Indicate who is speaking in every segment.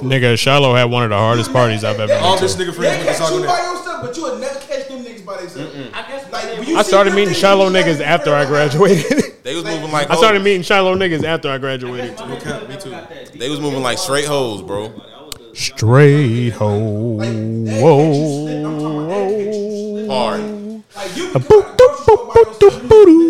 Speaker 1: Nigga, Shiloh had one of the hardest parties I've ever
Speaker 2: All
Speaker 1: been
Speaker 2: this
Speaker 1: to.
Speaker 2: nigga
Speaker 3: They
Speaker 2: friends with
Speaker 3: catch
Speaker 2: this
Speaker 3: you
Speaker 2: on
Speaker 3: by
Speaker 2: that.
Speaker 3: yourself, but you would never catch them niggas by themselves.
Speaker 4: I guess
Speaker 3: Like, when
Speaker 4: like,
Speaker 3: you
Speaker 1: I
Speaker 3: see
Speaker 1: started
Speaker 3: them
Speaker 1: meeting
Speaker 3: niggas,
Speaker 1: Shiloh
Speaker 3: you gotta
Speaker 1: niggas
Speaker 3: be
Speaker 1: after I
Speaker 3: careful.
Speaker 1: graduated.
Speaker 5: They was moving like
Speaker 1: I started
Speaker 5: hoes.
Speaker 1: meeting Shiloh niggas after I graduated.
Speaker 4: me too.
Speaker 5: They was moving like straight hoes, bro.
Speaker 1: Straight ho.
Speaker 3: Like, that catch you
Speaker 1: Whoa.
Speaker 3: slipping. I'm talking about that catch you slipping.
Speaker 5: Hard.
Speaker 3: Like, you
Speaker 1: A
Speaker 3: can
Speaker 1: boop,
Speaker 3: go to the grocery
Speaker 1: doop,
Speaker 3: store
Speaker 1: boop,
Speaker 3: by
Speaker 1: boop,
Speaker 3: yourself.
Speaker 1: doop, boo, doo.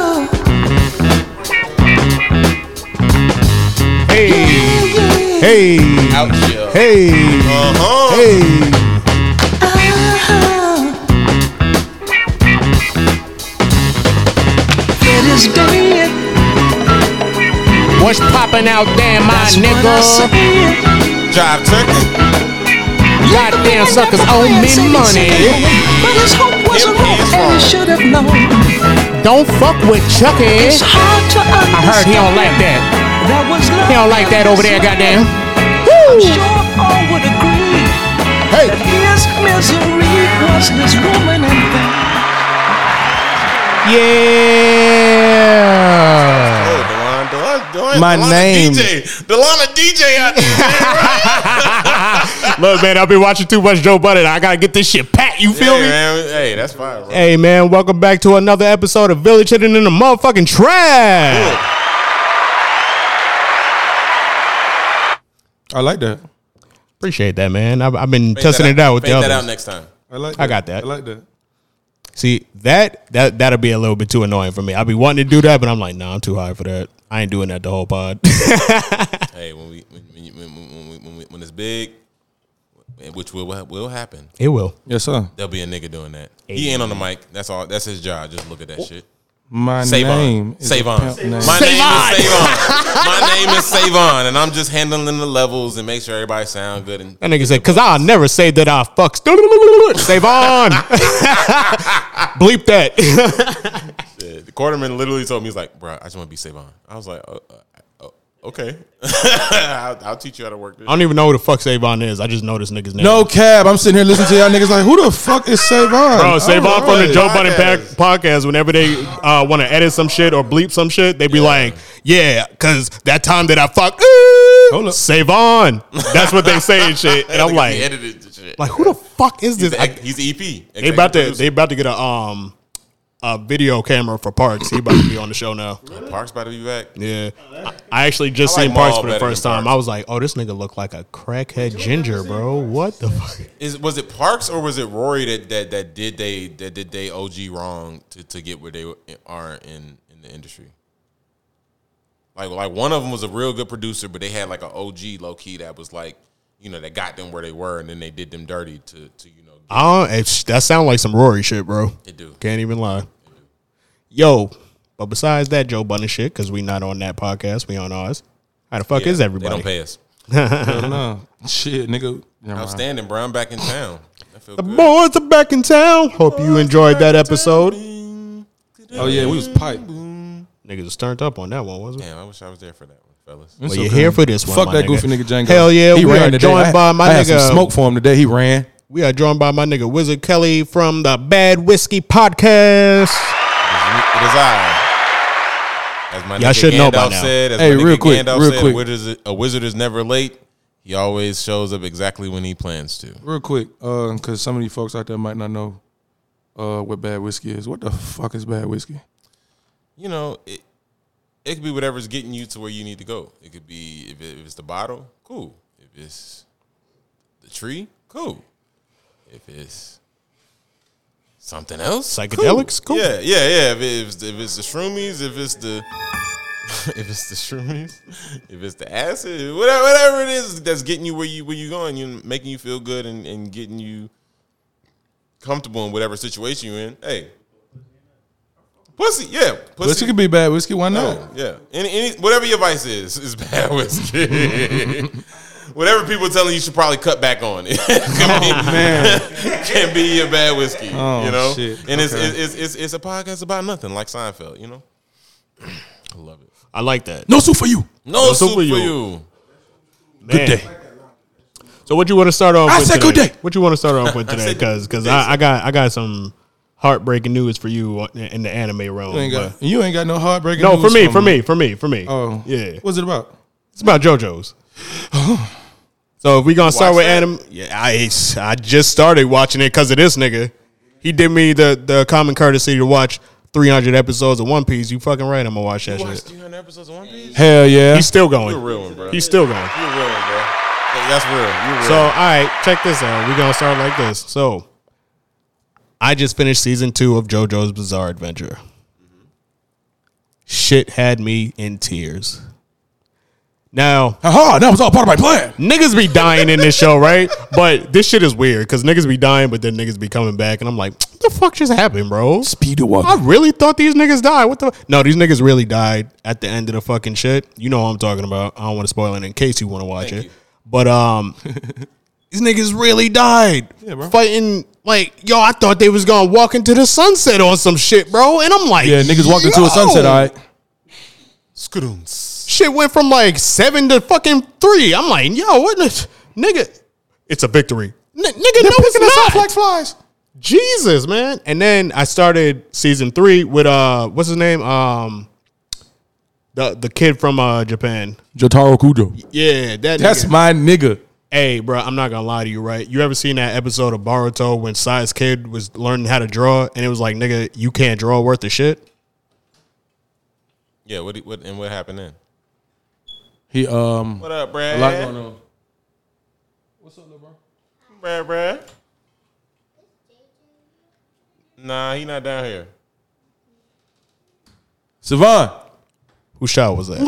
Speaker 1: Hey. Hey.
Speaker 5: Out here.
Speaker 1: Hey.
Speaker 5: Uh huh.
Speaker 1: Hey.
Speaker 6: Uh-huh.
Speaker 1: What's popping out there, my nigga?
Speaker 5: Drive turkey.
Speaker 1: Goddamn suckers owe me money.
Speaker 6: But his hope was a
Speaker 5: Him
Speaker 6: rope
Speaker 5: is
Speaker 6: and
Speaker 5: wrong.
Speaker 6: he should have known.
Speaker 1: Don't fuck with Chucky.
Speaker 6: It's hard to
Speaker 1: I heard
Speaker 6: understand.
Speaker 1: he don't like that.
Speaker 6: There was love.
Speaker 1: He don't like that over there, goddamn.
Speaker 6: I'm
Speaker 1: Woo!
Speaker 6: sure all would agree
Speaker 1: Hey.
Speaker 6: that his misery was this woman and that.
Speaker 1: Yeah.
Speaker 5: Hey, Delon, Delon, Delon,
Speaker 1: My
Speaker 5: Delon
Speaker 1: name.
Speaker 5: DJ. Delon, DJ out there.
Speaker 1: Look, man, I've been watching too much Joe Budden. I gotta get this shit pat. You feel
Speaker 5: hey,
Speaker 1: me?
Speaker 5: man. Hey, that's fire, bro.
Speaker 1: Hey, man, welcome back to another episode of Village Hidden in the Motherfucking Trap.
Speaker 2: I like that.
Speaker 1: Appreciate that, man. I've, I've been
Speaker 5: Fade
Speaker 1: testing
Speaker 5: that
Speaker 1: it out with
Speaker 5: Fade
Speaker 1: the
Speaker 5: that out
Speaker 1: others.
Speaker 5: next time.
Speaker 2: I like. That.
Speaker 1: I got that.
Speaker 2: I like that.
Speaker 1: See that that that'll be a little bit too annoying for me. I'll be wanting to do that, but I'm like, nah, I'm too high for that. I ain't doing that the whole pod.
Speaker 5: Hey, when we when when, when, when, when, when, we- when it's big, which will will happen,
Speaker 1: it will.
Speaker 2: Yes, sir.
Speaker 5: there'll be a nigga doing that. He ain't on the mic. That's all. That's his job. Just look at that shit.
Speaker 2: Oh. My name.
Speaker 5: Savon.
Speaker 2: is a
Speaker 5: Savon.
Speaker 2: pimp name.
Speaker 5: My name
Speaker 1: Savon.
Speaker 5: is Savon. My name is Savon, and I'm just handling the levels and make sure everybody sound good. And
Speaker 1: That nigga said, "Cause I'll never say that I fucks." Save on. Bleep that.
Speaker 5: the quarterman literally told me, he's like, bro, I just want to be Savon. I was like, oh, uh, oh, okay. I'll, I'll teach you how to work this.
Speaker 1: I don't even know who the fuck Savon is. I just know this nigga's name.
Speaker 2: No cab. I'm sitting here listening to y'all niggas like, who the fuck is Savon?
Speaker 1: Bro, Savon
Speaker 2: All
Speaker 1: from the
Speaker 2: right.
Speaker 1: Joe Budden pa- podcast. Whenever they uh, want to edit some shit or bleep some shit, they be like, "Yeah, cause that time that I fuck,
Speaker 2: Hold
Speaker 1: ooh,
Speaker 2: up.
Speaker 1: Savon." That's what they say and shit. And I'm
Speaker 5: He
Speaker 1: like,
Speaker 5: edited the shit.
Speaker 1: like who the fuck is
Speaker 5: He's
Speaker 1: this?
Speaker 5: the,
Speaker 1: I-
Speaker 5: ec- he's the E EP.
Speaker 1: They about to they about to get a um a video camera for Parks. He about to be on the show now.
Speaker 5: Park's about to be back.
Speaker 1: Yeah, I, I actually just
Speaker 5: Oh, I like
Speaker 1: seen Parks
Speaker 5: Maul
Speaker 1: for the
Speaker 5: better
Speaker 1: first
Speaker 5: than
Speaker 1: time.
Speaker 5: Parks.
Speaker 1: I was like, oh, this nigga look like a crackhead ginger, bro. What the fuck?
Speaker 5: Is was it Parks or was it Rory that that, that did they that did they OG wrong to, to get where they are in in the industry? Like like one of them was a real good producer, but they had like an OG low key that was like you know that got them where they were, and then they did them dirty to to you know. Get
Speaker 1: I don't, it's, that sound like some Rory shit, bro.
Speaker 5: It do.
Speaker 1: Can't even lie. Yo, but besides that Joe Budden shit, because we not on that podcast, we on ours. How the fuck is
Speaker 5: They
Speaker 1: everybody?
Speaker 5: don't pay us.
Speaker 2: Hell no. Shit, nigga. Never mind.
Speaker 5: Outstanding, bro. I'm back in town. I feel
Speaker 1: the
Speaker 5: good.
Speaker 1: boys are back in town. Hope you enjoyed that episode.
Speaker 2: Oh yeah, we was pipe.
Speaker 1: Niggas is turned up on that one, wasn't it?
Speaker 5: Damn, I wish I was there for that one, fellas.
Speaker 1: Well, you're here for this one.
Speaker 2: Fuck
Speaker 1: my
Speaker 2: that goofy nigga Django.
Speaker 1: Hell yeah,
Speaker 2: he
Speaker 1: we
Speaker 2: ran
Speaker 1: are
Speaker 2: today.
Speaker 1: joined
Speaker 2: I-
Speaker 1: by my
Speaker 2: I had
Speaker 1: nigga. um,
Speaker 2: Some smoke for him today. He ran.
Speaker 1: We are joined by my nigga Wizard Kelly from the Bad Whiskey Podcast.
Speaker 5: It is I. As my
Speaker 1: Y'all
Speaker 5: nigga
Speaker 1: should know
Speaker 5: Gandalf
Speaker 1: by now.
Speaker 5: said, as
Speaker 2: Hey,
Speaker 5: my nigga
Speaker 2: real quick,
Speaker 5: Gandalf
Speaker 2: real
Speaker 5: said,
Speaker 2: quick.
Speaker 5: A, wizard is, a wizard is never late. He always shows up exactly when he plans to.
Speaker 2: Real quick, because some of you folks out there might not know uh, what bad whiskey is. What the fuck is bad whiskey?
Speaker 5: You know, it it could be whatever's getting you to where you need to go. It could be if, it, if it's the bottle, cool. If it's the tree, cool. If it's something else,
Speaker 1: Psychedelics? Cool.
Speaker 5: Yeah, yeah, yeah. If it's if it's the shroomies, if it's the if it's the shroomies, if it's the acid, whatever, whatever it is that's getting you where you where you going, you making you feel good and, and getting you comfortable in whatever situation you're in. Hey, pussy, yeah, pussy,
Speaker 2: Whiskey could be bad whiskey. Why not?
Speaker 5: Oh, yeah, any, any whatever your vice is is bad whiskey. whatever people telling you, you should probably cut back on it.
Speaker 2: Oh, Man,
Speaker 5: can be your bad whiskey.
Speaker 2: Oh,
Speaker 5: you know,
Speaker 2: shit.
Speaker 5: and it's,
Speaker 2: Okay.
Speaker 5: it's it's it's a podcast about nothing, like Seinfeld. You know, I love it.
Speaker 1: I like that.
Speaker 2: no soup Oh, for you.
Speaker 5: No,
Speaker 1: soup
Speaker 5: soup
Speaker 1: for
Speaker 5: for
Speaker 1: you.
Speaker 5: you.
Speaker 1: Good
Speaker 2: day.
Speaker 1: So what you want to start off?
Speaker 2: I
Speaker 1: with
Speaker 2: said
Speaker 1: today?
Speaker 2: good day.
Speaker 1: What you want to start off with today? Because I, I got I got some heartbreaking news for you in the anime realm.
Speaker 2: You ain't got,
Speaker 1: but-
Speaker 2: you ain't got no heartbreaking.
Speaker 1: no, for
Speaker 2: news
Speaker 1: me, for me, for me, for me.
Speaker 2: Oh,
Speaker 1: yeah.
Speaker 2: What's it about?
Speaker 1: It's about JoJo's. so if we gonna start
Speaker 5: Watch
Speaker 1: with
Speaker 5: that?
Speaker 1: anime, yeah, I I just started watching it because of this nigga. He did me the the common courtesy to watch 300 episodes of One Piece. You fucking right, I'm gonna watch that
Speaker 5: Watch
Speaker 1: shit.
Speaker 5: 300 episodes of One Piece.
Speaker 2: Hell yeah.
Speaker 1: He's still
Speaker 5: You're a real
Speaker 1: going.
Speaker 5: one, bro.
Speaker 1: He's still going.
Speaker 5: You're a real one, bro. That- That's real. You're real.
Speaker 1: So, all right, check this out. We're going to start like this. So, I just finished season two of JoJo's Bizarre Adventure. Mm-hmm. Shit had me in tears. Now,
Speaker 2: Haha, that was all part of my plan.
Speaker 1: niggas be dying in this show, right? But this shit is weird because niggas be dying, but then niggas be coming back, and I'm like, what the fuck just happened, bro?
Speaker 2: Speed to walk.
Speaker 1: I really thought these niggas died. What the? No, these niggas really died at the end of the fucking shit. You know what I'm talking about. I don't want to spoil it in case you want to watch it. But um, these niggas really died
Speaker 2: bro.
Speaker 1: fighting. Like yo, I thought they was gonna walk into the sunset on some shit, bro. And I'm like,
Speaker 2: Yeah, niggas walked into
Speaker 1: yo,
Speaker 2: a sunset, all right.
Speaker 5: Skudoons.
Speaker 1: Shit went from like seven to fucking three. I'm like, yo, what, the, nigga? It's a victory, N- nigga. no, it's not.
Speaker 2: flies.
Speaker 1: Jesus, man. And then I started season three with uh what's his name? Um the the kid from uh Japan.
Speaker 2: Jotaro Kujo.
Speaker 1: Yeah, that
Speaker 2: That's
Speaker 1: nigga.
Speaker 2: my nigga.
Speaker 1: Hey, bro, I'm not gonna lie to you, right? You ever seen that episode of Boruto when Sai's kid was learning how to draw and it was like, nigga, you can't draw worth of shit?
Speaker 5: Yeah, what, do- what and what happened then?
Speaker 2: He um
Speaker 5: What up,
Speaker 2: a
Speaker 5: Brad?
Speaker 2: lot going on.
Speaker 5: Brad, Brad. Nah, he not down here.
Speaker 2: Savon.
Speaker 1: Whose shot was that?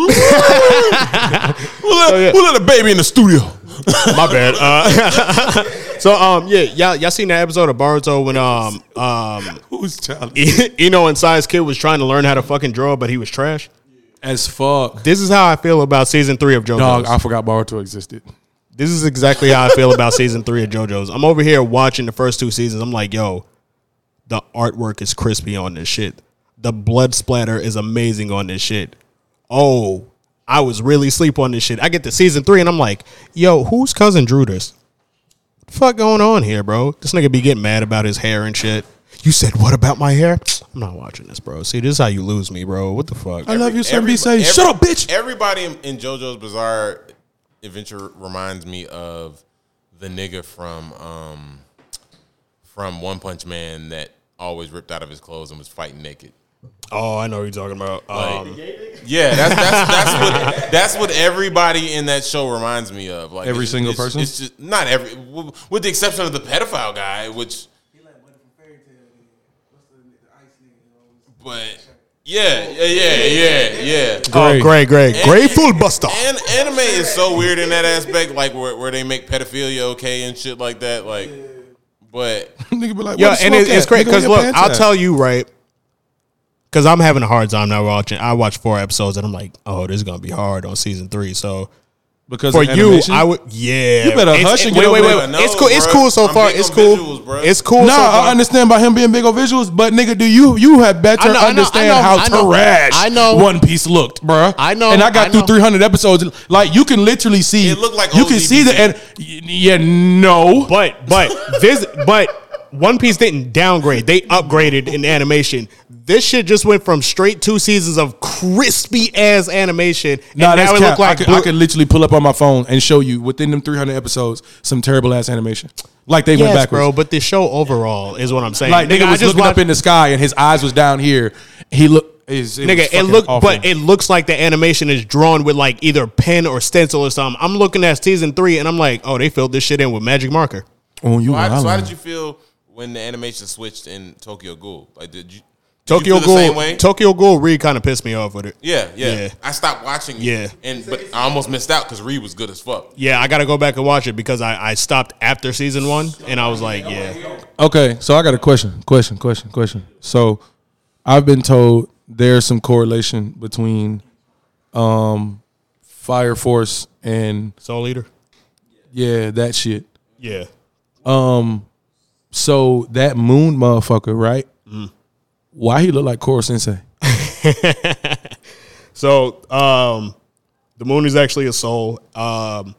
Speaker 5: Who let, who let a baby in the studio?
Speaker 1: My bad. Uh, so um yeah, y'all y'all seen that episode of Boruto when um um E,
Speaker 2: Who's child?
Speaker 1: Eno and Sai's kid was trying to learn how to fucking draw, but he was trash.
Speaker 2: As fuck.
Speaker 1: This is how I feel about season three of JoJo's.
Speaker 2: Dog, I forgot Boruto existed.
Speaker 1: This is exactly how I feel about season three of JoJo's. I'm over here watching the first two seasons. I'm like, yo, the artwork is crispy on this shit. The blood splatter is amazing on this shit. Oh, I was really sleep on this shit. I get to season three and I'm like, yo, whose cousin drew this? Fuck going on here, bro? This nigga be getting mad about his hair and shit. You said what about my hair? I'm not watching this, bro. See, this is how you lose me, bro. What the fuck?
Speaker 2: I love you, son. Be
Speaker 5: Every-
Speaker 2: safe.
Speaker 5: every-
Speaker 2: Shut up, bitch.
Speaker 5: Everybody in, in JoJo's Bizarre Adventure reminds me of the nigga from um from One Punch Man that always ripped out of his clothes and was fighting naked.
Speaker 1: Oh, I know what you're talking about. Um,
Speaker 5: Yeah, that's that's, that's what that's what everybody in that show reminds me of. Like
Speaker 2: Every
Speaker 5: it's-
Speaker 2: single
Speaker 5: it's-
Speaker 2: person?
Speaker 5: It's just not every, w- with the exception of the pedophile guy, which. But yeah, yeah, yeah, yeah, yeah.
Speaker 1: oh, great, great, grateful Buster.
Speaker 5: And anime is so weird in that aspect, like where, where they make pedophilia okay and shit like that. Like, but
Speaker 2: Nigga be like,
Speaker 1: Yeah, and it, it's great because look, I'll tell you right, because I'm having a hard time not watching. I watched four episodes and I'm like, oh, this is gonna be hard on season three. So
Speaker 2: because
Speaker 1: for
Speaker 2: of
Speaker 1: you,
Speaker 2: animation?
Speaker 1: I would, yeah,
Speaker 2: You better
Speaker 1: It's-
Speaker 2: hush and
Speaker 1: wait,
Speaker 2: get
Speaker 1: wait,
Speaker 2: over
Speaker 1: wait,
Speaker 2: it.
Speaker 1: wait.
Speaker 5: No,
Speaker 1: it's cool. It's
Speaker 5: Oh, bruh.
Speaker 1: cool so
Speaker 5: I'm
Speaker 1: far.
Speaker 5: big
Speaker 1: It's
Speaker 5: on
Speaker 1: cool.
Speaker 5: visuals, bruh.
Speaker 1: it's cool.
Speaker 2: No,
Speaker 1: so far.
Speaker 2: I understand by him being big on visuals, but nigga, do you you had better
Speaker 1: I know, I know, I
Speaker 2: understand
Speaker 1: know, I
Speaker 2: how
Speaker 1: know,
Speaker 2: trash
Speaker 1: I know.
Speaker 2: One Piece looked, bruh.
Speaker 1: I know,
Speaker 2: and I got
Speaker 1: I
Speaker 2: through
Speaker 1: know.
Speaker 2: three hundred episodes. Like you can literally see,
Speaker 5: It looked like
Speaker 2: you can
Speaker 5: OZB.
Speaker 2: see the and y- yeah, no,
Speaker 1: But but this but One Piece didn't downgrade. They upgraded in animation. This shit just went from straight two seasons of crispy ass animation. And
Speaker 2: nah, that's
Speaker 1: now it
Speaker 2: cap.
Speaker 1: looked like
Speaker 2: I, could,
Speaker 1: blue-
Speaker 2: I could literally pull up on my phone and show you within them three hundred episodes some terrible ass animation. Like they went
Speaker 1: yes,
Speaker 2: backwards.
Speaker 1: bro. But the show overall is what I'm saying.
Speaker 2: Like nigga,
Speaker 1: I
Speaker 2: was
Speaker 1: just
Speaker 2: looking up
Speaker 1: watched-
Speaker 2: in the sky and his eyes was down here. He looked.
Speaker 1: Nigga, it look, but it looks like the animation is drawn with like either pen or stencil or something. I'm looking at season three, and I'm like, oh, they filled this shit in with magic marker.
Speaker 2: Oh, you
Speaker 5: why, so how
Speaker 2: wildin'.
Speaker 5: did you feel when the animation switched in Tokyo Ghoul? Like, did you did you
Speaker 1: Tokyo
Speaker 5: feel the same
Speaker 1: Ghoul,
Speaker 5: way?
Speaker 1: Tokyo Ghoul, really kind of pissed me off with it.
Speaker 5: Yeah, yeah,
Speaker 1: Yeah.
Speaker 5: I stopped watching. it,
Speaker 1: Yeah.
Speaker 5: and but I almost missed out because Reed was good as fuck.
Speaker 1: Yeah, I gotta go back and watch it because I, I stopped after season one, and I was like, yeah,
Speaker 2: Okay, so I got a question, question, question, question. So I've been told there's some correlation between um Fire Force and
Speaker 1: Soul Eater.
Speaker 2: yeah, that shit.
Speaker 1: Yeah,
Speaker 2: Um so that moon motherfucker, right?
Speaker 1: Mm.
Speaker 2: Why he look like Koro Sensei?
Speaker 1: So um, the moon is actually a soul. Um,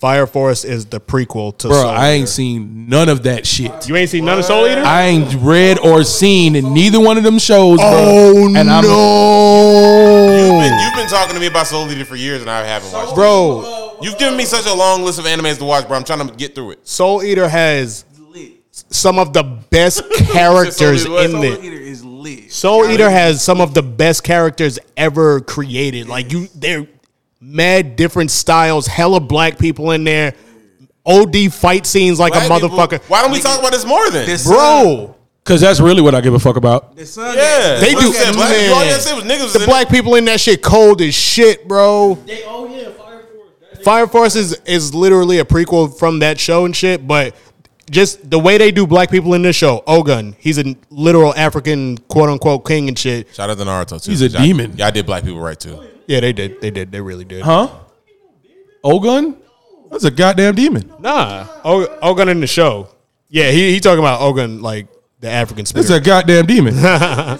Speaker 1: Fire Force is the prequel to
Speaker 2: Bro,
Speaker 1: Soul
Speaker 2: I ain't
Speaker 1: Eater.
Speaker 2: seen none of that shit.
Speaker 1: You ain't seen none of Soul Eater?
Speaker 2: I ain't read or seen in neither one of them shows, bro.
Speaker 1: oh
Speaker 2: and I'm-
Speaker 1: no,
Speaker 5: You've been, you've been talking to me about Soul Eater for years, and I haven't watched. it.
Speaker 1: bro!
Speaker 5: You've given me such a long list of animes to watch, bro. I'm trying to get through it.
Speaker 1: Soul Eater has some of the best characters
Speaker 5: Soul Eater was-
Speaker 1: in
Speaker 5: Soul
Speaker 1: it.
Speaker 3: Eater is lit.
Speaker 1: Soul Eater has some of the best characters ever created. Like you, they're mad different styles. Hella black people in there. OD fight scenes like a
Speaker 5: Black people-
Speaker 1: motherfucker,
Speaker 5: why don't we talk about this more then?
Speaker 3: This-
Speaker 1: bro.
Speaker 2: Cause that's really what I give a fuck about.
Speaker 3: The sun.
Speaker 5: yeah,
Speaker 1: They
Speaker 5: What
Speaker 1: do.
Speaker 5: is that? Black,
Speaker 1: man.
Speaker 5: you all you said was niggas. was
Speaker 1: the
Speaker 5: in it.
Speaker 1: black people in that shit cold as shit, bro.
Speaker 4: They, oh yeah, Fire Force. That-
Speaker 1: Fire Force is, is literally a prequel from that show and shit, but just the way they do black people in this show, Ogun, he's a literal African quote unquote king and shit.
Speaker 5: Shout out to Naruto too.
Speaker 2: He's a
Speaker 5: Y'all-
Speaker 2: demon.
Speaker 5: Y'all did black people right too.
Speaker 1: Yeah, they did. They did. They really did.
Speaker 2: Huh? Ogun? That's a goddamn demon.
Speaker 1: Nah, o- Ogun in the show. Yeah, he he talking about Ogun like the African
Speaker 2: That's
Speaker 1: spirit.
Speaker 2: a goddamn demon.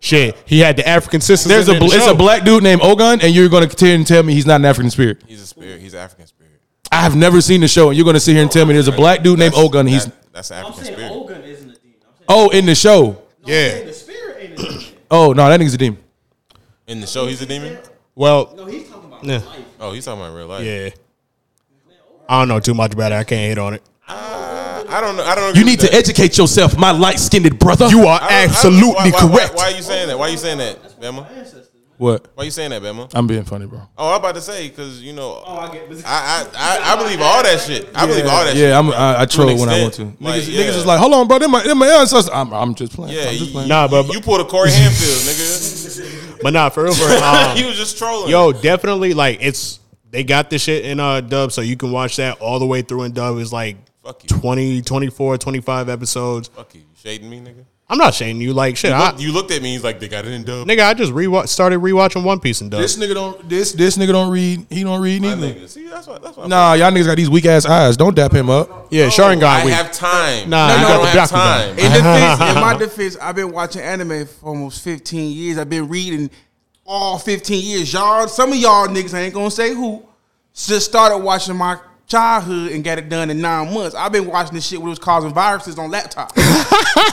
Speaker 1: shit, he had the African sisters.
Speaker 2: There's
Speaker 1: in
Speaker 2: a
Speaker 1: the
Speaker 2: bl- it's
Speaker 1: show.
Speaker 2: a black dude named Ogun, and you're gonna continue and tell me he's not an African spirit.
Speaker 5: He's a spirit. He's an African spirit.
Speaker 2: I have never seen the show, and you're gonna sit here and tell me there's a black dude named
Speaker 5: That's-
Speaker 2: Ogun. And he's
Speaker 5: that- that's an
Speaker 4: I'm
Speaker 5: African
Speaker 4: saying
Speaker 5: spirit.
Speaker 4: Ogun isn't a demon. I'm saying,
Speaker 2: oh in the show.
Speaker 4: I'm saying
Speaker 1: Yeah.
Speaker 4: the spirit ain't a demon.
Speaker 2: Oh no, that nigga's a demon.
Speaker 5: In the show, he's a demon.
Speaker 1: Well,
Speaker 4: No, he's talking about
Speaker 1: Yeah.
Speaker 4: life.
Speaker 5: Oh, he's talking about real life.
Speaker 1: yeah. I don't know too much about it. I can't hit on it.
Speaker 5: I, I don't know. I don't.
Speaker 2: You
Speaker 5: agree
Speaker 2: need
Speaker 5: with
Speaker 2: to educate yourself, my light-skinned brother.
Speaker 1: You are
Speaker 5: that. I don't- I don't- why-
Speaker 1: absolutely
Speaker 5: why- why-
Speaker 1: correct.
Speaker 5: Why, are you saying that? Why are you saying that, Bama?
Speaker 2: what?
Speaker 5: Why are you saying that, Bama?
Speaker 2: I'm being funny, bro.
Speaker 5: Oh, I'm about to say because you know,
Speaker 4: Oh, I get this.
Speaker 5: I, I I I believe all that shit. I believe all that. shit.
Speaker 2: Yeah, I'm, I, I troll
Speaker 5: an
Speaker 2: when I want to.
Speaker 5: extent,
Speaker 2: Niggas,
Speaker 5: like, yeah.
Speaker 2: niggas is like, hold on, bro. They're my, they're my ancestors. I'm, I'm just playing.
Speaker 5: Yeah,
Speaker 2: I'm
Speaker 5: you,
Speaker 2: just playing.
Speaker 1: Nah, but-
Speaker 5: you pulled a Corey Hanfield, nigga.
Speaker 1: But nah, for real, for real, um,
Speaker 5: he was just trolling.
Speaker 1: yo, definitely like it's they got this shit in uh dub, so you can watch that all the way through in dub. It's like
Speaker 5: Fuck you.
Speaker 1: 20, 24, 25 episodes.
Speaker 5: fuck you, you shading me, nigga.
Speaker 1: I'm not saying you like shit. I,
Speaker 5: you looked at me. He's like, they got it in dub.
Speaker 1: nigga, I just rewatch started rewatching One Piece in dub.
Speaker 2: This nigga don't. This this nigga don't read. He don't read
Speaker 5: My
Speaker 2: neither.
Speaker 5: nigga. See, that's why. That's why.
Speaker 2: Nah, y'all niggas got these weak ass eyes. Don't dap him up.
Speaker 1: yeah,
Speaker 5: I
Speaker 1: Sharingan week.
Speaker 5: have time.
Speaker 1: Nah,
Speaker 5: I
Speaker 1: you got
Speaker 5: don't
Speaker 1: the
Speaker 5: have
Speaker 1: Bakugan.
Speaker 5: time.
Speaker 3: In defense, in my defense, I've been watching anime for almost 15 years. I've been reading all 15 years. Y'all, some of y'all niggas, I ain't gonna say who, just started watching my childhood and got it done in nine months. I've been watching this shit when it was causing viruses on laptops. You know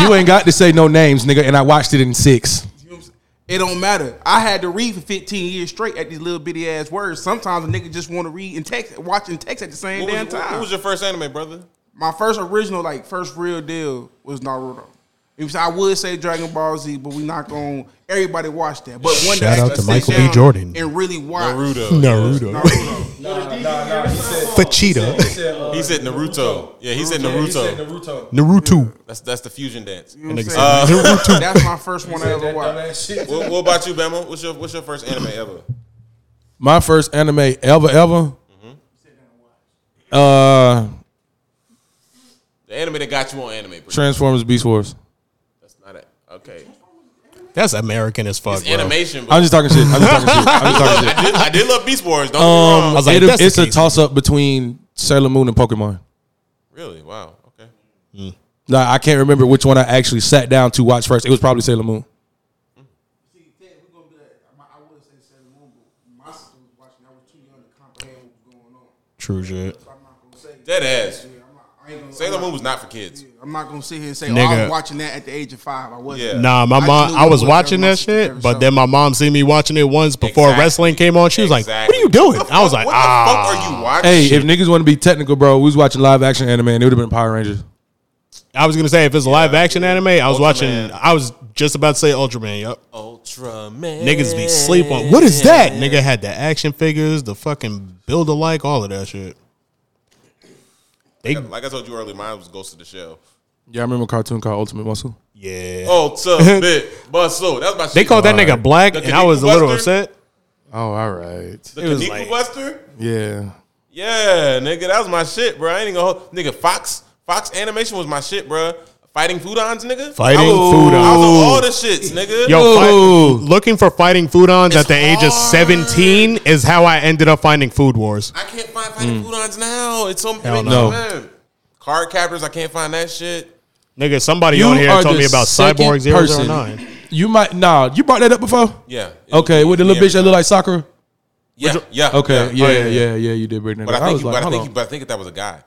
Speaker 2: you ain't got to say no names, nigga. And I watched it in six.
Speaker 3: what I'm saying? it don't matter. I had to read for 15 years straight at these little bitty ass words. Sometimes a nigga just want to read and text, watch and text at the same
Speaker 5: What
Speaker 3: damn
Speaker 5: was,
Speaker 3: time.
Speaker 5: what was your first anime, brother?
Speaker 3: my first original, like first real deal, was Naruto. It was- I would say Dragon Ball Z, but we not going. Everybody watch that. But one
Speaker 1: Shout
Speaker 3: day,
Speaker 1: out
Speaker 3: I
Speaker 1: to
Speaker 3: sit
Speaker 1: Michael B.
Speaker 3: down
Speaker 1: Jordan.
Speaker 3: and really watch
Speaker 5: Naruto.
Speaker 1: Naruto.
Speaker 3: Naruto.
Speaker 1: Fachita.
Speaker 3: uh,
Speaker 5: He said Naruto. Yeah, he said Naruto.
Speaker 2: Naruto.
Speaker 1: Naruto.
Speaker 5: That's that's the fusion dance.
Speaker 3: You know what I'm saying?
Speaker 1: Nigga said
Speaker 3: That's my first one I ever watched.
Speaker 5: What, what about you, Bama? What's your what's your first anime ever?
Speaker 2: My first anime ever ever.
Speaker 5: Mm-hmm.
Speaker 2: Uh,
Speaker 5: The anime that got you on anime. Bro.
Speaker 2: Transformers Beast Wars.
Speaker 5: That's not it. Okay,
Speaker 1: That's American as fuck,
Speaker 5: it's
Speaker 1: bro.
Speaker 5: animation. But
Speaker 2: I'm just talking shit. I'm just talking shit. I'm just talking shit.
Speaker 5: I, did, I did love Beast Wars. Don't get
Speaker 2: Um,
Speaker 5: me wrong.
Speaker 1: was like,
Speaker 2: it-
Speaker 1: that's the
Speaker 2: it's a
Speaker 1: case.
Speaker 2: toss up between Sailor Moon and Pokemon.
Speaker 5: Really? Wow. Okay.
Speaker 1: Hmm.
Speaker 2: Like, I can't remember which one I actually sat down to watch first. It was probably Sailor Moon.
Speaker 1: True shit.
Speaker 5: Dead ass. Sailor Moon was not for kids.
Speaker 3: I'm not gonna sit here and say, oh, I
Speaker 1: Nigga.
Speaker 3: was watching that at the age of five. I wasn't.
Speaker 5: Yeah.
Speaker 1: Nah, my
Speaker 3: I
Speaker 1: mom.
Speaker 3: knew
Speaker 1: I
Speaker 3: it
Speaker 1: was
Speaker 3: was every
Speaker 1: watching that
Speaker 3: month,
Speaker 1: shit,
Speaker 3: every
Speaker 1: but
Speaker 3: show.
Speaker 1: then my mom seen me watching it once before
Speaker 5: Exactly.
Speaker 1: wrestling came on. She was like, "What
Speaker 5: Exactly.
Speaker 1: are you doing?" I was like,
Speaker 5: what
Speaker 1: "Ah."
Speaker 5: the fuck are you watching?
Speaker 2: Hey, if niggas want to be technical, bro, we was watching live action anime and it would have been Power Rangers.
Speaker 1: I was gonna say if it's a live action anime, I was watching.
Speaker 5: Ultraman.
Speaker 1: I was just about to say Ultraman. Yup.
Speaker 5: Ultraman.
Speaker 1: Niggas be sleep on. What is that? Nigga had the action figures, the fucking build alike, all of that shit. They
Speaker 5: Like I told you earlier, mine was Ghost of the Shell. Oh,
Speaker 2: Yeah, I remember a cartoon called Ultimate Muscle.
Speaker 1: yeah.
Speaker 5: Ultimate Muscle. That's my.
Speaker 1: they
Speaker 5: shit.
Speaker 1: called that nigga black,
Speaker 5: The
Speaker 1: and I was a little
Speaker 5: Kaniku Buster?
Speaker 1: upset.
Speaker 2: Oh, all right.
Speaker 5: The
Speaker 1: it was
Speaker 5: Kaniku
Speaker 1: like-
Speaker 5: Buster.
Speaker 2: Yeah.
Speaker 5: Yeah, nigga, that was my shit, bro. I ain't gonna hold, nigga. Fox, Fox animation was my shit, bro. Fighting Foodons, nigga.
Speaker 1: Fighting
Speaker 5: I was,
Speaker 1: Foodons.
Speaker 5: I was on all the shits, nigga.
Speaker 1: Yo, fight,
Speaker 2: Ooh.
Speaker 1: looking for fighting foodons at the age
Speaker 5: hard.
Speaker 1: of 17 is how I ended up finding Food Wars.
Speaker 5: I can't find Fighting Foodons now. It's so
Speaker 1: Hell
Speaker 5: big,
Speaker 2: no.
Speaker 5: man. Card captors, I can't find that shit.
Speaker 1: Nigga, somebody
Speaker 2: You
Speaker 1: on here
Speaker 2: are
Speaker 1: told
Speaker 2: the
Speaker 1: me about
Speaker 2: second
Speaker 1: Cyborg
Speaker 2: person.
Speaker 1: 009.
Speaker 2: You might, nah, you brought that up before?
Speaker 5: Yeah. It
Speaker 2: Okay,
Speaker 5: was-
Speaker 2: with the little
Speaker 5: yeah.
Speaker 2: bitch that look like Sakura?
Speaker 5: Yeah, yeah. yeah.
Speaker 2: Okay, yeah,
Speaker 5: Oh,
Speaker 2: yeah, yeah, You did break that.
Speaker 5: But I
Speaker 2: down.
Speaker 5: think,
Speaker 2: was
Speaker 5: he-
Speaker 2: like,
Speaker 5: but I
Speaker 2: hold
Speaker 5: think, he-
Speaker 2: on.
Speaker 5: but I think that was a guy.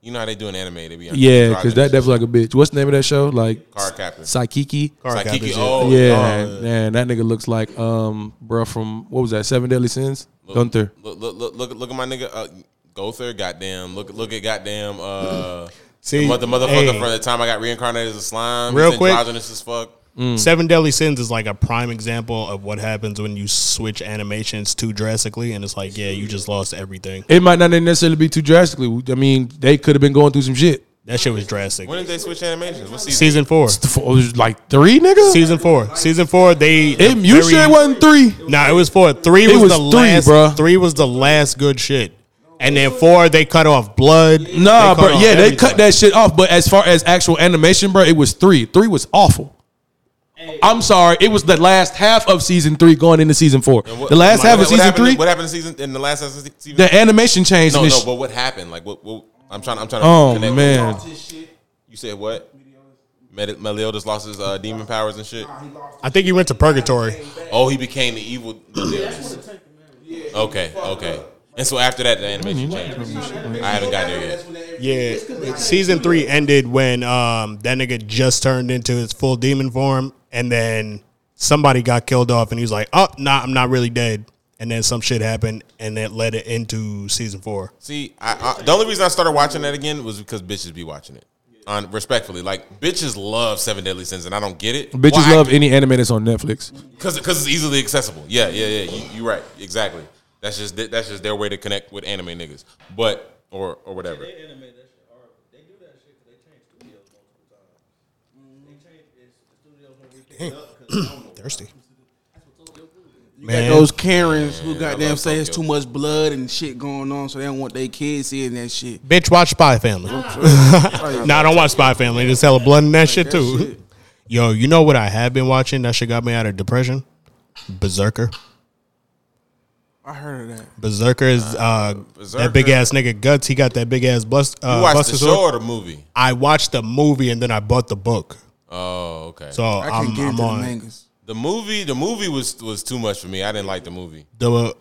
Speaker 5: You know how they do an anime? They be on
Speaker 2: yeah,
Speaker 5: driving
Speaker 2: because that
Speaker 5: and
Speaker 2: that was like a bitch. What's the name of that show? Like
Speaker 5: Car Captain.
Speaker 2: Psychiki.
Speaker 5: shit. It's
Speaker 1: Car
Speaker 5: like
Speaker 1: Captain
Speaker 5: Kiki.
Speaker 1: shit.
Speaker 5: Oh,
Speaker 2: yeah,
Speaker 5: oh,
Speaker 2: man, that nigga looks like um, bruh from what was that? Seven Deadly Sins. Gunther.
Speaker 5: Look, look, look, look, look at my nigga. Uh, Gother, goddamn. Look, look at goddamn. Uh,
Speaker 1: See,
Speaker 5: the, mother- motherfucker
Speaker 1: hey.
Speaker 5: from the time I got reincarnated as a slime.
Speaker 1: Real
Speaker 5: He's
Speaker 1: quick. Mm.
Speaker 5: androgynous as fuck.
Speaker 2: Mm.
Speaker 1: Seven Deadly Sins is like a prime example of what happens when you switch animations too drastically, and it's like, yeah, you just lost everything.
Speaker 2: It might not necessarily be too drastically. I mean, they could have been going through some shit.
Speaker 1: That shit was drastic.
Speaker 5: When did they switch animations? What season?
Speaker 1: Season four,
Speaker 2: It was like three niggas.
Speaker 1: season four, season four. They
Speaker 2: it, you
Speaker 1: very-
Speaker 2: sure it wasn't three?
Speaker 1: Nah, it was four. Three
Speaker 2: It
Speaker 1: was,
Speaker 2: was
Speaker 1: the
Speaker 2: three,
Speaker 1: last.
Speaker 2: bruh.
Speaker 1: Three was the last good shit, and then four they cut off blood.
Speaker 2: Nah,
Speaker 1: They cut
Speaker 2: bro.
Speaker 1: off
Speaker 2: Yeah, they
Speaker 1: everything.
Speaker 2: cut that shit off. But as far as actual animation, bro, it was three. Three was awful. I'm sorry. It was the last half of season three going into season four.
Speaker 5: What-
Speaker 2: the last
Speaker 5: what-
Speaker 2: half
Speaker 5: what
Speaker 2: of season
Speaker 5: happened-
Speaker 2: three,
Speaker 5: What happened in season in the last season? season-
Speaker 2: the animation changed.
Speaker 5: no,
Speaker 2: and
Speaker 5: no.
Speaker 2: this-
Speaker 5: But what happened? Like what? what I'm trying. I'm trying to.
Speaker 2: oh
Speaker 5: connect.
Speaker 2: man,
Speaker 5: You said what? Mel- Meliodas lost his uh, demon powers and shit.
Speaker 1: I think he went to purgatory.
Speaker 5: Oh, he became the evil. Meliodas. okay, okay. And so after that, the animation changed. I haven't got there yet.
Speaker 1: Yeah, season three ended when um that nigga just turned into his full demon form, and then somebody got killed off, and he was like, "Oh, nah, I'm not really dead." And then some shit happened, and that led it into season four.
Speaker 5: See, I, I, the only reason I started watching that again was because bitches be watching it. On respectfully, like bitches love Seven Deadly Sins, and I don't get it.
Speaker 2: bitches love any anime that's on Netflix.
Speaker 5: because because it's easily accessible. Yeah, yeah, yeah. You, you're right. Exactly. That's just th- that's just their way to connect with anime niggas, but or or whatever.
Speaker 4: They animate that shit. Or they do that shit because they change studios multiple times. They change it's the studios when we pick it up because I don't know.
Speaker 1: Thirsty.
Speaker 3: Got
Speaker 1: Man,
Speaker 3: those Karens who goddamn
Speaker 5: love
Speaker 3: say it's too
Speaker 5: Tokyo.
Speaker 3: much blood and shit going on, so they don't want their kids seeing that shit.
Speaker 1: bitch, watch Spy Family. nah, I don't watch Spy Family. There's hella blood in that shit too. Yo, you know what I have been watching? That shit got me out of depression. Berserker.
Speaker 3: I heard of that.
Speaker 1: Berserker is uh,
Speaker 5: Berserker.
Speaker 1: that big ass nigga guts. He got that big ass bust. Uh,
Speaker 5: You watched
Speaker 1: buster
Speaker 5: the
Speaker 1: sword.
Speaker 5: show or the movie?
Speaker 1: I watched the movie and then I bought the book.
Speaker 5: Oh, okay.
Speaker 1: So
Speaker 3: I
Speaker 1: I
Speaker 3: can
Speaker 1: am
Speaker 3: get
Speaker 1: I'm
Speaker 3: into the
Speaker 1: on
Speaker 3: mangas.
Speaker 5: the movie, the movie was was too much for me. I didn't like the movie.
Speaker 1: the. uh,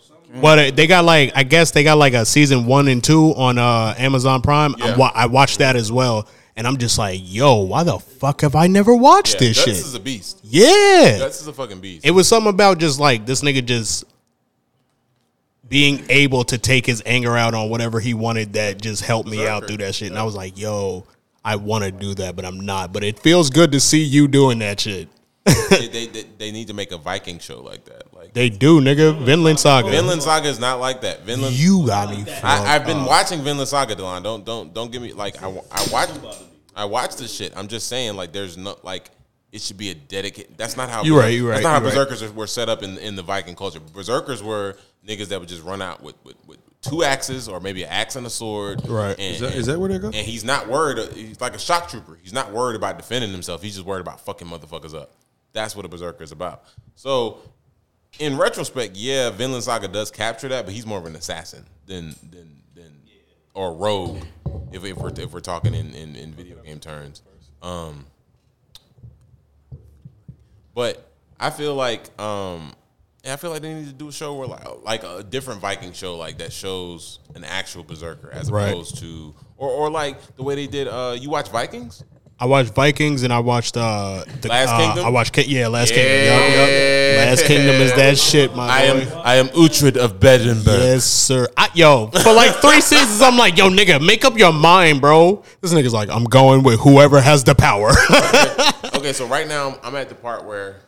Speaker 1: But they got like I guess they got like a season one and two on uh, Amazon Prime. I,
Speaker 5: Yeah.
Speaker 1: wa- I watched that as well, and I'm just like, yo, why the fuck have I never watched
Speaker 5: Yeah,
Speaker 1: this
Speaker 5: Guts
Speaker 1: shit?
Speaker 5: is a beast.
Speaker 1: yeah,
Speaker 5: Guts is a fucking beast.
Speaker 1: it was something about just like this nigga just being able to take his anger out on whatever he wanted that just helped me out through that shit. And I was like, yo, I want to do that, but I'm not. But it feels good to see you doing that shit.
Speaker 5: they, they, they they need to make a Viking show like that. Like
Speaker 1: They do, nigga. Vinland Saga.
Speaker 5: Vinland Saga is not like that. Vinland.
Speaker 1: You got me. fucked
Speaker 5: I, I've been
Speaker 1: up.
Speaker 5: watching Vinland Saga, Delon. Don't don't don't give me like I wa- I watch I watch this shit. I'm just saying like there's no like it should be a dedicated. That's not how
Speaker 1: You right, you right,
Speaker 5: That's not how
Speaker 1: you right.
Speaker 5: berserkers were- were set up in in the Viking culture. Berserkers were niggas that would just run out with with, with two axes or maybe an axe and a sword.
Speaker 1: Right.
Speaker 5: And,
Speaker 2: Is that- is that where they go?
Speaker 5: And he's not worried. He's like a shock trooper. He's not worried about defending himself. He's just worried about fucking motherfuckers up. That's what a berserker is about. So in retrospect, yeah, Vinland Saga does capture that, but he's more of an assassin than than than or rogue. If, if we're if we're talking in, in, in video game terms, um, but I feel like um, and I feel like they need to do a show where like like a different Viking show like that shows an actual berserker as
Speaker 1: Right.
Speaker 5: opposed to or or like the way they did. Uh, you watch Vikings?
Speaker 1: I watched Vikings and I watched uh the
Speaker 5: Last
Speaker 1: uh,
Speaker 5: Kingdom?
Speaker 1: I watched Ki- yeah Last Kingdom. Yup, yup. Last Kingdom is that shit, my
Speaker 5: I
Speaker 1: boy.
Speaker 5: am I am Uhtred of Bedinburg.
Speaker 1: Yes, sir. I, yo, for like three seasons, I'm like, yo, nigga, make up your mind, bro. This nigga's like, I'm going with whoever has the power.
Speaker 5: okay, so right now I'm at the part where,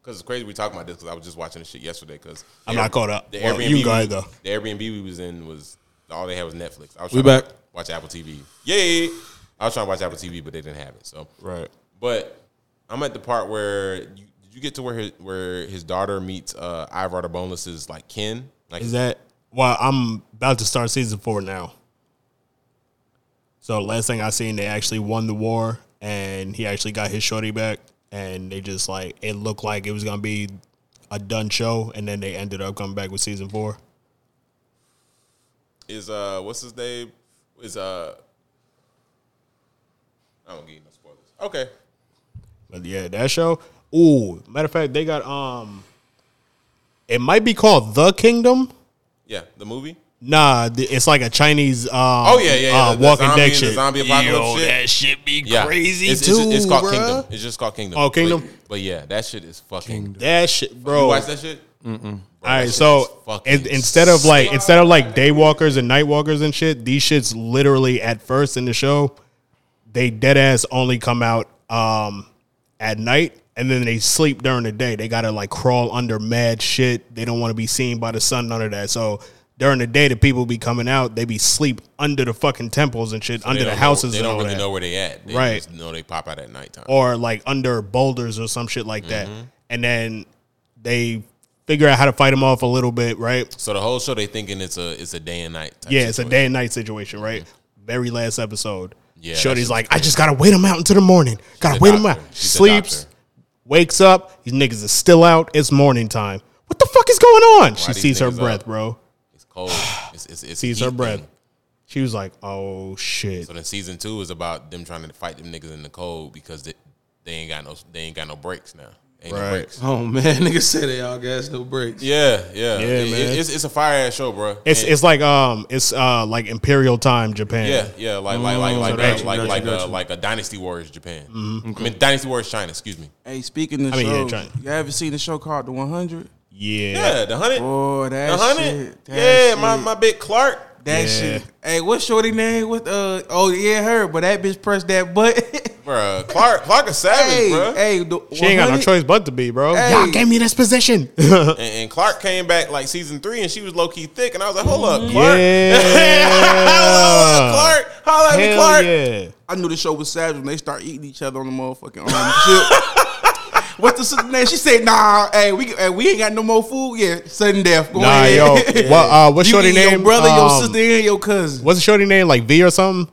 Speaker 5: because it's crazy we talking about this because I was just watching this shit yesterday because
Speaker 1: I'm not caught up. Well, you can go ahead, though.
Speaker 5: The Airbnb we was in was all they had was Netflix. I was
Speaker 2: We
Speaker 5: trying to
Speaker 2: back.
Speaker 5: watch Apple TV. Yay! I was trying to watch Apple TV, but they didn't have it. So
Speaker 1: right.
Speaker 5: but I'm at the part where you, did you get to where his, where his daughter meets uh, Ivar the Boneless's like kin? Like
Speaker 1: Is that well, I'm about to start season four now. So last thing I seen, they actually won the war and he actually got his shorty back. And they just like it looked like it was gonna be a done show, and then they ended up coming back with season four.
Speaker 5: is uh what's his name? Is uh I don't give you no spoilers. Okay.
Speaker 1: But yeah, that show. Ooh, matter of fact, they got um It might be called The Kingdom.
Speaker 5: Yeah, the movie.
Speaker 1: Nah, th- it's like a Chinese. Um,
Speaker 5: oh yeah, yeah, yeah.
Speaker 1: uh,
Speaker 5: the- the
Speaker 1: Walking
Speaker 5: zombie-
Speaker 1: Dead
Speaker 5: the
Speaker 1: shit.
Speaker 5: zombie apocalypse
Speaker 1: Yo,
Speaker 5: shit.
Speaker 1: that shit be
Speaker 5: yeah.
Speaker 1: crazy
Speaker 5: it's,
Speaker 1: too.
Speaker 5: It's, it's called
Speaker 1: bruh.
Speaker 5: Kingdom. It's just called Kingdom.
Speaker 1: Oh, Kingdom?
Speaker 5: But, but yeah, that shit is fucking.
Speaker 1: That shit, bro.
Speaker 5: You watch that shit? Mm-mm.
Speaker 1: All right, so in, instead of like instead of like daywalkers and nightwalkers and shit, these shits literally at first in the show, they dead ass only come out um at night and then they sleep during the day. They gotta like crawl under mad shit. They don't want to be seen by the sun, none of that. So during the day, the people be coming out. They be sleep under the fucking temples and shit, under the
Speaker 5: Know,
Speaker 1: houses
Speaker 5: they
Speaker 1: and
Speaker 5: don't
Speaker 1: all
Speaker 5: really
Speaker 1: that
Speaker 5: know where they at. They
Speaker 1: Right.
Speaker 5: Just know they pop out at nighttime.
Speaker 1: or like under boulders or some shit like
Speaker 5: Mm-hmm.
Speaker 1: that. And then they figure out how to fight them off a little bit, right?
Speaker 5: so the whole show they thinking it's a it's a day and night. Type
Speaker 1: Yeah, it's a
Speaker 5: situation. Mm-hmm.
Speaker 1: day and night situation, right? Very last episode.
Speaker 5: Yeah, that
Speaker 1: Shorty's
Speaker 5: shit's
Speaker 1: like, I just gotta wait him out until the morning. Gotta
Speaker 5: a
Speaker 1: wait him out.
Speaker 5: doctor. She's a
Speaker 1: Sleeps,
Speaker 5: doctor.
Speaker 1: wakes up. These niggas is still out. It's morning time. What the fuck is going on? she
Speaker 5: these
Speaker 1: sees her
Speaker 5: niggas
Speaker 1: breath,
Speaker 5: up?
Speaker 1: bro.
Speaker 5: It's cold. It's it's, it's
Speaker 1: Sees
Speaker 5: heat
Speaker 1: her breath.
Speaker 5: thing.
Speaker 1: She was like, oh shit.
Speaker 5: So then season two is about them trying to fight them niggas in the cold because they, they ain't got no they ain't got no breaks now. Ain't no
Speaker 1: Right.
Speaker 5: breaks.
Speaker 2: Oh man, nigga said they all gas no breaks.
Speaker 5: Yeah, yeah, It-
Speaker 1: man.
Speaker 5: it- it's it's a fire ass show, bro.
Speaker 1: It's it's like um it's uh like Imperial time Japan.
Speaker 5: Yeah, yeah, like like like like
Speaker 1: Mm-hmm. Mm, gotcha, Mm-hmm.
Speaker 5: uh, like
Speaker 2: gotcha,
Speaker 5: like uh,
Speaker 2: gotcha.
Speaker 5: like a Dynasty Warriors Japan. I mean Dynasty Warriors China. Excuse me.
Speaker 3: Hey, speaking of
Speaker 1: I mean, yeah,
Speaker 3: shows,
Speaker 1: trying-
Speaker 3: you ever seen the show called The 100?
Speaker 1: Yeah.
Speaker 5: Yeah, the hundred.
Speaker 3: Oh, that
Speaker 5: the hundred.
Speaker 3: shit. That
Speaker 5: Yeah,
Speaker 3: shit.
Speaker 5: my my big Clark.
Speaker 3: That
Speaker 1: Yeah.
Speaker 3: shit. Hey, what's shorty name? What uh? Oh yeah, her. But that bitch pressed that butt.
Speaker 5: Bruh, Clark, Clark a savage,
Speaker 3: hey,
Speaker 5: bruh.
Speaker 3: hey, the
Speaker 1: She ain't got no
Speaker 3: 100
Speaker 1: choice but to be, bro.
Speaker 3: Hey.
Speaker 1: Y'all gave me this position.
Speaker 5: And, and Clark came back like season three, and she was low key thick, and I was like, hold
Speaker 1: Mm-hmm.
Speaker 5: up, Clark.
Speaker 1: Yeah.
Speaker 5: I was like, "Hold up, Clark, holla at me,
Speaker 1: Hell
Speaker 5: Clark.
Speaker 1: yeah.
Speaker 3: I knew the show was savage when they start eating each other on the motherfucking arm. Shit. What the sister name? She said, "Nah, hey, we hey, we ain't got no more food. Yeah, sudden death. Go
Speaker 1: Nah,
Speaker 3: ahead.
Speaker 1: yo, what, uh, what's
Speaker 3: you
Speaker 1: shorty
Speaker 3: eat Your
Speaker 1: name?
Speaker 3: brother, your
Speaker 1: Um,
Speaker 3: sister, and your cousin.
Speaker 1: What's the shorty name? Like V or something?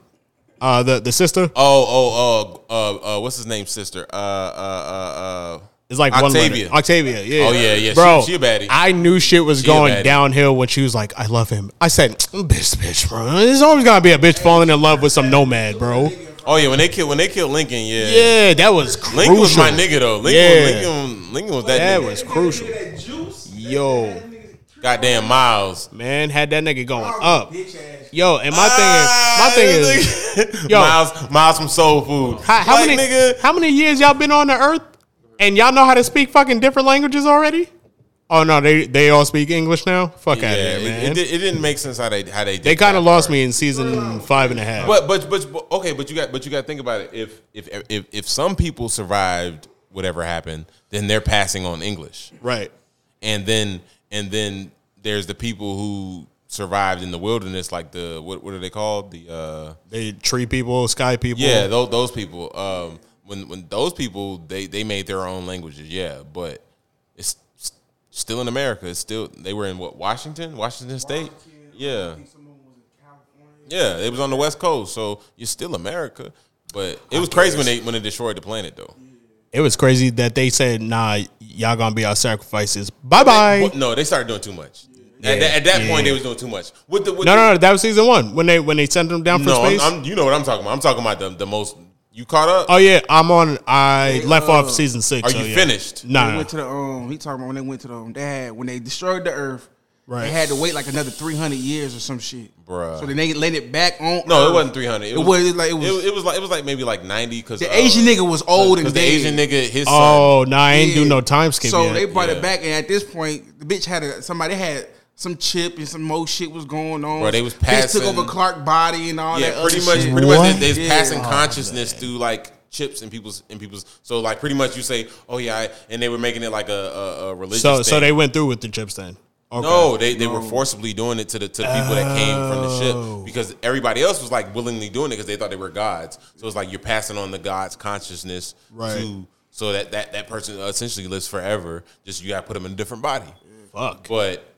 Speaker 1: Uh, the the sister.
Speaker 5: Oh, oh, oh, uh, uh, what's his name, sister? Uh, uh, uh, uh.
Speaker 1: It's like
Speaker 5: Octavia.
Speaker 1: one letter. Octavia. Yeah.
Speaker 5: Oh, yeah, yeah. She-
Speaker 1: Bro,
Speaker 5: she a baddie.
Speaker 1: I knew shit was
Speaker 5: She a
Speaker 1: going
Speaker 5: baddie.
Speaker 1: downhill when she was like, "I love him." I said, "Mm, "Bitch, bitch, bro. There's always gonna be a bitch falling in love with some nomad, bro."
Speaker 5: Oh yeah, when they kill when they killed Lincoln, yeah.
Speaker 1: Yeah, that was crucial.
Speaker 5: Lincoln was my nigga though. Lincoln,
Speaker 1: Yeah.
Speaker 5: Lincoln, Lincoln was that,
Speaker 1: That
Speaker 5: nigga.
Speaker 1: was crucial. Yo,
Speaker 5: Goddamn Miles.
Speaker 1: man, had that nigga going up. Yo, and my thing is, my thing is,
Speaker 5: is,
Speaker 1: Yo.
Speaker 5: Ah, Miles, Miles from Soul Food.
Speaker 1: how, how
Speaker 5: Black
Speaker 1: many
Speaker 5: nigga?
Speaker 1: how many years y'all been on the earth, and y'all know how to speak fucking different languages already? Oh no, they they all speak English now. Fuck
Speaker 5: Yeah,
Speaker 1: out of
Speaker 5: it,
Speaker 1: here, man.
Speaker 5: it, did- it didn't make sense how they how they did
Speaker 1: They kind
Speaker 5: that
Speaker 1: of lost
Speaker 5: part.
Speaker 1: me in season five and a half.
Speaker 5: But, but but but okay, but you got but you got to think about it. If if if if some people survived whatever happened, then they're passing on English,
Speaker 1: right.
Speaker 5: and then and then there's the people who survived in the wilderness, like the what what are they called? The uh,
Speaker 1: They tree people, sky people.
Speaker 5: yeah, those those people. Um, when when those people they they made their own languages, yeah, but it's s- still in America. It's still they were in what Washington, Washington State, yeah. Yeah, it was on the West Coast, so you're still America. But it was crazy when they when they destroyed the planet, though.
Speaker 1: It was crazy that they said, nah, y'all gonna be our sacrifices. Bye bye.
Speaker 5: Well, no, they started doing too much. At, that, at that point, they was doing too much. With the with
Speaker 1: No,
Speaker 5: the,
Speaker 1: no, no. That was season one when they when they sent them down for
Speaker 5: no, I'm-
Speaker 1: space.
Speaker 5: I'm, you know what I'm talking about. I'm talking about the, the most. You caught up?
Speaker 1: oh yeah, I'm on. I left off season six.
Speaker 5: Are
Speaker 1: so,
Speaker 5: you
Speaker 1: yeah.
Speaker 5: finished?
Speaker 3: They
Speaker 1: Nah.
Speaker 3: went to the um. He talking about when they went to the um. They had when they destroyed the Earth.
Speaker 1: Right.
Speaker 3: They had to wait like another three hundred years or some shit,
Speaker 5: Bruh.
Speaker 3: So then they laid it back on.
Speaker 5: No, it
Speaker 3: Earth.
Speaker 5: wasn't 300.
Speaker 3: It was like it was.
Speaker 5: It, was like it was like maybe like 90 because
Speaker 3: the Asian nigga was old and
Speaker 5: the
Speaker 3: dead.
Speaker 5: Asian nigga his son.
Speaker 1: oh, nah, I ain't do
Speaker 3: Yeah.
Speaker 1: no time skip
Speaker 3: So
Speaker 1: yet.
Speaker 3: they brought
Speaker 5: Yeah.
Speaker 3: it back, and at this point, the bitch had a, somebody had some chip and some more shit was going on.
Speaker 5: Bro, they was
Speaker 3: Bitch took
Speaker 5: passing-
Speaker 3: over Clark body and all that.
Speaker 5: Yeah, pretty
Speaker 3: other
Speaker 5: much,
Speaker 3: shit.
Speaker 5: pretty much.
Speaker 1: What? Oh,
Speaker 5: They, they's
Speaker 3: Yeah.
Speaker 5: passing consciousness through like chips in people's in people's. So like pretty much, you say, "Oh yeah," I, and they were making it like a, a, a religious.
Speaker 1: so
Speaker 5: thing.
Speaker 1: so they went through with the chips then. Okay.
Speaker 5: No, they, they were forcibly doing it to the to the people that came from the
Speaker 3: Oh.
Speaker 5: ship because everybody else was like willingly doing it because they thought they were gods. So it's like you're passing on the god's consciousness
Speaker 1: Right.
Speaker 5: to so that, that that person essentially lives forever. Just you got to put them in a different body.
Speaker 1: Fuck.
Speaker 5: But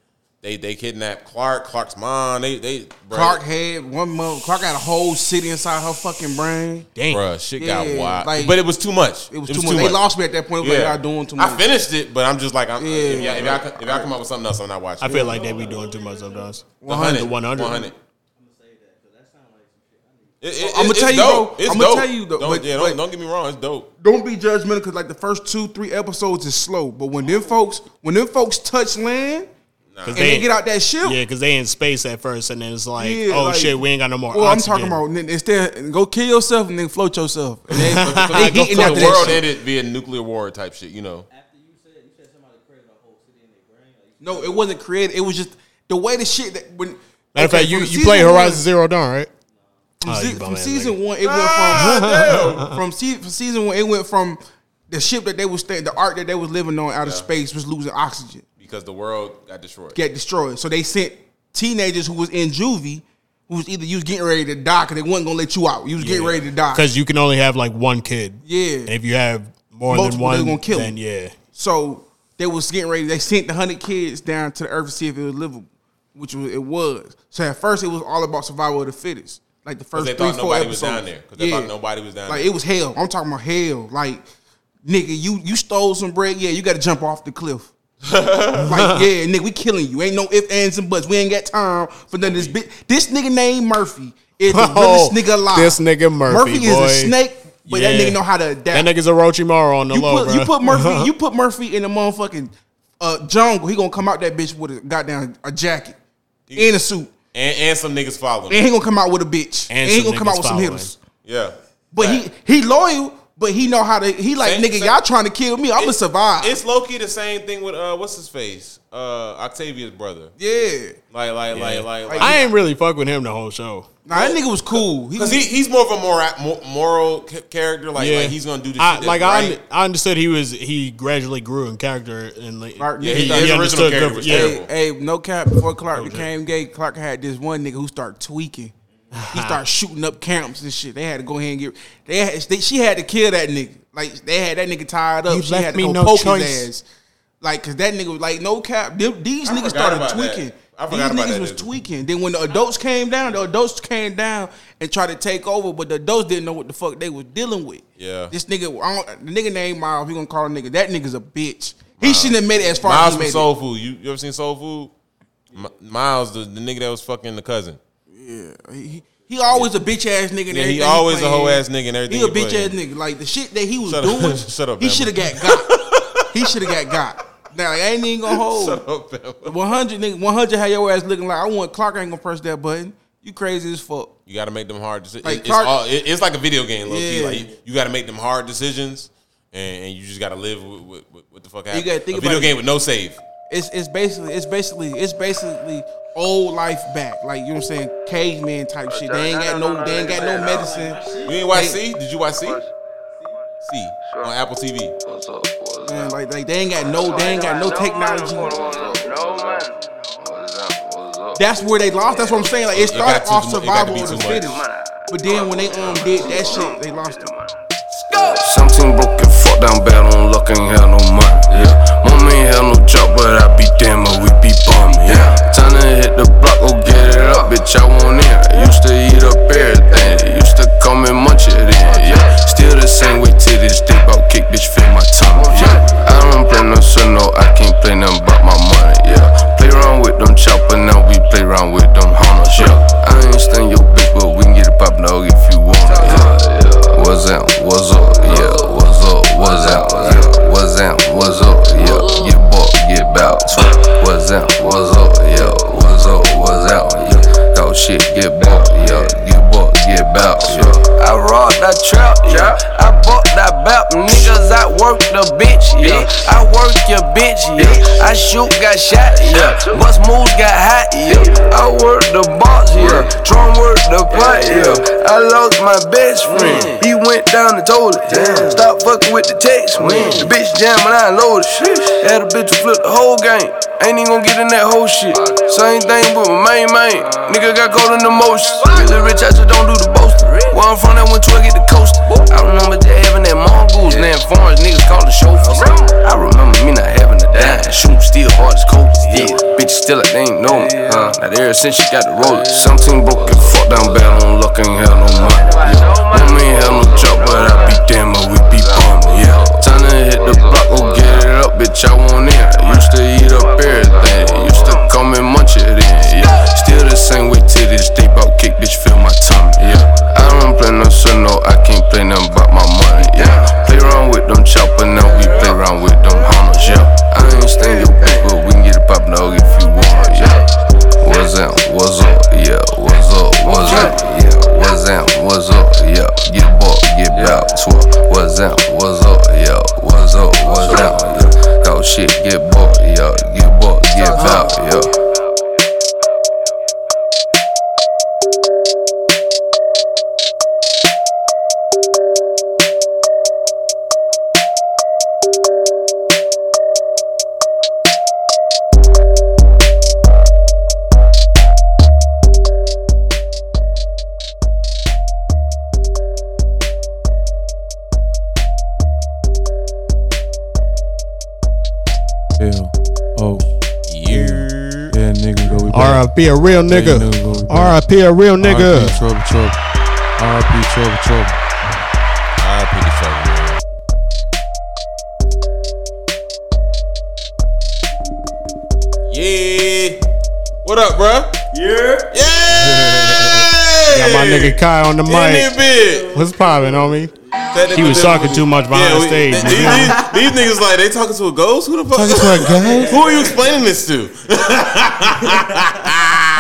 Speaker 5: they they kidnapped Clark, Clark's mom. They they bruh,
Speaker 3: Clark had one month. Clark had a whole city inside her fucking brain.
Speaker 1: Damn.
Speaker 5: bruh, shit got
Speaker 3: Yeah,
Speaker 5: wild.
Speaker 3: like-
Speaker 5: but it was too much.
Speaker 3: It was, too, much. They lost me at that point. Yeah. Like, y'all doing too much.
Speaker 5: I finished it, but I'm just like, I'm, if, y'all,
Speaker 3: Yeah.
Speaker 5: if, y'all, co- if y'all come up with something else, I'm not watching.
Speaker 1: I feel like they be doing too much sometimes.
Speaker 5: The 100.
Speaker 1: 100.
Speaker 5: 100.
Speaker 3: I'ma
Speaker 5: it's
Speaker 3: tell you,
Speaker 5: dope.
Speaker 3: bro.
Speaker 5: It's
Speaker 3: I'ma
Speaker 5: dope.
Speaker 3: tell you, though,
Speaker 5: Don't,
Speaker 3: but-
Speaker 5: yeah, don't,
Speaker 3: but-
Speaker 5: don't get me wrong. It's dope.
Speaker 3: Don't be judgmental because like the first two, three episodes is slow. But when them folks, when them folks touch land and they, get out that ship,
Speaker 1: Yeah, because they in space at first, and then it's like,
Speaker 3: Yeah,
Speaker 1: oh
Speaker 3: like-
Speaker 1: shit, we ain't got no more.
Speaker 3: well, I'm
Speaker 1: oxygen.
Speaker 3: talking about n- instead go kill yourself and then float yourself. And then,
Speaker 5: Like,
Speaker 3: they eating
Speaker 5: for
Speaker 3: after
Speaker 5: the
Speaker 3: that
Speaker 5: world
Speaker 3: shit.
Speaker 5: ended be a nuclear war type shit, you know.
Speaker 4: After you said, you said somebody created a whole city in their brain. Like,
Speaker 3: No, it wasn't created. It was just the way the shit that when.
Speaker 1: Matter of
Speaker 3: okay,
Speaker 1: fact, you,
Speaker 3: from
Speaker 1: you
Speaker 3: season
Speaker 1: play
Speaker 3: one-
Speaker 1: Horizon Zero Dawn, right?
Speaker 3: From,
Speaker 1: Oh,
Speaker 3: se-
Speaker 1: you
Speaker 3: from
Speaker 1: bum-ass
Speaker 3: season
Speaker 1: nigga.
Speaker 3: one, it went from from, se- from season one, it went from the ship that they was staying, the art that they was living on out of space was losing oxygen,
Speaker 5: Because the world got destroyed.
Speaker 3: get destroyed. So they sent teenagers who was in juvie, who was either you was getting ready to die, cause they wasn't gonna let you out. You was getting ready to die.
Speaker 1: Because you can only have like one kid.
Speaker 3: Yeah.
Speaker 1: And if you have more than
Speaker 3: Multiple, they
Speaker 1: one,
Speaker 3: gonna kill him.
Speaker 1: then yeah.
Speaker 3: So they was getting ready. They sent the hundred kids down to the earth to see if it was livable, which was, it was. So at first it was all about survival of the fittest. Like the first
Speaker 5: Because they
Speaker 3: three,
Speaker 5: thought
Speaker 3: four
Speaker 5: nobody
Speaker 3: episodes.
Speaker 5: was down there. Because they
Speaker 3: Yeah.
Speaker 5: thought nobody was down
Speaker 3: Like
Speaker 5: there.
Speaker 3: it was hell. I'm talking about hell. Like nigga, you you stole some bread. Yeah, you got to jump off the cliff. like yeah, nigga, we killing you. Ain't no ifs ands and buts. We ain't got time for none of this bitch. This nigga named Murphy is the
Speaker 1: Oh,
Speaker 3: realest nigga alive.
Speaker 1: this nigga Murphy, boy.
Speaker 3: is a snake, but that
Speaker 1: Yeah.
Speaker 3: nigga know how to adapt.
Speaker 1: That nigga's a Rochimaro on the
Speaker 3: you
Speaker 1: low, Uh-huh.
Speaker 3: put you
Speaker 1: bro.
Speaker 3: put Murphy you put Murphy in the motherfucking uh, jungle. He gonna come out that bitch with a goddamn a jacket and a suit,
Speaker 5: And, and some niggas following.
Speaker 3: and he gonna come out with a bitch,
Speaker 1: And
Speaker 3: and, he
Speaker 1: some
Speaker 3: gonna come out
Speaker 1: niggas
Speaker 3: with
Speaker 1: following.
Speaker 3: some hitters.
Speaker 5: yeah.
Speaker 3: But
Speaker 5: Like,
Speaker 3: he he loyal, but he know how to. He like
Speaker 5: Same-
Speaker 3: nigga,
Speaker 5: same-
Speaker 3: y'all trying to kill me. I'm gonna
Speaker 5: it-
Speaker 3: survive.
Speaker 5: It's Loki the same thing with, uh, what's his face? Uh, Octavia's brother.
Speaker 3: yeah,
Speaker 5: Like, like, like, like, like.
Speaker 1: I ain't really fuck with him the whole show.
Speaker 3: nah, that nigga was cool. He,
Speaker 5: Because he, he's more of a moral, mo- moral c- character. Like,
Speaker 1: yeah,
Speaker 5: like, he's going to do the
Speaker 1: I,
Speaker 5: shit.
Speaker 1: like
Speaker 5: that's
Speaker 1: I,
Speaker 5: right.
Speaker 1: un- I understood he was he gradually grew in character and like
Speaker 3: Mark
Speaker 5: Yeah,
Speaker 3: Nigga,
Speaker 5: he,
Speaker 3: he
Speaker 5: his original
Speaker 1: understood
Speaker 5: character
Speaker 1: good-
Speaker 5: was
Speaker 1: yeah.
Speaker 5: terrible.
Speaker 3: hey, no cap. Before Clark became gay, Clark had this one nigga who started tweaking. He started shooting up camps and shit. They had to go ahead and get. They, had, they she had to kill that nigga. Like they had that nigga tied up.
Speaker 1: You
Speaker 3: she
Speaker 1: left
Speaker 3: had to
Speaker 1: me
Speaker 3: go
Speaker 1: no
Speaker 3: poke
Speaker 1: choice.
Speaker 3: his ass. Like, cause that nigga was like, no cap. Them- these
Speaker 5: I forgot
Speaker 3: niggas started
Speaker 5: about that.
Speaker 3: tweaking.
Speaker 5: I
Speaker 3: These
Speaker 5: forgot about
Speaker 3: niggas
Speaker 5: that
Speaker 3: was
Speaker 5: nigga.
Speaker 3: tweaking. Then when the adults came down, the adults came down and tried to take over, but the adults didn't know what the fuck they was dealing with.
Speaker 5: Yeah.
Speaker 3: This nigga, I don't, the nigga named Miles, we gonna call him nigga. That nigga's a bitch. He shouldn't have made it as far
Speaker 5: Miles
Speaker 3: as he
Speaker 5: from
Speaker 3: made
Speaker 5: Soul Food. You, you ever seen Soul Food? Mi- Miles, the, the nigga that was fucking the cousin.
Speaker 3: it. He, he- he always a bitch ass nigga. and
Speaker 5: Yeah, he
Speaker 3: everything
Speaker 5: always a
Speaker 3: playing.
Speaker 5: whole ass nigga and everything.
Speaker 3: He a
Speaker 5: he
Speaker 3: bitch
Speaker 5: playing.
Speaker 3: ass nigga. Like the shit that he was
Speaker 5: Shut up.
Speaker 3: doing,
Speaker 5: Shut up,
Speaker 3: he
Speaker 5: Bama.
Speaker 3: should have got got. he should have got got. Now I ain't even gonna hold. One hundred nigga, one hundred had your ass looking like I want Clark ain't gonna press that button. You crazy as fuck.
Speaker 5: You got to make them hard decisions.
Speaker 3: Like
Speaker 5: it's,
Speaker 3: Clark-
Speaker 5: all, it- it's like a video game, low key.
Speaker 3: Yeah.
Speaker 5: Like you, got to make them hard decisions, and, and you just got to live with, with, with what the fuck happened.
Speaker 3: gotta think
Speaker 5: a video
Speaker 3: about it.
Speaker 5: game with no save.
Speaker 3: It's it's basically it's basically it's basically old life back. Like you know what I'm saying, caveman type shit. They ain't got Uh, no they ain't got no medicine.
Speaker 5: You ain't watch C? Did you watch C? C on Apple TV.
Speaker 7: What's up? What's
Speaker 3: Man,
Speaker 7: up?
Speaker 3: like like they ain't got no they ain't got no technology.
Speaker 7: No man. What's up? What's up?
Speaker 3: That's where they lost. That's what I'm saying. Like it
Speaker 5: got
Speaker 3: started
Speaker 5: too
Speaker 3: off
Speaker 5: mu- it got to
Speaker 3: survival
Speaker 5: be
Speaker 3: of the
Speaker 5: too much.
Speaker 3: fittest. But then when they um did that shit, they lost it.
Speaker 7: Something broken, fuck down bad on luck, ain't had no money, yeah. Mom ain't had no job, but I be damn but we be bummed, yeah. Time to hit the block, go get it up, bitch, I want in. Used to eat up everything, used to call me munch it in, yeah. Still the same way to this day, bout kick, bitch, feel my tongue, yeah. I don't play no shit, no, I can't play nothing but my money, yeah. Play around with them chopper, now we play around with them hunters, yeah. I understand your bitch, but we can get it pop dog if you want it, yeah, yeah. What's up, what's up, yeah, what's up, what's up, yeah, what's up, what's up, yeah, get bought, get bounced. What's up, what's up, yeah, what's up, what's up, yeah, dog shit, get bought, yeah, get bought, get bounced, yeah. I robbed that trap, yeah, I bought that belt, niggas, I work the bitch, yeah, I work your bitch, yeah, I shoot, got shot, yeah, bust moves, got hot, yeah, I work the box, yeah, drum work the pot, yeah, Mm. I lost my best friend, he went down the toilet, damn, stop fucking with the text, man, the bitch jamming, I unloaded, had a bitch who flipped the whole game, ain't even gonna get in that whole shit, same thing with my main man, nigga got cold in the motions, really rich, I just don't do the boasting, where I'm from, that went to I get the coast, I remember just having that mongoose, now foreign niggas call the chauffeurs, I remember me not having a dime, shooting still hard as cold, yeah, bitches still like they ain't know me, huh, now ever since she got the roller, something broke and fucked down bad on luck, ain't had no money, Mama ain't had no job, but I be damn, but we be bummed, yeah. Time to hit the block, go get it up, bitch, I want in. Used to eat up everything, used to come and munch it in, yeah. Still the same way to this day, bout kick, bitch, feel my tummy, yeah. I don't can't play nothing about my money, yeah. Play around with them chopper, now we play around with them hunters, yeah. I ain't staying your bank, but we can get a pop dog if you want, yeah. What's up, what's up, yeah, what's up, what's up, yeah, what's up, what's up, yeah, get bought, get out, swap, what's up, what's up, yeah, what's up, what's up, yeah, talk shit, get bought, yeah, get bought, get
Speaker 6: Uh-huh.
Speaker 7: out, yeah.
Speaker 2: Hell. Oh,
Speaker 5: Yeah.
Speaker 2: yeah, nigga, go. We back.
Speaker 1: R.I.P. a real
Speaker 2: Yeah,
Speaker 1: nigga.
Speaker 2: nigga, go, we back.
Speaker 1: R.I.P. a real
Speaker 2: R.I.P.
Speaker 1: nigga.
Speaker 2: Trouble, trouble. R.I.P. Trouble, trouble.
Speaker 5: I pick a trouble. man. Yeah. What up, bruh? Yeah. Yeah.
Speaker 1: Got my nigga Kai on the
Speaker 5: in
Speaker 1: mic.
Speaker 5: it, bitch.
Speaker 1: What's poppin', homie? He was talking too much behind the stage.
Speaker 5: These,
Speaker 1: nigga.
Speaker 5: these, these niggas like they talking to a ghost. Who the fuck?
Speaker 2: Talking to a ghost?
Speaker 5: Who are you explaining this to?
Speaker 1: I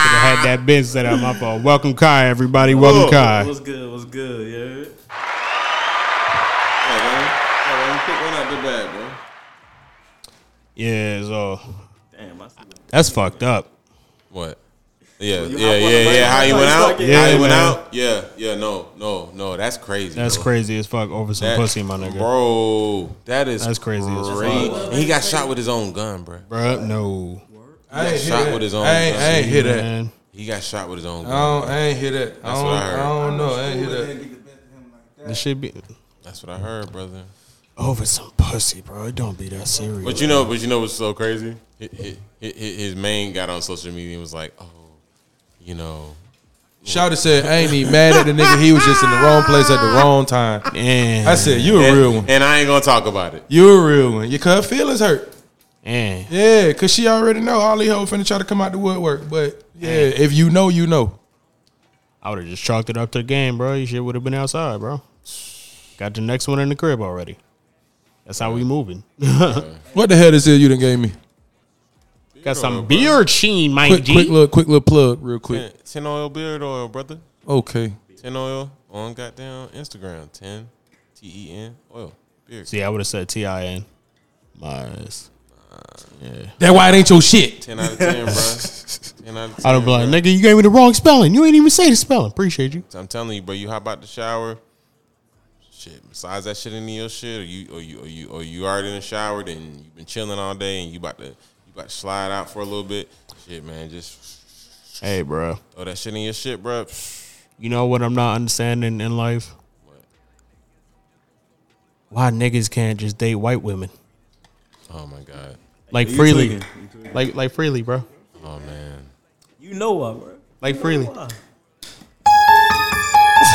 Speaker 1: Ah. had that bin set up. My fault. Welcome, Kai, everybody. Welcome,
Speaker 2: Oh.
Speaker 5: Whoa.
Speaker 1: Kai.
Speaker 4: What's good? What's good? Yeah.
Speaker 5: Hey, man. Hey, man, pick one out the bag, bro.
Speaker 1: Yeah, so
Speaker 4: Damn, I see. that.
Speaker 1: that's fucked up.
Speaker 5: What? Yeah,
Speaker 4: you hop
Speaker 5: yeah,
Speaker 4: on the
Speaker 5: yeah,
Speaker 4: mic,
Speaker 5: yeah. How you went
Speaker 4: like
Speaker 5: out?
Speaker 4: it.
Speaker 5: how
Speaker 1: Yeah,
Speaker 5: you went
Speaker 1: man.
Speaker 5: out? Yeah, yeah. No, no, no. That's crazy.
Speaker 1: That's
Speaker 5: bro.
Speaker 1: crazy as fuck over some
Speaker 5: That-
Speaker 1: pussy, my nigga.
Speaker 5: Bro, that is
Speaker 1: That's crazy as fuck.
Speaker 5: crazy. And he got shot with his own gun, bro.
Speaker 1: Bruh, no.
Speaker 2: I
Speaker 5: ain't shot hear with that. his own
Speaker 2: I ain't, I ain't
Speaker 5: gun.
Speaker 2: hear that.
Speaker 1: Man.
Speaker 5: He got shot with his own
Speaker 2: I
Speaker 5: gun.
Speaker 2: don't, I ain't hear that. I
Speaker 5: That's
Speaker 2: don't,
Speaker 5: what I
Speaker 2: I,
Speaker 5: heard.
Speaker 2: don't know. I ain't hear that.
Speaker 1: This should be
Speaker 5: That's what I heard, brother.
Speaker 1: over some pussy, bro. It don't be that serious.
Speaker 5: But you know, but you know what's so crazy? Hi- hi- hi- hi- His main got on social media and was like, "Oh, you know,
Speaker 2: Shouter said, I ain't even mad at the nigga. He was just in the wrong place at the wrong time.
Speaker 1: and,
Speaker 2: I said, you a
Speaker 5: and,
Speaker 2: real one.
Speaker 5: and I ain't gonna talk about it."
Speaker 2: You a real one. Your cut feelings hurt.
Speaker 1: and
Speaker 2: Yeah, because she already know Holly Ho finna try to come out the woodwork. But yeah, if you know, you know.
Speaker 1: I would have just chalked it up to the game, bro. You shit would have been outside, bro. Got the next one in the crib already. That's how we moving.
Speaker 2: What the hell is it you done gave me?
Speaker 1: Got some beer sheen, my
Speaker 2: Quick,
Speaker 1: G.
Speaker 2: quick little, quick little plug, real quick.
Speaker 5: Ten oil beard oil, brother.
Speaker 2: Okay.
Speaker 5: Ten oil on goddamn Instagram. Ten T E N oil beard.
Speaker 1: See, I would have said T I N. Mars.
Speaker 2: That why it ain't your shit.
Speaker 5: Ten out of ten, bro. Ten out of ten.
Speaker 1: I don't be
Speaker 5: bruh.
Speaker 1: like, nigga, you gave me the wrong spelling. You ain't even say the spelling. Appreciate you.
Speaker 5: I'm telling you, bro. You hop out the shower. Shit, besides that shit in your shit, or you or you or you or you already in the shower, then you've been chilling all day, and you about to you about to slide out for a little bit. Shit, man, just
Speaker 1: Hey, bro.
Speaker 5: throw that shit in your shit, bro.
Speaker 1: You know what I'm not understanding in life? Why niggas can't just date white women
Speaker 5: Oh my god,
Speaker 1: like
Speaker 4: You
Speaker 1: freely,
Speaker 4: tweaking. You tweaking.
Speaker 1: like like freely, bro,
Speaker 5: oh man,
Speaker 4: You know why, bro?
Speaker 1: like freely.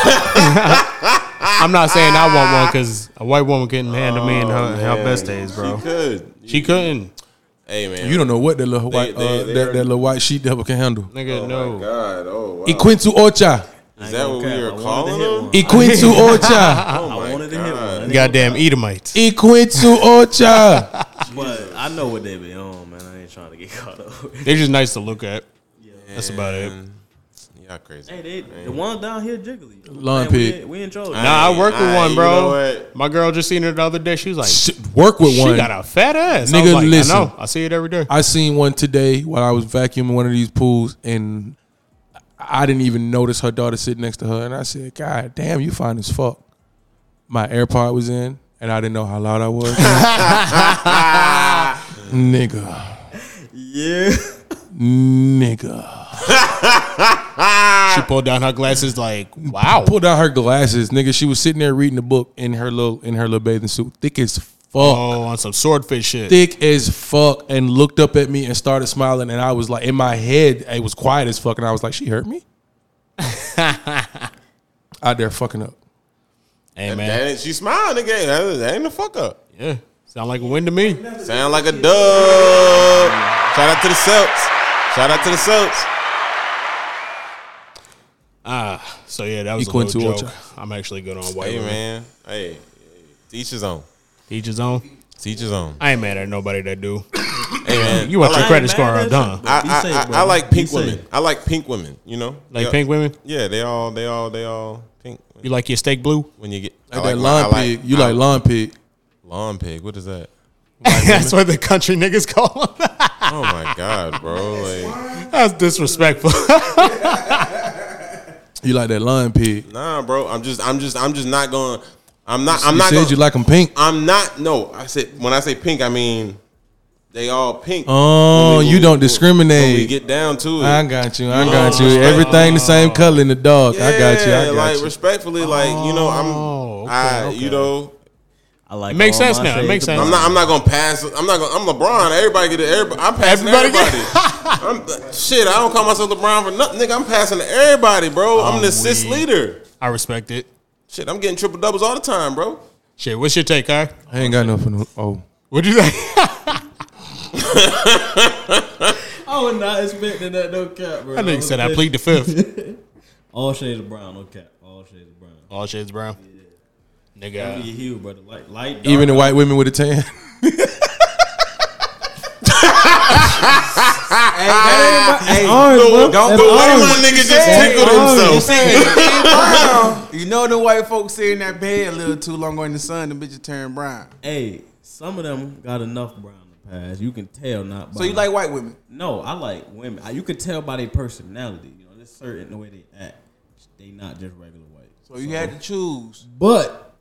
Speaker 1: I'm not saying I want one because a white woman couldn't handle me in her,
Speaker 5: Oh,
Speaker 1: her best days, bro.
Speaker 5: good.
Speaker 1: She couldn't,
Speaker 5: Hey man,
Speaker 2: You don't know what that little white,
Speaker 5: they-
Speaker 2: uh,
Speaker 5: they
Speaker 2: that,
Speaker 5: are-
Speaker 2: that little white sheet devil can handle.
Speaker 1: nigga.
Speaker 5: Oh my
Speaker 1: no,
Speaker 5: god, oh wow.
Speaker 2: Iquintu Ocha.
Speaker 5: Is that what we
Speaker 4: are
Speaker 5: were calling him?
Speaker 2: Iquintu Ocha.
Speaker 5: Oh my
Speaker 4: I wanted to hit
Speaker 5: God.
Speaker 4: one.
Speaker 1: goddamn Edomites.
Speaker 2: Iquintu Ocha.
Speaker 4: But I know what they be on, man. I ain't trying to get caught up.
Speaker 1: They're just nice to look at. That's about it.
Speaker 5: Man, Y'all crazy.
Speaker 4: hey, they, the one down here jiggly.
Speaker 2: Lawn
Speaker 4: Man, we
Speaker 2: pig.
Speaker 4: in- We in trouble.
Speaker 1: Nah, I work with
Speaker 5: Aight,
Speaker 1: one,
Speaker 5: you
Speaker 1: bro.
Speaker 5: know what?
Speaker 1: My girl just seen her the other day. She was like,
Speaker 2: Sh- Work with
Speaker 1: she
Speaker 2: one.
Speaker 1: got a fat ass. I
Speaker 2: Nigga,
Speaker 1: was like,
Speaker 2: listen.
Speaker 1: I know. I see it every day.
Speaker 2: I seen one today while I was vacuuming one of these pools, and I didn't even notice her daughter sitting next to her. And I said, "God damn, you fine as fuck." My AirPod was in, and I didn't know how loud I was. nigga,
Speaker 4: Yeah.
Speaker 2: nigga,
Speaker 1: She pulled down her glasses, like, wow.
Speaker 2: pulled out her glasses. Nigga, she was sitting there reading a book in her little in her little bathing suit, thick as fuck.
Speaker 1: Oh, on some swordfish shit.
Speaker 2: thick as fuck and looked up at me and started smiling. And I was like, in my head, it was quiet as fuck. And I was like, she hurt me? Out there fucking up.
Speaker 1: Hey, man.
Speaker 5: That, she smiled again. That, that ain't the fuck up.
Speaker 1: Yeah. Sound like a win to me.
Speaker 5: Sound like a dub. Shout out to the Celts. Shout out to the Celts.
Speaker 1: Ah, so yeah, that was
Speaker 2: Y
Speaker 1: a
Speaker 2: Quincy
Speaker 1: little joke.
Speaker 2: Ultra.
Speaker 1: I'm actually good on white
Speaker 5: Hey
Speaker 1: women.
Speaker 5: man, hey, teach his own.
Speaker 1: Each his own.
Speaker 5: Teach his own.
Speaker 1: I ain't mad at nobody that do.
Speaker 5: Hey man,
Speaker 1: You want your
Speaker 4: ain't
Speaker 1: credit
Speaker 4: mad
Speaker 1: score
Speaker 4: at
Speaker 1: up,
Speaker 4: you.
Speaker 1: done.
Speaker 5: I,
Speaker 4: Be
Speaker 5: I,
Speaker 4: safe,
Speaker 5: I-
Speaker 4: bro.
Speaker 5: I like
Speaker 4: Be
Speaker 5: pink
Speaker 4: safe.
Speaker 5: women. I like pink women. You know,
Speaker 1: Like
Speaker 5: Yeah.
Speaker 1: pink women,
Speaker 5: Yeah, they all, they all, they all pink.
Speaker 1: you like your steak blue?
Speaker 5: When you get
Speaker 2: Like
Speaker 5: I
Speaker 2: that
Speaker 5: my- I
Speaker 2: lawn pig. you like
Speaker 5: I-
Speaker 2: lawn pig.
Speaker 5: lawn pig? What is that?
Speaker 1: That's what the country niggas call them.
Speaker 5: Oh my god, bro! Like,
Speaker 1: That's disrespectful.
Speaker 2: You like that lawn pig.
Speaker 5: nah, bro. I'm just, I'm just, I'm just not going. I'm not. I'm
Speaker 2: you
Speaker 5: not.
Speaker 2: said
Speaker 5: Gonna,
Speaker 2: you like them pink.
Speaker 5: I'm not. No, I said when I say pink, I mean they all pink.
Speaker 2: Oh,
Speaker 5: When we-
Speaker 2: you
Speaker 5: when we-
Speaker 2: don't
Speaker 5: When we
Speaker 2: discriminate.
Speaker 5: get down to it, Oh,
Speaker 2: I got you. I got you. Everything the same color in the dark. I got you. I
Speaker 5: Yeah,
Speaker 2: got
Speaker 5: like
Speaker 2: you.
Speaker 5: respectfully, like you know, I'm,
Speaker 1: okay,
Speaker 5: I,
Speaker 1: Oh, okay.
Speaker 5: you know,
Speaker 4: I like.
Speaker 1: It makes
Speaker 4: all
Speaker 1: sense
Speaker 4: my
Speaker 1: now. It
Speaker 4: shades
Speaker 1: makes
Speaker 4: of
Speaker 1: sense.
Speaker 5: I'm
Speaker 4: brown.
Speaker 5: not. I'm not gonna pass. I'm not gonna. I'm LeBron. Everybody get it. Everybody. I'm passing
Speaker 1: Everybody
Speaker 5: everybody.
Speaker 1: get-
Speaker 5: I'm, shit, I don't call myself LeBron for nothing. Nigga, I'm passing to everybody, bro. I'm
Speaker 1: I'm
Speaker 5: the assist
Speaker 1: weak.
Speaker 5: leader.
Speaker 1: I respect it.
Speaker 5: Shit, I'm getting triple doubles all the time, bro.
Speaker 1: Shit, what's your take, Kai?
Speaker 2: I ain't got nothing. Oh,
Speaker 1: What'd you say?
Speaker 4: I was not expecting that. No cap, bro.
Speaker 1: That nigga
Speaker 4: was
Speaker 1: said I
Speaker 4: expecting-
Speaker 1: plead the fifth.
Speaker 4: All shades of brown. No cap. All shades of brown.
Speaker 1: All shades brown.
Speaker 4: Be
Speaker 1: Nigga,
Speaker 4: a hue, brother. Light, light. Dark.
Speaker 2: even the white women with a tan.
Speaker 3: Hey,
Speaker 4: orange, bro.
Speaker 3: don't
Speaker 4: That's
Speaker 3: go
Speaker 5: Why
Speaker 4: orange.
Speaker 5: my nigga just
Speaker 3: Hey,
Speaker 5: tickled
Speaker 4: oh,
Speaker 5: himself?
Speaker 3: You know the white folks sit in that bed a little too long in the sun, the bitches turn brown.
Speaker 4: Hey, some of them got enough brown to pass. You can tell not. By
Speaker 3: So you like white women?
Speaker 4: No, I like women. I- You could tell by their personality. You know, there's certain the way they act. They not just regular white.
Speaker 3: So you had to choose.
Speaker 4: But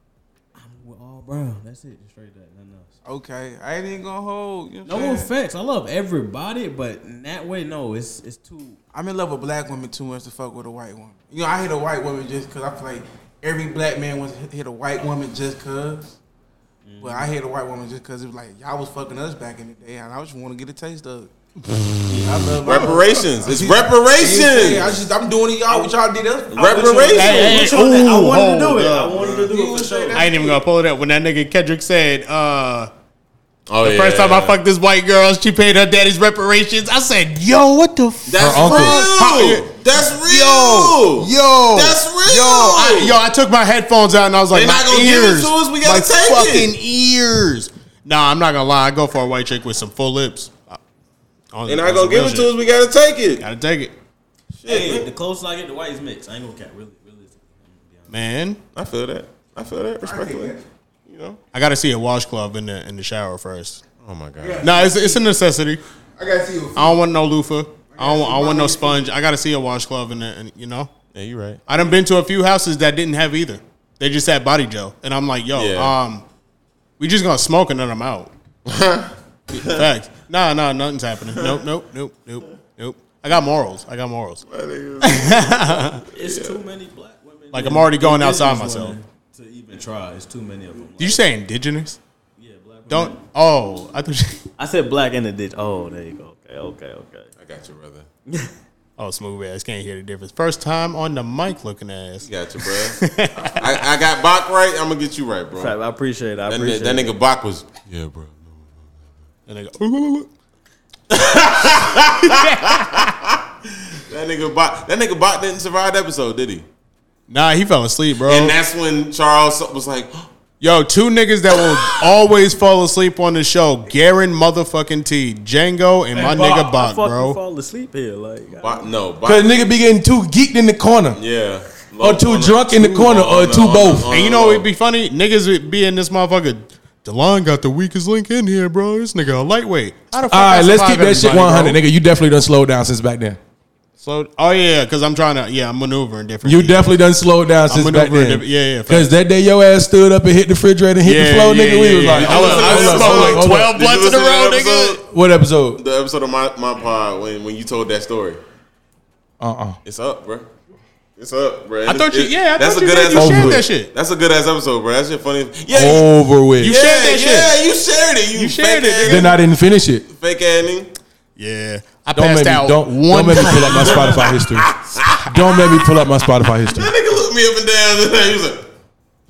Speaker 4: I'm with all brown. That's it. Just straight that. Nothing else.
Speaker 3: Okay, I ain't even gonna hold. You know what
Speaker 4: No
Speaker 3: I'm saying?
Speaker 4: offense. I love everybody, but in that way, no. It's it's too.
Speaker 3: I'm in love with black women too much to fuck with a white woman. You know, I hate a white woman just because I feel like every black man wants to hit- hit a white woman just because.
Speaker 2: Mm-hmm.
Speaker 3: But I hate a white woman just because it was like y'all was fucking us back in the day, and I just want to get a taste of it. I love my-
Speaker 5: Reparations. It's
Speaker 3: Yeah, I
Speaker 5: reparations.
Speaker 3: just, I'm doing it, y'all. What y'all did us?
Speaker 5: Reparations.
Speaker 1: Hey,
Speaker 4: Which
Speaker 1: hey,
Speaker 4: one that- I
Speaker 1: ooh,
Speaker 4: wanted to do
Speaker 1: hold
Speaker 4: it. I wanted to do
Speaker 3: You
Speaker 4: it for
Speaker 3: would
Speaker 4: sure.
Speaker 3: say
Speaker 1: I ain't even gonna pull it up. When that nigga Kendrick said, uh,
Speaker 5: Oh,
Speaker 1: the first time I fucked this white girl, she paid her daddy's reparations. I said, yo, what the f-
Speaker 5: That's
Speaker 2: Her uncle.
Speaker 5: real. That's real.
Speaker 1: Yo,
Speaker 5: That's real.
Speaker 1: Yo, I, yo, I took my headphones out and I was like,
Speaker 5: They
Speaker 1: my
Speaker 5: not gonna give it
Speaker 1: ears,
Speaker 5: to us, we gotta
Speaker 1: my
Speaker 5: take
Speaker 1: fucking
Speaker 5: it.
Speaker 1: ears. Nah, I'm not gonna lie. I go for a white chick with some full lips. Oh,
Speaker 5: They're not gonna give it to us. We gotta take it.
Speaker 1: Gotta take it,
Speaker 4: Hey, the closer I get, the white is mixed. I ain't gonna cap. Really, really.
Speaker 1: man.
Speaker 5: I feel that. I feel that. Respectfully. You know.
Speaker 1: I gotta see a washcloth in the in the shower first.
Speaker 5: Oh my god.
Speaker 1: No, it's, it's a necessity.
Speaker 3: I gotta see you.
Speaker 1: I don't want no loofah. I don't, I don't want no sponge. I gotta see a washcloth in the, and you know.
Speaker 5: Yeah, you right.
Speaker 1: I done been to a few houses that didn't have either. They just had body gel, and I'm like, yo,
Speaker 5: Yeah.
Speaker 1: um, we just gonna smoke and then I'm out. Facts. Nah, nah, nothing's happening. Nope, nope, nope, nope, nope. I got morals. I got morals.
Speaker 4: It's too many black women.
Speaker 1: Like, I'm already going outside
Speaker 4: Indigenous
Speaker 1: myself.
Speaker 4: women To even try, it's too many of them.
Speaker 1: Did you say indigenous?
Speaker 4: yeah, black
Speaker 1: Don't.
Speaker 4: women.
Speaker 1: Oh, I thought. You,
Speaker 4: I said black and the ditch. Oh, there you go. Okay, okay, okay.
Speaker 5: I got you, brother.
Speaker 1: oh, smooth ass. Can't hear the difference. First time on the mic, looking ass.
Speaker 5: You got you, bro. I, I got Bach right. I'm gonna get you right, bro.
Speaker 4: I appreciate it. I
Speaker 5: That,
Speaker 4: appreciate
Speaker 5: nigga- that
Speaker 4: it.
Speaker 5: nigga Bach was. Yeah, bro.
Speaker 1: And they go.
Speaker 5: That nigga Bach. That nigga Bach didn't survive the episode, did he?
Speaker 1: Nah, he fell asleep, bro.
Speaker 5: And that's when Charles was like,
Speaker 1: Yo, two niggas that will always fall asleep on the show: Garen motherfucking T, Django, and my nigga
Speaker 4: I
Speaker 1: Bach,
Speaker 4: fucking
Speaker 1: bro.
Speaker 4: fall asleep here. Like, I-
Speaker 5: Bach, no,
Speaker 2: Cause
Speaker 5: Bach.
Speaker 2: nigga be getting too geeked in the corner.
Speaker 5: Yeah.
Speaker 2: Or too drunk in the corner, or too both.
Speaker 1: And you know what would be funny? Niggas would be in this motherfucker. DeLon got the weakest link in here, bro. This nigga a lightweight. How the fuck
Speaker 2: All
Speaker 1: I
Speaker 2: right, let's keep
Speaker 1: survive
Speaker 2: that shit
Speaker 1: everybody,
Speaker 2: 100,
Speaker 1: bro?
Speaker 2: nigga. You definitely done slowed down since back then.
Speaker 1: Slow. Oh yeah, because I'm trying to. Yeah, I'm maneuvering different.
Speaker 2: You definitely done slowed down since back
Speaker 1: maneuvering
Speaker 2: then.
Speaker 1: diff- yeah, yeah,
Speaker 2: Because that day your ass stood up and hit the refrigerator and hit
Speaker 1: Yeah,
Speaker 2: the floor,
Speaker 1: yeah,
Speaker 2: nigga. we
Speaker 1: yeah,
Speaker 2: was
Speaker 1: yeah.
Speaker 2: like,
Speaker 1: I
Speaker 2: hold
Speaker 1: was-
Speaker 2: up,
Speaker 1: I was
Speaker 2: hold up, hold up,
Speaker 1: smoking like
Speaker 2: hold up.
Speaker 1: 12 blunts in a row, nigga.
Speaker 2: What episode?
Speaker 5: The episode of my, my pod when, when you told that story.
Speaker 2: Uh-uh.
Speaker 5: It's up, bro. It's up, bro.
Speaker 1: I thought you. Yeah, I
Speaker 5: that's
Speaker 1: thought
Speaker 5: a
Speaker 1: you,
Speaker 5: good
Speaker 1: did.
Speaker 5: ass
Speaker 1: you
Speaker 5: episode.
Speaker 1: shared
Speaker 2: Over
Speaker 1: that
Speaker 2: it.
Speaker 1: shit.
Speaker 5: That's a good ass episode, bro. That shit funny. Yeah, you-
Speaker 2: Over with.
Speaker 1: You shared that shit.
Speaker 5: yeah, you shared it. You,
Speaker 1: You shared
Speaker 5: fake
Speaker 1: it,
Speaker 5: ass-
Speaker 2: Then I didn't finish it.
Speaker 5: Fake Annie.
Speaker 1: Yeah, I
Speaker 2: Don't
Speaker 1: passed
Speaker 2: make me
Speaker 1: out.
Speaker 2: don't,
Speaker 1: one
Speaker 2: don't make me pull up my Spotify history. Don't make me pull up my Spotify history.
Speaker 5: That nigga looked me up and down. And he was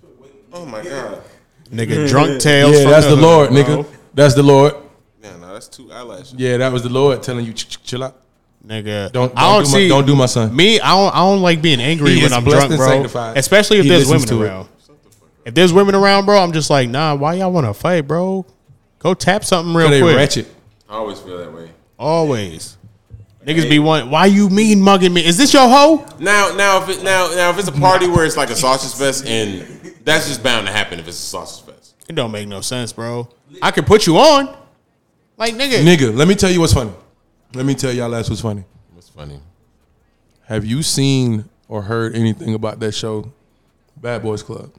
Speaker 5: like, "Oh my god."
Speaker 1: nigga drunk tails.
Speaker 2: Yeah,
Speaker 1: from
Speaker 2: that's the
Speaker 1: hood,
Speaker 2: Lord,
Speaker 1: bro.
Speaker 2: nigga. That's the Lord.
Speaker 5: Nah, nah, that's two eyelashes.
Speaker 2: Yeah, that was the Lord telling you "Ch- ch- chill out.
Speaker 1: nigga.
Speaker 2: Don't-
Speaker 1: I don't
Speaker 2: don't do my-
Speaker 1: see.
Speaker 2: don't do my son.
Speaker 1: Me, I don't. I don't like being angry
Speaker 2: He
Speaker 1: when
Speaker 2: is
Speaker 1: I'm
Speaker 2: blessed
Speaker 1: drunk,
Speaker 2: and
Speaker 1: bro.
Speaker 2: sanctified.
Speaker 1: Especially if
Speaker 2: He
Speaker 1: there's
Speaker 2: listens
Speaker 1: women
Speaker 2: to it.
Speaker 1: around. If there's women around, bro, I'm just like, nah. Why y'all want to fight, bro? Go tap something real
Speaker 2: They
Speaker 1: quick.
Speaker 2: ratchet.
Speaker 5: I always feel that way.
Speaker 1: Always. Niggas be one. Why you mean mugging me? Is this your hoe?
Speaker 5: Now, now, if it, now, now, if it's a party where it's like a sausage fest, and that's just bound to happen if it's a sausage fest.
Speaker 1: It don't make no sense, bro. I could put you on, like nigga.
Speaker 2: Nigga, let me tell you what's funny. Let me tell y'all last what's funny.
Speaker 5: What's funny?
Speaker 2: Have you seen or heard anything about that show, Bad Boys Club?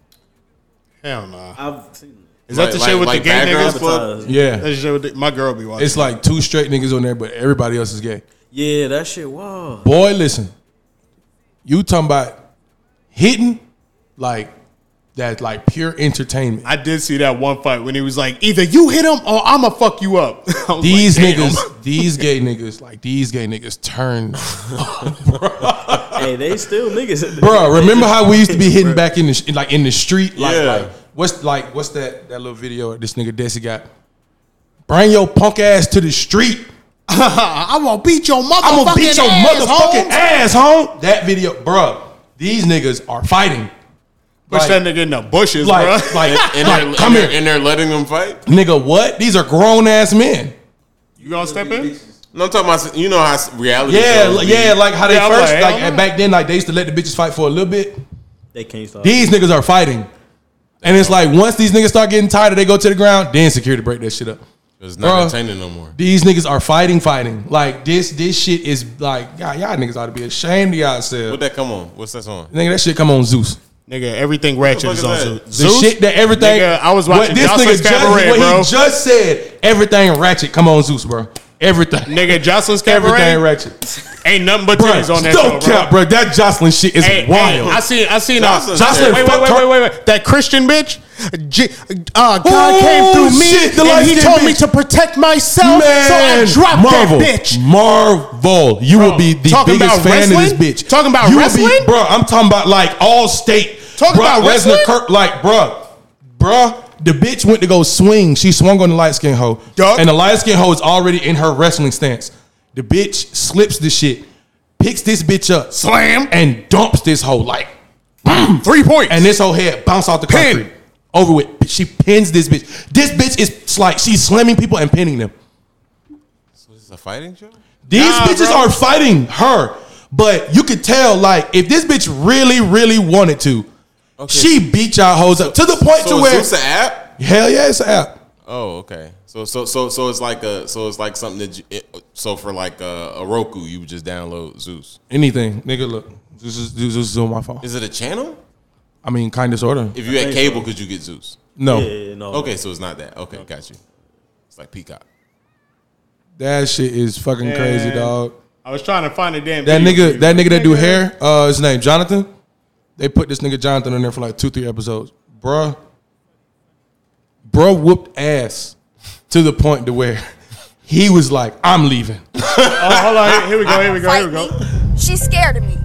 Speaker 1: Hell nah.
Speaker 8: I've seen
Speaker 1: Is that the shit with the gay
Speaker 5: Bad Girls
Speaker 1: niggas?
Speaker 5: Club?
Speaker 8: it.
Speaker 1: That's the
Speaker 2: Yeah.
Speaker 1: shit with the- my girl be watching.
Speaker 2: It's like two straight niggas on there, but everybody else is gay.
Speaker 8: Yeah, that shit. Whoa.
Speaker 2: Boy, listen. You talking about hitting like that like pure entertainment.
Speaker 1: I did see that one fight when he was like, either you hit him or I'ma fuck you up. I was
Speaker 2: These
Speaker 1: like, damn.
Speaker 2: niggas, these gay niggas, like these gay niggas turn.
Speaker 8: hey, they still niggas.
Speaker 2: Bro, remember how we used to be hitting back in the sh- like in the street? Like,
Speaker 5: Yeah.
Speaker 2: like what's like what's that that little video this nigga Desi got? Bring your punk ass to the street.
Speaker 1: I'm gonna beat your motherfucking
Speaker 2: I'm gonna beat your
Speaker 1: ass,
Speaker 2: motherfucking
Speaker 1: Holmes.
Speaker 2: ass, home. That video, bruh. These niggas are fighting.
Speaker 1: Push
Speaker 2: Like-
Speaker 1: that nigga in the bushes,
Speaker 2: Like,
Speaker 1: bro.
Speaker 2: like,
Speaker 5: And
Speaker 2: like,
Speaker 5: they're,
Speaker 2: come
Speaker 5: and they're,
Speaker 2: here,
Speaker 5: and they're letting them fight.
Speaker 2: nigga. What? These are grown ass men.
Speaker 1: you gonna step in?
Speaker 5: No, I'm talking about you know how reality.
Speaker 2: Yeah,
Speaker 5: shows
Speaker 2: li-
Speaker 5: be.
Speaker 2: yeah. Like how they
Speaker 1: Yeah, I'm
Speaker 2: first,
Speaker 1: like, uh-huh.
Speaker 2: like,
Speaker 1: I'm
Speaker 2: and
Speaker 1: not-
Speaker 2: back then, like they used to let the bitches fight for a little bit.
Speaker 8: They can't stop.
Speaker 2: These niggas are fighting, and it's like once these niggas start getting tired, they go to the ground. Then security break that shit up.
Speaker 5: it's not
Speaker 2: Bruh.
Speaker 5: entertaining no more.
Speaker 2: These niggas are fighting, fighting. Like this, this shit is like, God, y'all niggas ought to be ashamed of yourselves.
Speaker 5: What that come on? What's that song?
Speaker 2: Nigga, that shit come on Zeus.
Speaker 1: Nigga, everything ratchet
Speaker 5: What the
Speaker 1: is
Speaker 5: fuck is
Speaker 1: on Zeus.
Speaker 5: that?
Speaker 2: The
Speaker 1: Zeus?
Speaker 2: shit that everything.
Speaker 1: Nigga, I was watching
Speaker 2: What this
Speaker 1: Jocelyn's
Speaker 2: nigga
Speaker 1: Cabaret,
Speaker 2: just, what
Speaker 1: bro.
Speaker 2: he just said. Everything ratchet. Come on, Zeus, bro. Everything.
Speaker 1: Nigga, Jocelyn's
Speaker 2: everything
Speaker 1: Cabaret
Speaker 2: ratchet.
Speaker 1: ain't nothing but
Speaker 2: Bro,
Speaker 1: titties on that show,
Speaker 2: don't
Speaker 1: bro.
Speaker 2: cap, bro. That Jocelyn shit is
Speaker 1: Hey,
Speaker 2: wild.
Speaker 1: hey, I seen, I seen, uh,
Speaker 5: Jocelyn's
Speaker 1: Jocelyn,
Speaker 5: Jocelyn
Speaker 1: wait, wait,
Speaker 2: fucked
Speaker 1: wait,
Speaker 2: her-
Speaker 1: wait, wait, wait, that Christian bitch, J- uh, God
Speaker 2: Oh,
Speaker 1: came through me,
Speaker 2: shit, the
Speaker 1: and he
Speaker 2: light-skinned
Speaker 1: told me
Speaker 2: bitch.
Speaker 1: to protect myself, so I dropped
Speaker 2: Marvel,
Speaker 1: that bitch.
Speaker 2: Marvel, you will be the
Speaker 1: talking
Speaker 2: biggest
Speaker 1: about
Speaker 2: fan of
Speaker 1: wrestling?
Speaker 2: this bitch.
Speaker 1: Talking about
Speaker 2: you will
Speaker 1: wrestling?
Speaker 2: bro. I'm talking about like all state.
Speaker 1: Talking
Speaker 2: Brock
Speaker 1: about wrestling?
Speaker 2: Lesnar, Kirk, like bro, bro. The bitch went to go swing. She swung on the light skin hoe,
Speaker 1: Yup.
Speaker 2: and the light skin hoe is already in her wrestling stance. The bitch slips the shit, picks this bitch up,
Speaker 1: Slam.
Speaker 2: and dumps this hoe like
Speaker 1: Three points.
Speaker 2: and this whole head bounce off the
Speaker 1: Pin.
Speaker 2: concrete. Over with. She pins this bitch. This bitch is it's like she's slamming people and pinning them.
Speaker 5: So this is a fighting show.
Speaker 2: These
Speaker 1: Nah,
Speaker 2: bitches
Speaker 1: bro.
Speaker 2: are fighting her, but you could tell like if this bitch really, really wanted to, she beat y'all hoes up to the point
Speaker 5: So
Speaker 2: to
Speaker 5: is
Speaker 2: where
Speaker 5: this an app?
Speaker 2: hell yeah, it's an app.
Speaker 5: Oh, okay. So so so so it's like a so it's like something that you, it, so for like a, a Roku you would just download Zeus.
Speaker 2: Anything, nigga. Look, this is this is on my phone.
Speaker 5: Is it a channel?
Speaker 2: I mean, kind of sorta.
Speaker 5: If you had cable, could you get Zeus?
Speaker 2: No,
Speaker 8: Yeah, no.
Speaker 5: Okay, so it's not that. Okay, got you. It's like Peacock.
Speaker 2: that shit is fucking crazy,
Speaker 1: Man.
Speaker 2: dog.
Speaker 1: I was trying to find a damn
Speaker 2: That
Speaker 1: video for
Speaker 2: nigga,
Speaker 1: you.
Speaker 2: that nigga that do hair, uh, his name Jonathan. They put this nigga Jonathan in there for like two, three episodes, bruh. Bruh whooped ass to the point to where he was like, "I'm leaving."
Speaker 1: Oh, hold on. Here we go. Here we go. Here we
Speaker 9: fight
Speaker 1: go.
Speaker 9: me. She's scared of me.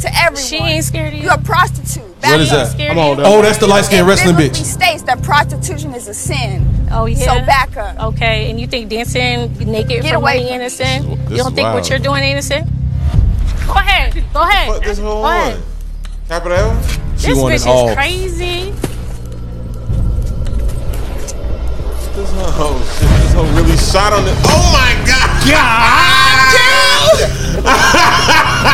Speaker 9: To everyone.
Speaker 10: She ain't scared of you.
Speaker 9: You're a prostitute.
Speaker 2: What is that?
Speaker 10: Scared
Speaker 1: Come on,
Speaker 10: you?
Speaker 1: though.
Speaker 2: Oh, that's the light skinned wrestling
Speaker 9: biblically
Speaker 2: bitch.
Speaker 9: states that prostitution is a sin.
Speaker 10: Oh yeah.
Speaker 9: So back up.
Speaker 10: Okay, and you think dancing naked
Speaker 9: Get
Speaker 10: for
Speaker 9: away
Speaker 10: money
Speaker 9: from me.
Speaker 10: innocent?
Speaker 5: This is-
Speaker 10: You
Speaker 5: this
Speaker 10: don't
Speaker 5: is
Speaker 10: think
Speaker 5: wild.
Speaker 10: what you're doing innocent? Go ahead. Go ahead.
Speaker 5: What this whole
Speaker 10: Go ahead.
Speaker 5: one? Capital L?
Speaker 2: She
Speaker 10: This
Speaker 2: wanted
Speaker 10: bitch
Speaker 2: all.
Speaker 10: is crazy.
Speaker 5: This whole oh, shit. This whole really shot on the. Oh my god! God! no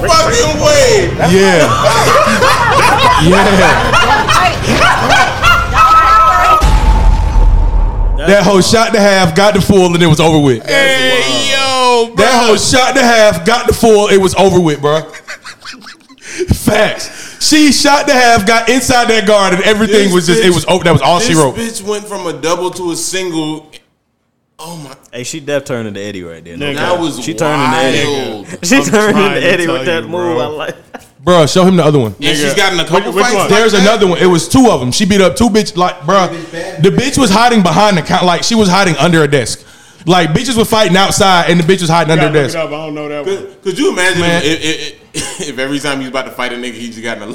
Speaker 5: fucking way!
Speaker 2: Yeah, yeah. That whole shot to half got the full, and it was over with.
Speaker 5: Hey yo, bro.
Speaker 2: That whole shot and a half got the full. It was over with, bro. Facts. She shot the half, got inside that guard, and everything
Speaker 5: This
Speaker 2: was just. it
Speaker 5: bitch-
Speaker 2: was over. That was all she
Speaker 5: this
Speaker 2: wrote.
Speaker 5: bitch went from a double to a single. Oh my!
Speaker 8: Hey, she def turned into Eddie right there.
Speaker 1: Nigga.
Speaker 5: That was
Speaker 8: She turned into
Speaker 5: wild.
Speaker 8: Eddie. She
Speaker 1: I'm
Speaker 8: turned
Speaker 1: trying
Speaker 8: into
Speaker 1: to
Speaker 8: Eddie
Speaker 1: tell
Speaker 8: with that
Speaker 1: you,
Speaker 8: move.
Speaker 1: bro.
Speaker 8: I like.
Speaker 2: Bro, show him the other one.
Speaker 5: And she's gotten a couple
Speaker 1: Which- which
Speaker 5: fights.
Speaker 1: one?
Speaker 5: like
Speaker 2: There's
Speaker 5: that.
Speaker 2: another one. It was two of them. She beat up two bitch. Like, bro, the bitch was hiding behind the count. Like she was hiding under a desk. Like bitches were fighting outside, and the bitch was hiding
Speaker 1: Gotta
Speaker 2: under a
Speaker 1: look it
Speaker 2: desk.
Speaker 1: up. I don't know that one.
Speaker 5: Could you imagine
Speaker 2: Man.
Speaker 5: if, if, if, if every time he's about to fight a nigga, he just got in a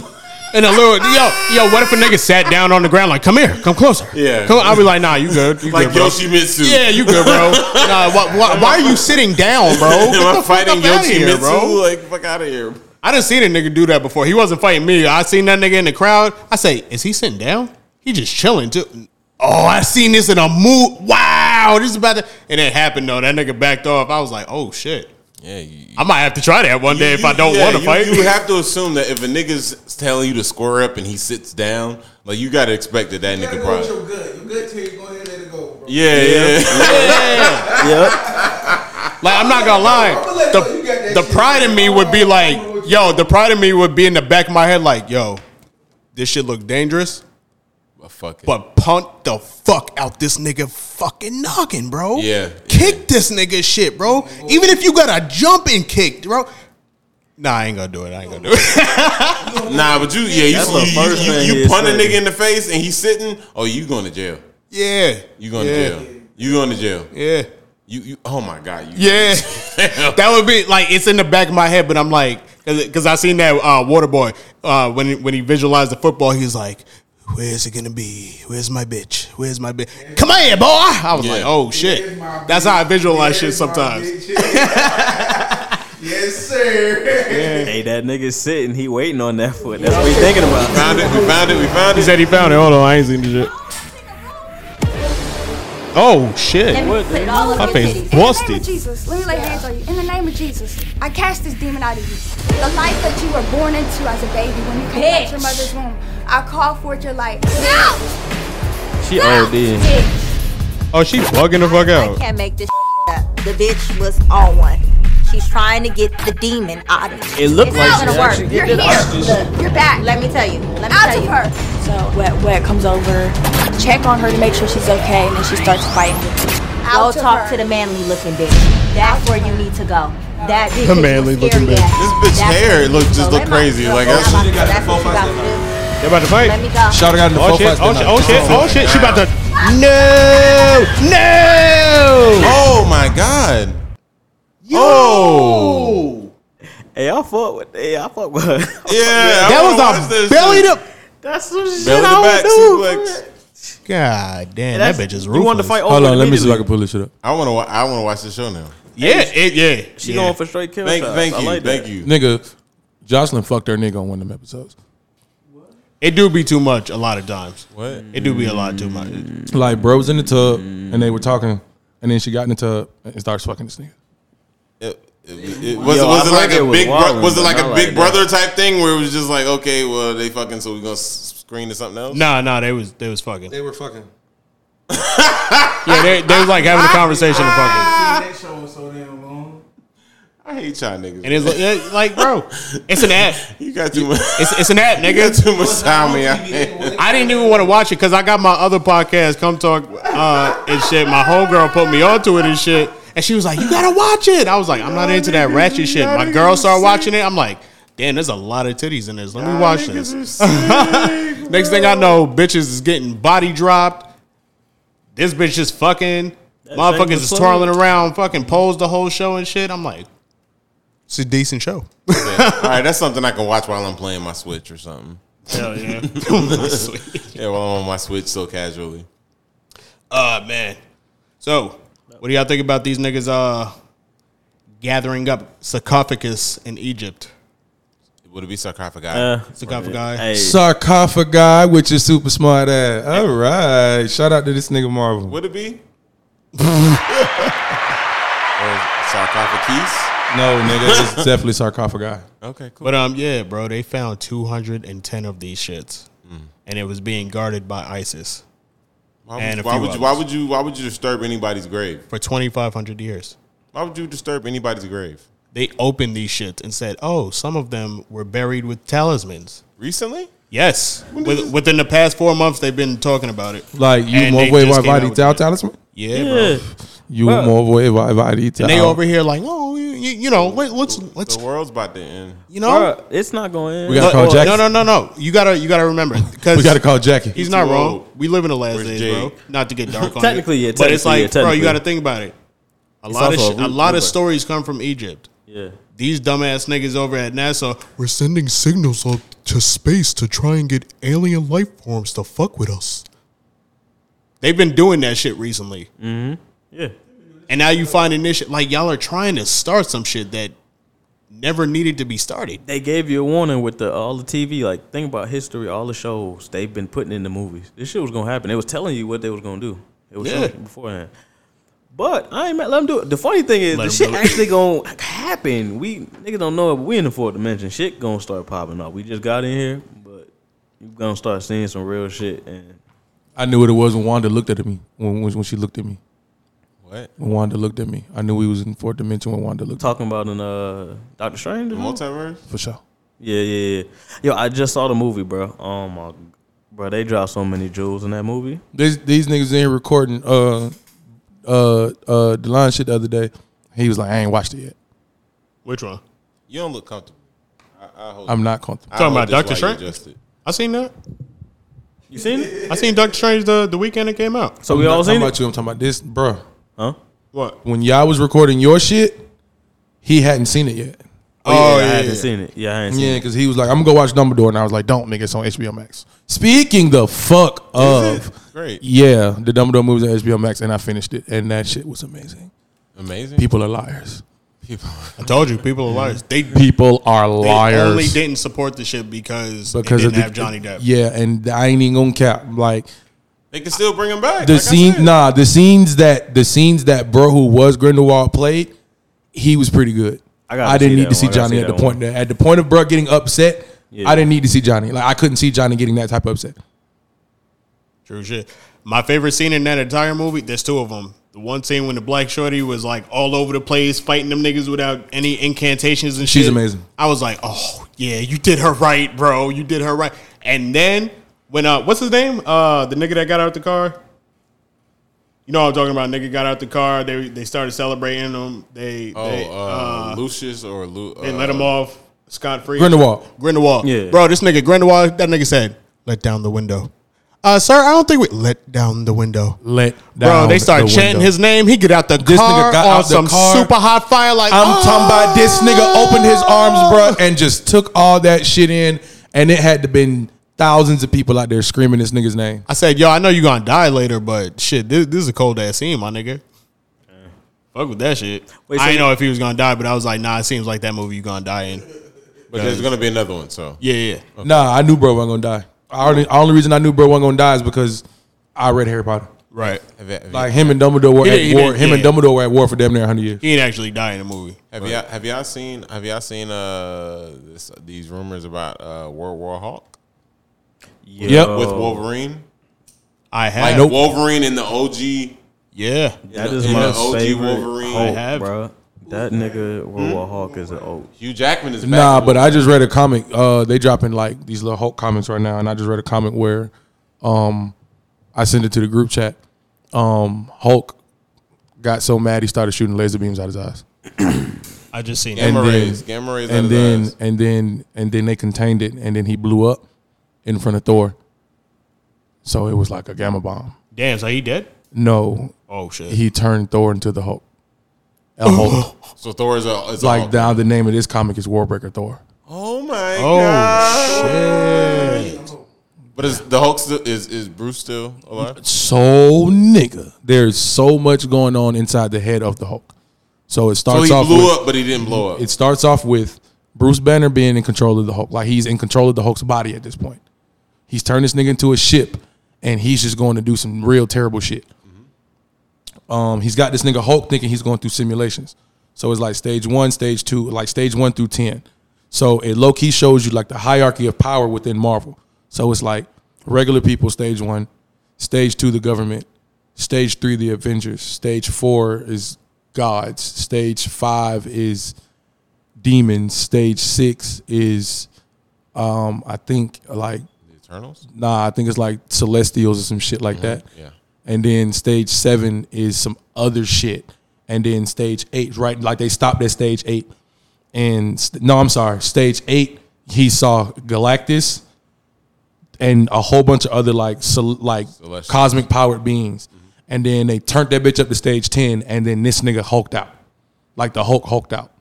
Speaker 1: And a little yo yo, what if a nigga sat down on the ground like, come here, come closer.
Speaker 5: Yeah.
Speaker 1: come, I'd be like, nah, you good, you
Speaker 5: Like
Speaker 1: good, bro.
Speaker 5: Yoshimitsu.
Speaker 1: Yeah, you good, bro. Nah, why, why, why are you sitting down, bro? Get
Speaker 5: Am
Speaker 1: the
Speaker 5: I
Speaker 1: fuck
Speaker 5: fighting
Speaker 1: up outta here,
Speaker 5: Yoshimitsu?
Speaker 1: bro.
Speaker 5: Like, fuck out of here.
Speaker 1: I done seen a nigga do that before. He wasn't fighting me. I seen that nigga in the crowd. I say, is he sitting down? He just chilling too. Oh, I seen this in a move. Wow, this is about to. And it happened though. That nigga backed off. I was like, oh shit.
Speaker 5: Yeah, you,
Speaker 1: I might have to try that one day if I don't
Speaker 5: yeah,
Speaker 1: want to
Speaker 5: you-
Speaker 1: fight.
Speaker 5: You have to assume that if a nigga's telling you to square up and he sits down, like you gotta expect that that nigga
Speaker 3: know
Speaker 5: probably.
Speaker 3: you're good. You're good till you go ahead and let it go, bro.
Speaker 5: Yeah, yeah.
Speaker 8: Yep.
Speaker 1: Like I'm not gonna lie, the, the pride in me would be like, yo, the pride in me would be in the back of my head, like, yo, this shit look dangerous,
Speaker 5: But fuck it.
Speaker 1: but punt the fuck out this nigga fucking noggin, bro.
Speaker 5: Yeah,
Speaker 1: kick this nigga shit, bro. Even if you got a jump and kick, bro. Nah, I ain't gonna do it. I ain't gonna do it.
Speaker 5: nah, but you, yeah,
Speaker 8: That's
Speaker 5: you,
Speaker 8: the
Speaker 5: you,
Speaker 8: first
Speaker 5: you,
Speaker 8: thing
Speaker 5: you,
Speaker 8: he
Speaker 5: punt a
Speaker 8: said.
Speaker 5: nigga in the face and he's sitting. Oh, you going to jail?
Speaker 1: yeah,
Speaker 5: You going
Speaker 1: yeah.
Speaker 5: to jail? You going to jail?
Speaker 1: Yeah,
Speaker 5: You, you. Oh my god. You,
Speaker 1: yeah. that would be like it's in the back of my head, but I'm like, because I seen that uh, water boy uh, when he, when he visualized the football, he was like, "Where's it gonna be? Where's my bitch? Where's my bitch? Come here, boy!" I was
Speaker 5: Yeah.
Speaker 1: like, "Oh shit!" That's how I visualize shit sometimes.
Speaker 3: yes, sir.
Speaker 8: Hey, that nigga sitting. He waiting on that foot. That's what he thinking about.
Speaker 5: Found it. We found it. We found it.
Speaker 1: he found it. Hold on, I ain't seen the shit. Oh shit!
Speaker 9: What?
Speaker 1: My face
Speaker 9: In the name of
Speaker 1: busted.
Speaker 9: Jesus, let me lay hands on you. In the name of Jesus, I cast this demon out of you. The life that you were born into as a baby when you came out your mother's womb, I call forth your life. No!
Speaker 8: She OD.
Speaker 1: Oh, she bugging the fuck
Speaker 11: I can't make this up. The bitch was on one. She's trying to get the demon out of me.
Speaker 8: It looked
Speaker 11: It's
Speaker 8: like
Speaker 11: not
Speaker 8: she
Speaker 11: gonna work.
Speaker 8: actually
Speaker 11: You're
Speaker 8: did
Speaker 11: here.
Speaker 8: it.
Speaker 11: Look,
Speaker 9: You're back.
Speaker 11: let me tell you. Let me
Speaker 9: out
Speaker 11: tell
Speaker 9: of
Speaker 11: you.
Speaker 9: her.
Speaker 12: So Wet Wet comes over, check on her to make sure she's okay, and then she starts fighting with me.
Speaker 11: Go
Speaker 9: Out to
Speaker 11: talk
Speaker 9: her.
Speaker 11: to the manly looking bitch. That's where you need to go. That bitch.
Speaker 1: The manly looking bitch.
Speaker 5: This bitch hair look- just look crazy. Like, that's-
Speaker 11: what you got to do.
Speaker 1: They about to fight.
Speaker 11: Let me go.
Speaker 2: Shout out to
Speaker 1: Oh shit! Oh shit! Oh shit! Oh shit! She about to. No! No!
Speaker 5: Oh my god. Oh.
Speaker 8: Hey, I fuck with. Hey, I fuck with her.
Speaker 5: Yeah.
Speaker 1: That was a belly to.
Speaker 8: That's some shit
Speaker 5: Belly to
Speaker 8: I
Speaker 5: back
Speaker 8: would do.
Speaker 5: suplex.
Speaker 1: God damn, that
Speaker 8: That's-
Speaker 1: bitch is
Speaker 8: you wanted to
Speaker 1: ruthless.
Speaker 8: fight over
Speaker 2: Hold on, let me see if I
Speaker 8: immediately.
Speaker 2: can pull this shit up.
Speaker 5: I want to. I want to watch the show now.
Speaker 1: Yeah, it, yeah.
Speaker 8: She
Speaker 1: yeah.
Speaker 8: going for straight kill
Speaker 5: Thank,
Speaker 8: shots.
Speaker 5: thank
Speaker 8: I
Speaker 5: you,
Speaker 8: like
Speaker 5: thank
Speaker 8: that.
Speaker 5: you.
Speaker 2: Nigga, Jocelyn fucked her nigga on one of them episodes.
Speaker 1: It do be too much a lot of times.
Speaker 5: What?
Speaker 1: It do be a lot too much.
Speaker 8: Mm.
Speaker 2: Like, bro was in the tub, and they were talking, and then she got in the tub and starts fucking this nigga.
Speaker 5: It, it- it- was
Speaker 8: Yo,
Speaker 5: it, was
Speaker 8: I
Speaker 5: it like
Speaker 8: heard it
Speaker 5: a
Speaker 8: was
Speaker 5: big
Speaker 8: wild,
Speaker 5: bro- was it
Speaker 8: but
Speaker 5: like a
Speaker 8: not
Speaker 5: big
Speaker 8: like that.
Speaker 5: brother type thing where it was just like okay well they fucking so we gonna s- screen to something else
Speaker 1: Nah, nah, they was they was fucking.
Speaker 2: They were fucking.
Speaker 1: Yeah, they, they was like having a conversation and fucking.
Speaker 3: that show was so damn long.
Speaker 5: I hate y'all niggas
Speaker 1: And it's like, yeah, like, bro, it's an app.
Speaker 5: you got too much
Speaker 1: It's it's an app,
Speaker 5: you got
Speaker 1: nigga.
Speaker 5: too much time on your
Speaker 1: I didn't even want to watch it because I got my other podcast, Come Talk uh, and shit. My homegirl put me onto it and shit. And she was like, You gotta watch it. I was like, I'm not into that ratchet shit. My girl started watching it. I'm like, Damn, there's a lot of titties in this. Let me watch this. Next thing I know, bitches is getting body dropped. This bitch is fucking.
Speaker 8: thing
Speaker 1: Motherfuckers
Speaker 8: was
Speaker 1: is
Speaker 8: funny.
Speaker 1: twirling around, fucking posed the whole show and shit. I'm like, It's a decent show.
Speaker 5: all right that's something I can watch while I'm playing my Switch or something
Speaker 1: Hell yeah. Sweet.
Speaker 5: yeah while I'm on my Switch so casually
Speaker 1: Oh man. So, what do y'all think about these niggas uh gathering up sarcophagus in Egypt?
Speaker 5: would it be sarcophagi
Speaker 8: Uh,
Speaker 1: Sarcophagi.
Speaker 8: Hey,
Speaker 2: Sarcophagi, which is super smart ass. All right. Shout out to this nigga Marvel.
Speaker 5: would it be or sarcophagus
Speaker 2: No, nigga, it's definitely sarcophagi.
Speaker 5: okay cool
Speaker 1: But um yeah, bro, they found 210 of these shits. And it was being guarded by ISIS
Speaker 5: Mm. why would,
Speaker 1: And a
Speaker 5: why
Speaker 1: few
Speaker 5: would you why
Speaker 1: others.
Speaker 5: would you why would you disturb anybody's grave
Speaker 1: for 2500 years.
Speaker 5: why would you disturb anybody's grave
Speaker 1: They opened these shits and said, "Oh, some of them were buried with talismans."
Speaker 5: recently
Speaker 1: Yes. With, within the past 4 months they've been talking about it.
Speaker 2: Like, you
Speaker 1: And
Speaker 2: more
Speaker 1: they
Speaker 2: way
Speaker 1: just
Speaker 2: why
Speaker 1: came out
Speaker 2: body
Speaker 1: with
Speaker 2: tell
Speaker 1: it.
Speaker 2: talisman?
Speaker 1: Yeah, bro.
Speaker 2: You more way why body tell
Speaker 1: And they over here like, "Oh, you, you you know, let, let's let's
Speaker 5: the world's about to end
Speaker 1: you know,
Speaker 8: bruh, it's not going in.
Speaker 2: We gotta call
Speaker 1: But- oh,
Speaker 2: Jackson.
Speaker 1: No, no, no, no. You gotta, you gotta remember because
Speaker 2: We got to call Jackie.
Speaker 1: He's not
Speaker 5: too
Speaker 1: wrong.
Speaker 5: old.
Speaker 1: We live in the last
Speaker 5: Where's
Speaker 1: days,
Speaker 5: Jake?
Speaker 1: bro. Not to get dark on
Speaker 8: Technically,
Speaker 1: it,
Speaker 8: yeah,
Speaker 1: but it's
Speaker 8: technically,
Speaker 1: like,
Speaker 8: yeah,
Speaker 1: bro, you
Speaker 8: technically.
Speaker 1: got to think about it. A lot of
Speaker 8: also
Speaker 1: sh-
Speaker 8: a
Speaker 1: a
Speaker 8: root-
Speaker 1: lot of
Speaker 8: rootlet.
Speaker 1: stories come from Egypt.
Speaker 8: Yeah.
Speaker 1: These dumbass niggas over at NASA, we're sending signals up to space to try and get alien life forms to fuck with us. They've been doing that shit recently. Mm-hmm.
Speaker 8: Yeah.
Speaker 1: And now you finding this shit. Like, y'all are trying to start some shit that never needed to be started.
Speaker 8: They gave you a warning with the all the TV. Like, think about history, all the shows they've been putting in the movies. This shit was gonna happen. They was telling you what they was gonna do. It was
Speaker 1: Yeah.
Speaker 8: showing you beforehand. But I ain't mad. Let them do it. The funny thing is,
Speaker 1: Let
Speaker 8: the
Speaker 1: 'em
Speaker 8: shit
Speaker 1: do it.
Speaker 8: actually gonna happen. We niggas don't know it, but we in the fourth dimension. Shit gonna start popping up. We just got in here, but you gonna start seeing some real shit. And
Speaker 2: I knew what it was when Wanda looked at me. When when, when she looked at me.
Speaker 5: What?
Speaker 2: When Wanda looked at me, I knew we was in fourth dimension. When Wanda looked,
Speaker 8: talking about in uh Doctor Strange,
Speaker 5: The multiverse?
Speaker 2: for sure.
Speaker 8: Yeah, yeah, yeah. Yo, I just saw the movie, bro. Oh my, bro, they dropped so many jewels in that movie.
Speaker 2: These these niggas in here recording uh uh uh the line shit the other day. He was like, I ain't watched it yet.
Speaker 1: Which one?
Speaker 5: You don't look comfortable. I, I hope
Speaker 2: I'm not comfortable.
Speaker 5: I
Speaker 1: Talking
Speaker 5: hope
Speaker 1: about Doctor
Speaker 5: that's why you
Speaker 1: Strange.
Speaker 5: adjusted.
Speaker 1: I seen that.
Speaker 8: You seen it?
Speaker 1: I seen Doctor Strange the, the weekend it came out.
Speaker 2: I'm not talking about you. I'm talking about this, bruh.
Speaker 8: Huh?
Speaker 1: What?
Speaker 2: When y'all was recording your shit, he hadn't seen it yet.
Speaker 8: Oh, yeah, I hadn't seen it. Yeah, I hadn't seen
Speaker 2: Yeah,
Speaker 8: it.
Speaker 2: because he was like, I'm gonna go watch Dumbledore, and I was like, Don't, nigga, it's on HBO Max. Speaking the fuck
Speaker 5: Is it?
Speaker 2: of,
Speaker 5: Great.
Speaker 2: yeah, the Dumbledore movie's on HBO Max, and I finished it, and that shit was amazing.
Speaker 5: Amazing.
Speaker 2: People are liars.
Speaker 5: People.
Speaker 1: I told you, people are liars. They
Speaker 2: People are
Speaker 1: They
Speaker 2: liars.
Speaker 1: only didn't support the shit
Speaker 2: because
Speaker 1: because, because it didn't
Speaker 2: of the,
Speaker 1: have Johnny Depp.
Speaker 2: Yeah, and I ain't even gonna cap. Like
Speaker 5: They can still bring him back.
Speaker 2: the
Speaker 5: like I
Speaker 2: scene,
Speaker 5: said.
Speaker 2: nah, the scenes that the scenes that bro who was Grindelwald played, he was pretty good.
Speaker 8: I
Speaker 2: I,
Speaker 8: gotta see
Speaker 2: didn't need
Speaker 8: that
Speaker 2: to see
Speaker 8: one. I gotta
Speaker 2: Johnny
Speaker 8: see
Speaker 2: at the
Speaker 8: that
Speaker 2: point that, at the point of Bruh getting upset.
Speaker 8: Yeah.
Speaker 2: I didn't need to see Johnny. Like I couldn't see Johnny getting that type of upset.
Speaker 1: True shit. My favorite scene in that entire movie, there's two of them. The one scene when the black shorty was like all over the place fighting them niggas without any incantations and shit.
Speaker 2: She's amazing.
Speaker 1: I was like, oh yeah, you did her right, bro. You did her right. And then when uh, what's his name? Uh, the nigga that got out the car. You know what I'm talking about? Nigga got out the car. They they started celebrating them. They
Speaker 5: Oh,
Speaker 1: they,
Speaker 5: uh, Lucius or Lu-
Speaker 1: they
Speaker 5: uh,
Speaker 1: let him off scot free.
Speaker 2: Grindelwald.
Speaker 1: Grindelwald.
Speaker 8: Yeah.
Speaker 1: Bro, this nigga Grindelwald, that nigga said, let down the window. Uh, sir, I don't think we let down the window.
Speaker 2: Let
Speaker 1: Bro,
Speaker 2: down
Speaker 1: they start
Speaker 2: the
Speaker 1: chanting
Speaker 2: window.
Speaker 1: his name. He get out the
Speaker 2: This
Speaker 1: car
Speaker 2: nigga got
Speaker 1: on
Speaker 2: out the
Speaker 1: some
Speaker 2: car.
Speaker 1: super hot fire. Like "Oh,
Speaker 2: I'm talking about this nigga opened his arms, bro, and just took all that shit in, and it had to been thousands of people out there screaming this nigga's name.
Speaker 1: I said, yo, I know you gonna die later, but shit, this, this is a cold ass scene, my nigga. Fuck with that shit.
Speaker 8: Wait, so
Speaker 1: I didn't
Speaker 8: you-
Speaker 1: know if he was gonna die, but I was like, nah, it seems like that movie you gonna die in.
Speaker 5: But there's gonna be another one. So
Speaker 1: Yeah, yeah.
Speaker 2: Nah, I knew bro wasn't gonna die. I only, the only reason I knew bro wasn't gonna die is because I read Harry Potter.
Speaker 1: Right.
Speaker 5: have, you- have,
Speaker 2: Like him and Dumbledore were
Speaker 1: He
Speaker 2: at
Speaker 1: didn't- he
Speaker 2: war.
Speaker 1: didn't-
Speaker 2: Him and
Speaker 1: yeah.
Speaker 2: Dumbledore were at war for damn near hundred years.
Speaker 1: He ain't actually die in the movie.
Speaker 5: you- have y'all have y'all seen have y'all seen uh this, these rumors about uh World War Hawk
Speaker 8: Yo.
Speaker 2: Yep.
Speaker 5: with Wolverine?
Speaker 1: I have.
Speaker 5: Like
Speaker 2: Nope.
Speaker 5: Wolverine in the OG.
Speaker 1: Yeah.
Speaker 8: That is
Speaker 5: in
Speaker 8: my
Speaker 5: the OG
Speaker 8: favorite
Speaker 5: Wolverine. Hmm?
Speaker 8: Hulk,
Speaker 5: I
Speaker 1: have.
Speaker 8: bro. That nigga World War Hawk is an oak.
Speaker 5: Hugh Jackman is back.
Speaker 2: Nah, but I just read a comic. Uh, they dropping like these little Hulk comments right now, and I just read a comic where, um, I sent it to the group chat. Um, Hulk got so mad he started shooting laser beams out his eyes,
Speaker 1: I just seen
Speaker 5: Gamma
Speaker 2: and then-
Speaker 5: rays, gamma rays, out
Speaker 2: and
Speaker 5: of
Speaker 2: then
Speaker 5: his eyes.
Speaker 2: and then and then they contained it, and then he blew up in front of Thor. So it was like a gamma bomb.
Speaker 1: Damn, so he dead?
Speaker 2: No,
Speaker 1: Oh shit.
Speaker 2: he turned Thor into the Hulk. El Hulk.
Speaker 5: so Thor is a is a
Speaker 2: like
Speaker 5: Hulk.
Speaker 2: now the name of this comic is Warbreaker Thor.
Speaker 5: Oh my
Speaker 1: Oh,
Speaker 5: god! But is the Hulk still, is is Bruce still alive?
Speaker 2: So nigga, there's so much going on inside the head of the Hulk. So it
Speaker 5: So
Speaker 2: starts
Speaker 5: he
Speaker 2: off.
Speaker 5: blew
Speaker 2: with,
Speaker 5: up, but he didn't blow up.
Speaker 2: It starts off with Bruce Banner being in control of the Hulk. Like he's in control of the Hulk's body at this point. He's turned this nigga into a ship, and he's just going to do some real terrible shit. Um, he's got this nigga Hulk thinking he's going through simulations. So it's like stage one, stage two, like stage one through ten. So it low key shows you like the hierarchy of power within Marvel. So it's like regular people, stage one, stage two, the government, stage three, the Avengers, stage four is gods, stage five is demons, stage six is, um, I think like
Speaker 5: the Eternals. Mm-hmm.
Speaker 2: nah, I think it's like celestials or some shit like that.
Speaker 5: Yeah.
Speaker 2: And then stage seven is some other shit. And then stage eight, right? Like they stopped at stage eight. And st- no, I'm sorry. Stage eight, he saw Galactus and a whole bunch of other like cel- like
Speaker 5: Celestials.
Speaker 2: cosmic powered beings. And then they turned that bitch up to stage ten, and then this nigga hulked out, like the Hulk hulked out.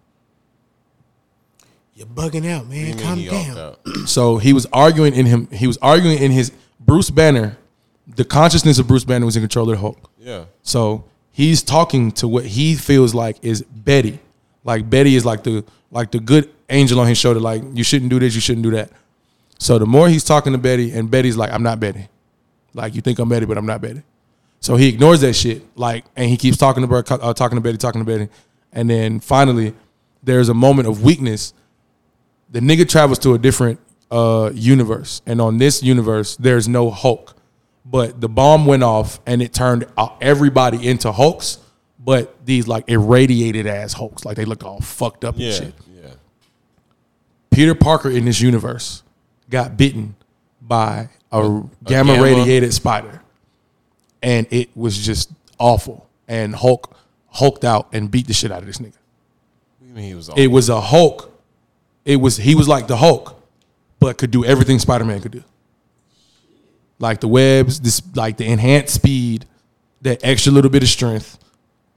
Speaker 1: You're bugging out, man. Calm down.
Speaker 2: so he was arguing in him. He was arguing in his Bruce Banner. The consciousness of Bruce Banner was in control of the Hulk.
Speaker 5: Yeah.
Speaker 2: So he's talking to what he feels like is Betty. Like Betty is like the like the good angel on his shoulder. Like you shouldn't do this. You shouldn't do that. So the more he's talking to Betty, and Betty's like, "I'm not Betty." Like you think I'm Betty, but I'm not Betty. So he ignores that shit. Like, and he keeps talking to her, uh, talking to Betty, talking to Betty, and then finally, there's a moment of weakness the nigga travels to a different uh, universe, and on this universe, there's no Hulk. But the bomb went off, and it turned uh, everybody into Hulks. But these like irradiated ass Hulks, like they look all fucked up
Speaker 5: Yeah.
Speaker 2: and shit.
Speaker 5: Yeah.
Speaker 2: Peter Parker in this universe got bitten by a, gamma,
Speaker 5: gamma?
Speaker 2: radiated spider, and it was just awful. And Hulk hulked out and beat the shit out of this nigga.
Speaker 5: What do you mean he was
Speaker 2: It was a Hulk. It was he was like the Hulk, but could do everything Spider Man could do. Like the webs, this like the enhanced speed, that extra little bit of strength,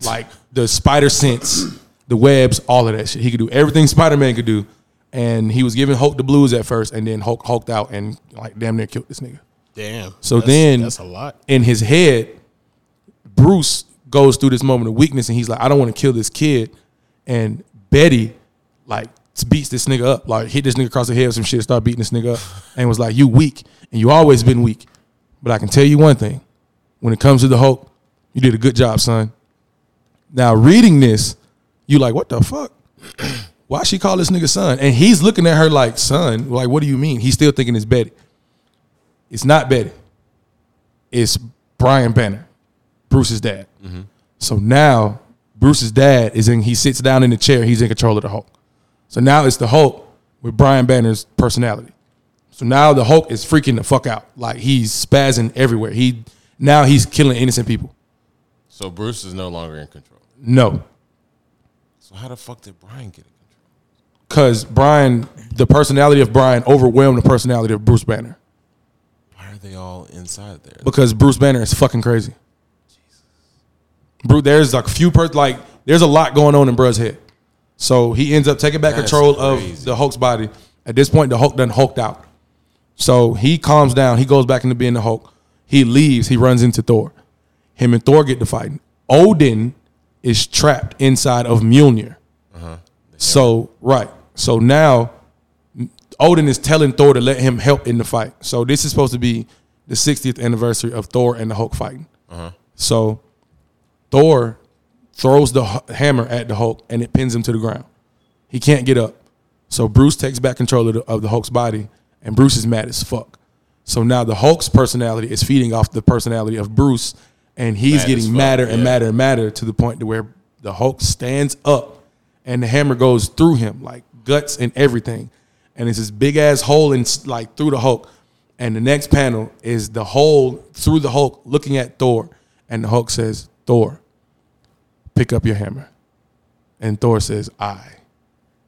Speaker 2: like the spider sense, the webs, all of that shit. He could do everything Spider Man could do, and he was giving Hulk the blues at first, and then Hulk hulked out and like damn near killed this nigga.
Speaker 1: Damn.
Speaker 2: So
Speaker 1: That's-
Speaker 2: then
Speaker 1: that's a lot.
Speaker 2: In his head, Bruce goes through this moment of weakness and he's like, I don't want to kill this kid. And Betty like beats this nigga up, like hit this nigga across the head with some shit, start beating this nigga up, and was like, You weak, and you always been weak. But I can tell you one thing. When it comes to the Hulk, you did a good job, son. Now reading this, you like, what the fuck? Why she call this nigga son? And he's looking at her like, son, like, what do you mean? He's still thinking it's Betty. It's not Betty. It's Brian Banner, Bruce's dad.
Speaker 5: Mhm.
Speaker 2: So now Bruce's dad is in, he sits down in the chair, he's in control of the Hulk. So now it's the Hulk with Brian Banner's personality. So now the Hulk is freaking the fuck out. Like he's spazzing everywhere. He now he's killing innocent people.
Speaker 5: So Bruce is no longer in control.
Speaker 2: No.
Speaker 5: So how the fuck did Brian get it?
Speaker 2: Cause Brian, the personality of Brian overwhelmed the personality of Bruce Banner.
Speaker 5: Why are they all inside there?
Speaker 2: Because Bruce Banner is fucking crazy. Bruce, there's like a few per like there's a lot going on in Bruh's head. So he ends up taking back
Speaker 5: That's
Speaker 2: control
Speaker 5: crazy.
Speaker 2: of the Hulk's body. At this point, the Hulk done hulked out. So he calms down. He goes back into being the Hulk. He leaves. He runs into Thor. Him and Thor get to fighting. Odin is trapped inside of Mjolnir.
Speaker 5: Uh-huh.
Speaker 2: So right. So now m- Odin is telling Thor to let him help in the fight. So this is supposed to be the 60th anniversary of Thor and the Hulk fighting.
Speaker 5: Uh-huh.
Speaker 2: So Thor throws the h- hammer at the Hulk and it pins him to the ground. He can't get up. So Bruce takes back control of the, of the Hulk's body and Bruce is mad as fuck. So now the Hulk's personality is feeding off the personality of Bruce and he's
Speaker 5: Mad as
Speaker 2: getting
Speaker 5: fuck,
Speaker 2: madder and
Speaker 5: yeah.
Speaker 2: madder and madder to the point to where the Hulk stands up and the hammer goes through him like guts and everything. And it's this big ass hole in s- like through the Hulk. And the next panel is the hole through the Hulk looking at Thor. And the Hulk says, Thor, pick up your hammer. And Thor says, I.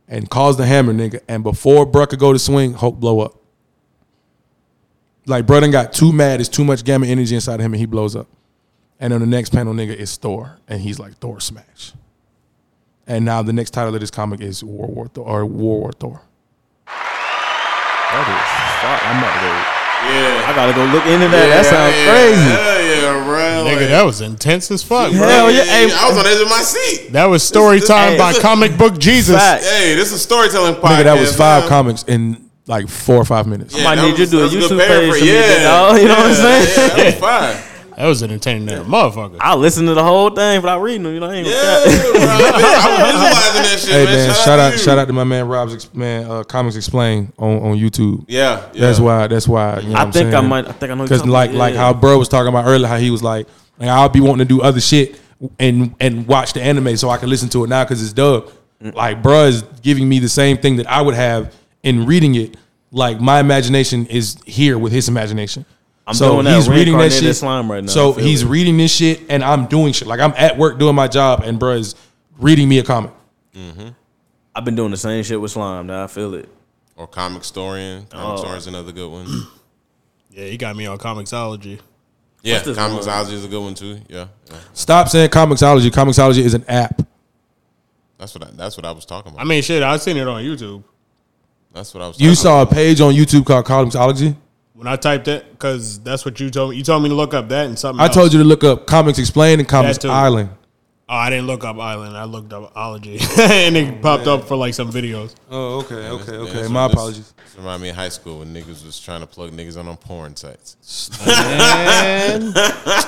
Speaker 2: And calls the hammer, nigga. And before Bruh could go to swing, Hulk blow up. Like, Bruh done got too mad. It's too much gamma energy inside of him, and he blows up. And on the next panel, nigga, it's Thor. And he's like, Thor smash. And now the next title of this comic is War War Thor, or War War Thor.
Speaker 8: That is fuck. I'm about to go.
Speaker 5: Yeah.
Speaker 8: I gotta go look into that.
Speaker 5: Yeah,
Speaker 8: that sounds
Speaker 5: yeah,
Speaker 8: crazy.
Speaker 5: Hell yeah, bro.
Speaker 1: Nigga, that was intense as fuck, bro.
Speaker 8: Hell yeah.
Speaker 5: Hey, I was on the edge of my seat.
Speaker 1: That was story
Speaker 5: This- this-
Speaker 1: time
Speaker 5: hey,
Speaker 1: by
Speaker 5: this-
Speaker 1: comic book Jesus.
Speaker 8: Facts.
Speaker 5: Hey, this is a storytelling podcast.
Speaker 2: Nigga, that was five
Speaker 5: man.
Speaker 2: comics in like four or five minutes.
Speaker 5: uh, Yeah,
Speaker 8: Might
Speaker 5: that
Speaker 8: need you
Speaker 5: was-
Speaker 8: to do a
Speaker 5: that was
Speaker 8: YouTube
Speaker 5: good paraphr-
Speaker 8: page for me,
Speaker 5: Yeah,
Speaker 8: big dog. You know what I'm
Speaker 5: yeah, yeah,
Speaker 8: saying?
Speaker 5: that was fire.
Speaker 1: That was entertaining, that motherfucker.
Speaker 8: I listened to the whole thing without reading them. You know, I ain't gonna
Speaker 5: Yeah,
Speaker 8: cap.
Speaker 5: bro. I'm visualizing that shit,
Speaker 2: Hey
Speaker 5: man.
Speaker 2: man,
Speaker 5: Shout,
Speaker 2: shout
Speaker 5: to
Speaker 2: out,
Speaker 5: you.
Speaker 2: shout out to my man Rob's ex- man uh, Comics Explain on, on YouTube.
Speaker 5: Yeah,
Speaker 2: that's
Speaker 5: yeah.
Speaker 2: why. That's why. You know what
Speaker 8: I
Speaker 2: I'm
Speaker 8: think I
Speaker 2: saying?
Speaker 8: might- I think I know
Speaker 2: Because
Speaker 8: exactly-
Speaker 2: like like
Speaker 8: yeah.
Speaker 2: how bro was talking about earlier, how he was like, like I'll be wanting to do other shit and and watch the anime so I can listen to it now because it's dubbed.
Speaker 8: Mm.
Speaker 2: Like bro is giving me the same thing that I would have in reading it. Like my imagination is here with his imagination.
Speaker 8: I'm doing that reincarnated slime right now.
Speaker 2: So
Speaker 8: I feel
Speaker 2: he's
Speaker 8: it.
Speaker 2: reading this shit and I'm doing shit. Like I'm at work doing my job and bro is reading me a comic.
Speaker 5: Mm-hmm.
Speaker 8: I've been doing the same shit with slime. Now I feel it.
Speaker 5: Or comic historian. Comic
Speaker 8: Oh.
Speaker 5: historian's another good one.
Speaker 1: Yeah, you got me on comicsology.
Speaker 5: Yeah,
Speaker 8: this
Speaker 5: comicsology is a good one too. Yeah, yeah.
Speaker 2: Stop saying comicsology. Comicsology is an app.
Speaker 5: that's what I, that's what I was talking about.
Speaker 1: I mean, shit, I seen it on YouTube.
Speaker 5: That's what I was.
Speaker 2: You
Speaker 5: talking
Speaker 2: saw a page on YouTube called Comicsology.
Speaker 1: When I typed that, because that's what you told me. You told me to look up that and something.
Speaker 2: I
Speaker 1: else.
Speaker 2: told you to look up Comics Explained and Comics
Speaker 1: That too.
Speaker 2: Island.
Speaker 1: Oh, I didn't look up Island. I looked up Ology, and it popped up for like some videos.
Speaker 2: Oh, okay, okay,
Speaker 5: Yeah,
Speaker 2: okay.
Speaker 5: that's
Speaker 2: My
Speaker 5: what- this-
Speaker 2: apologies.
Speaker 5: This remind me of high school when niggas was trying to plug niggas on on porn sites.
Speaker 1: Man.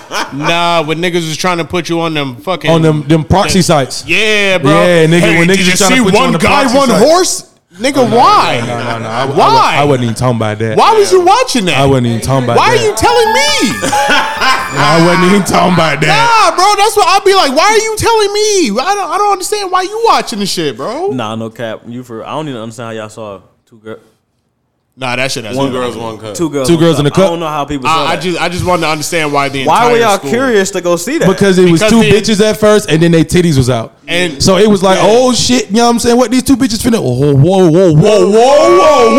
Speaker 1: nah, when niggas was trying to put you on them fucking
Speaker 2: On them- them proxy sites.
Speaker 1: Yeah, bro.
Speaker 2: Yeah, nigga,
Speaker 1: Hey,
Speaker 2: when niggas
Speaker 1: did you
Speaker 2: was trying to
Speaker 1: see
Speaker 2: put you on
Speaker 1: one
Speaker 2: the
Speaker 1: guy,
Speaker 2: proxy
Speaker 1: one
Speaker 2: sites.
Speaker 1: horse, nigga. why?
Speaker 2: Oh, No, no, no. I, I wa-
Speaker 1: Why?
Speaker 2: I, wasn't even talking about that.
Speaker 1: Why was you watching that?
Speaker 2: I wasn't even talking about
Speaker 1: Why
Speaker 2: that.
Speaker 1: are you telling me?
Speaker 2: I wasn't even talking about that.
Speaker 1: Nah, bro, that's what I'll be like. Why are you telling me? I don't, I don't understand why you watching this shit, bro.
Speaker 8: Nah, no cap. You for I don't even understand how y'all saw two girls.
Speaker 1: Nah, that shit. has
Speaker 8: One
Speaker 1: nothing
Speaker 8: girls,
Speaker 1: to do
Speaker 8: one
Speaker 1: with it.
Speaker 8: cup. Two girls, Two one girls in cup. a cup. I don't know how people saw
Speaker 1: I, I
Speaker 8: that.
Speaker 1: just, I just wanted to understand why the.
Speaker 8: Why were
Speaker 1: entire
Speaker 8: y'all
Speaker 1: school-
Speaker 8: curious to go see that?
Speaker 2: Because it was
Speaker 1: Because
Speaker 2: two
Speaker 1: they-
Speaker 2: bitches at first, and then they titties was out.
Speaker 1: And-
Speaker 2: so it was like, oh shit, you know what I'm saying? What these two bitches finna? Oh, Whoa, whoa, whoa, whoa,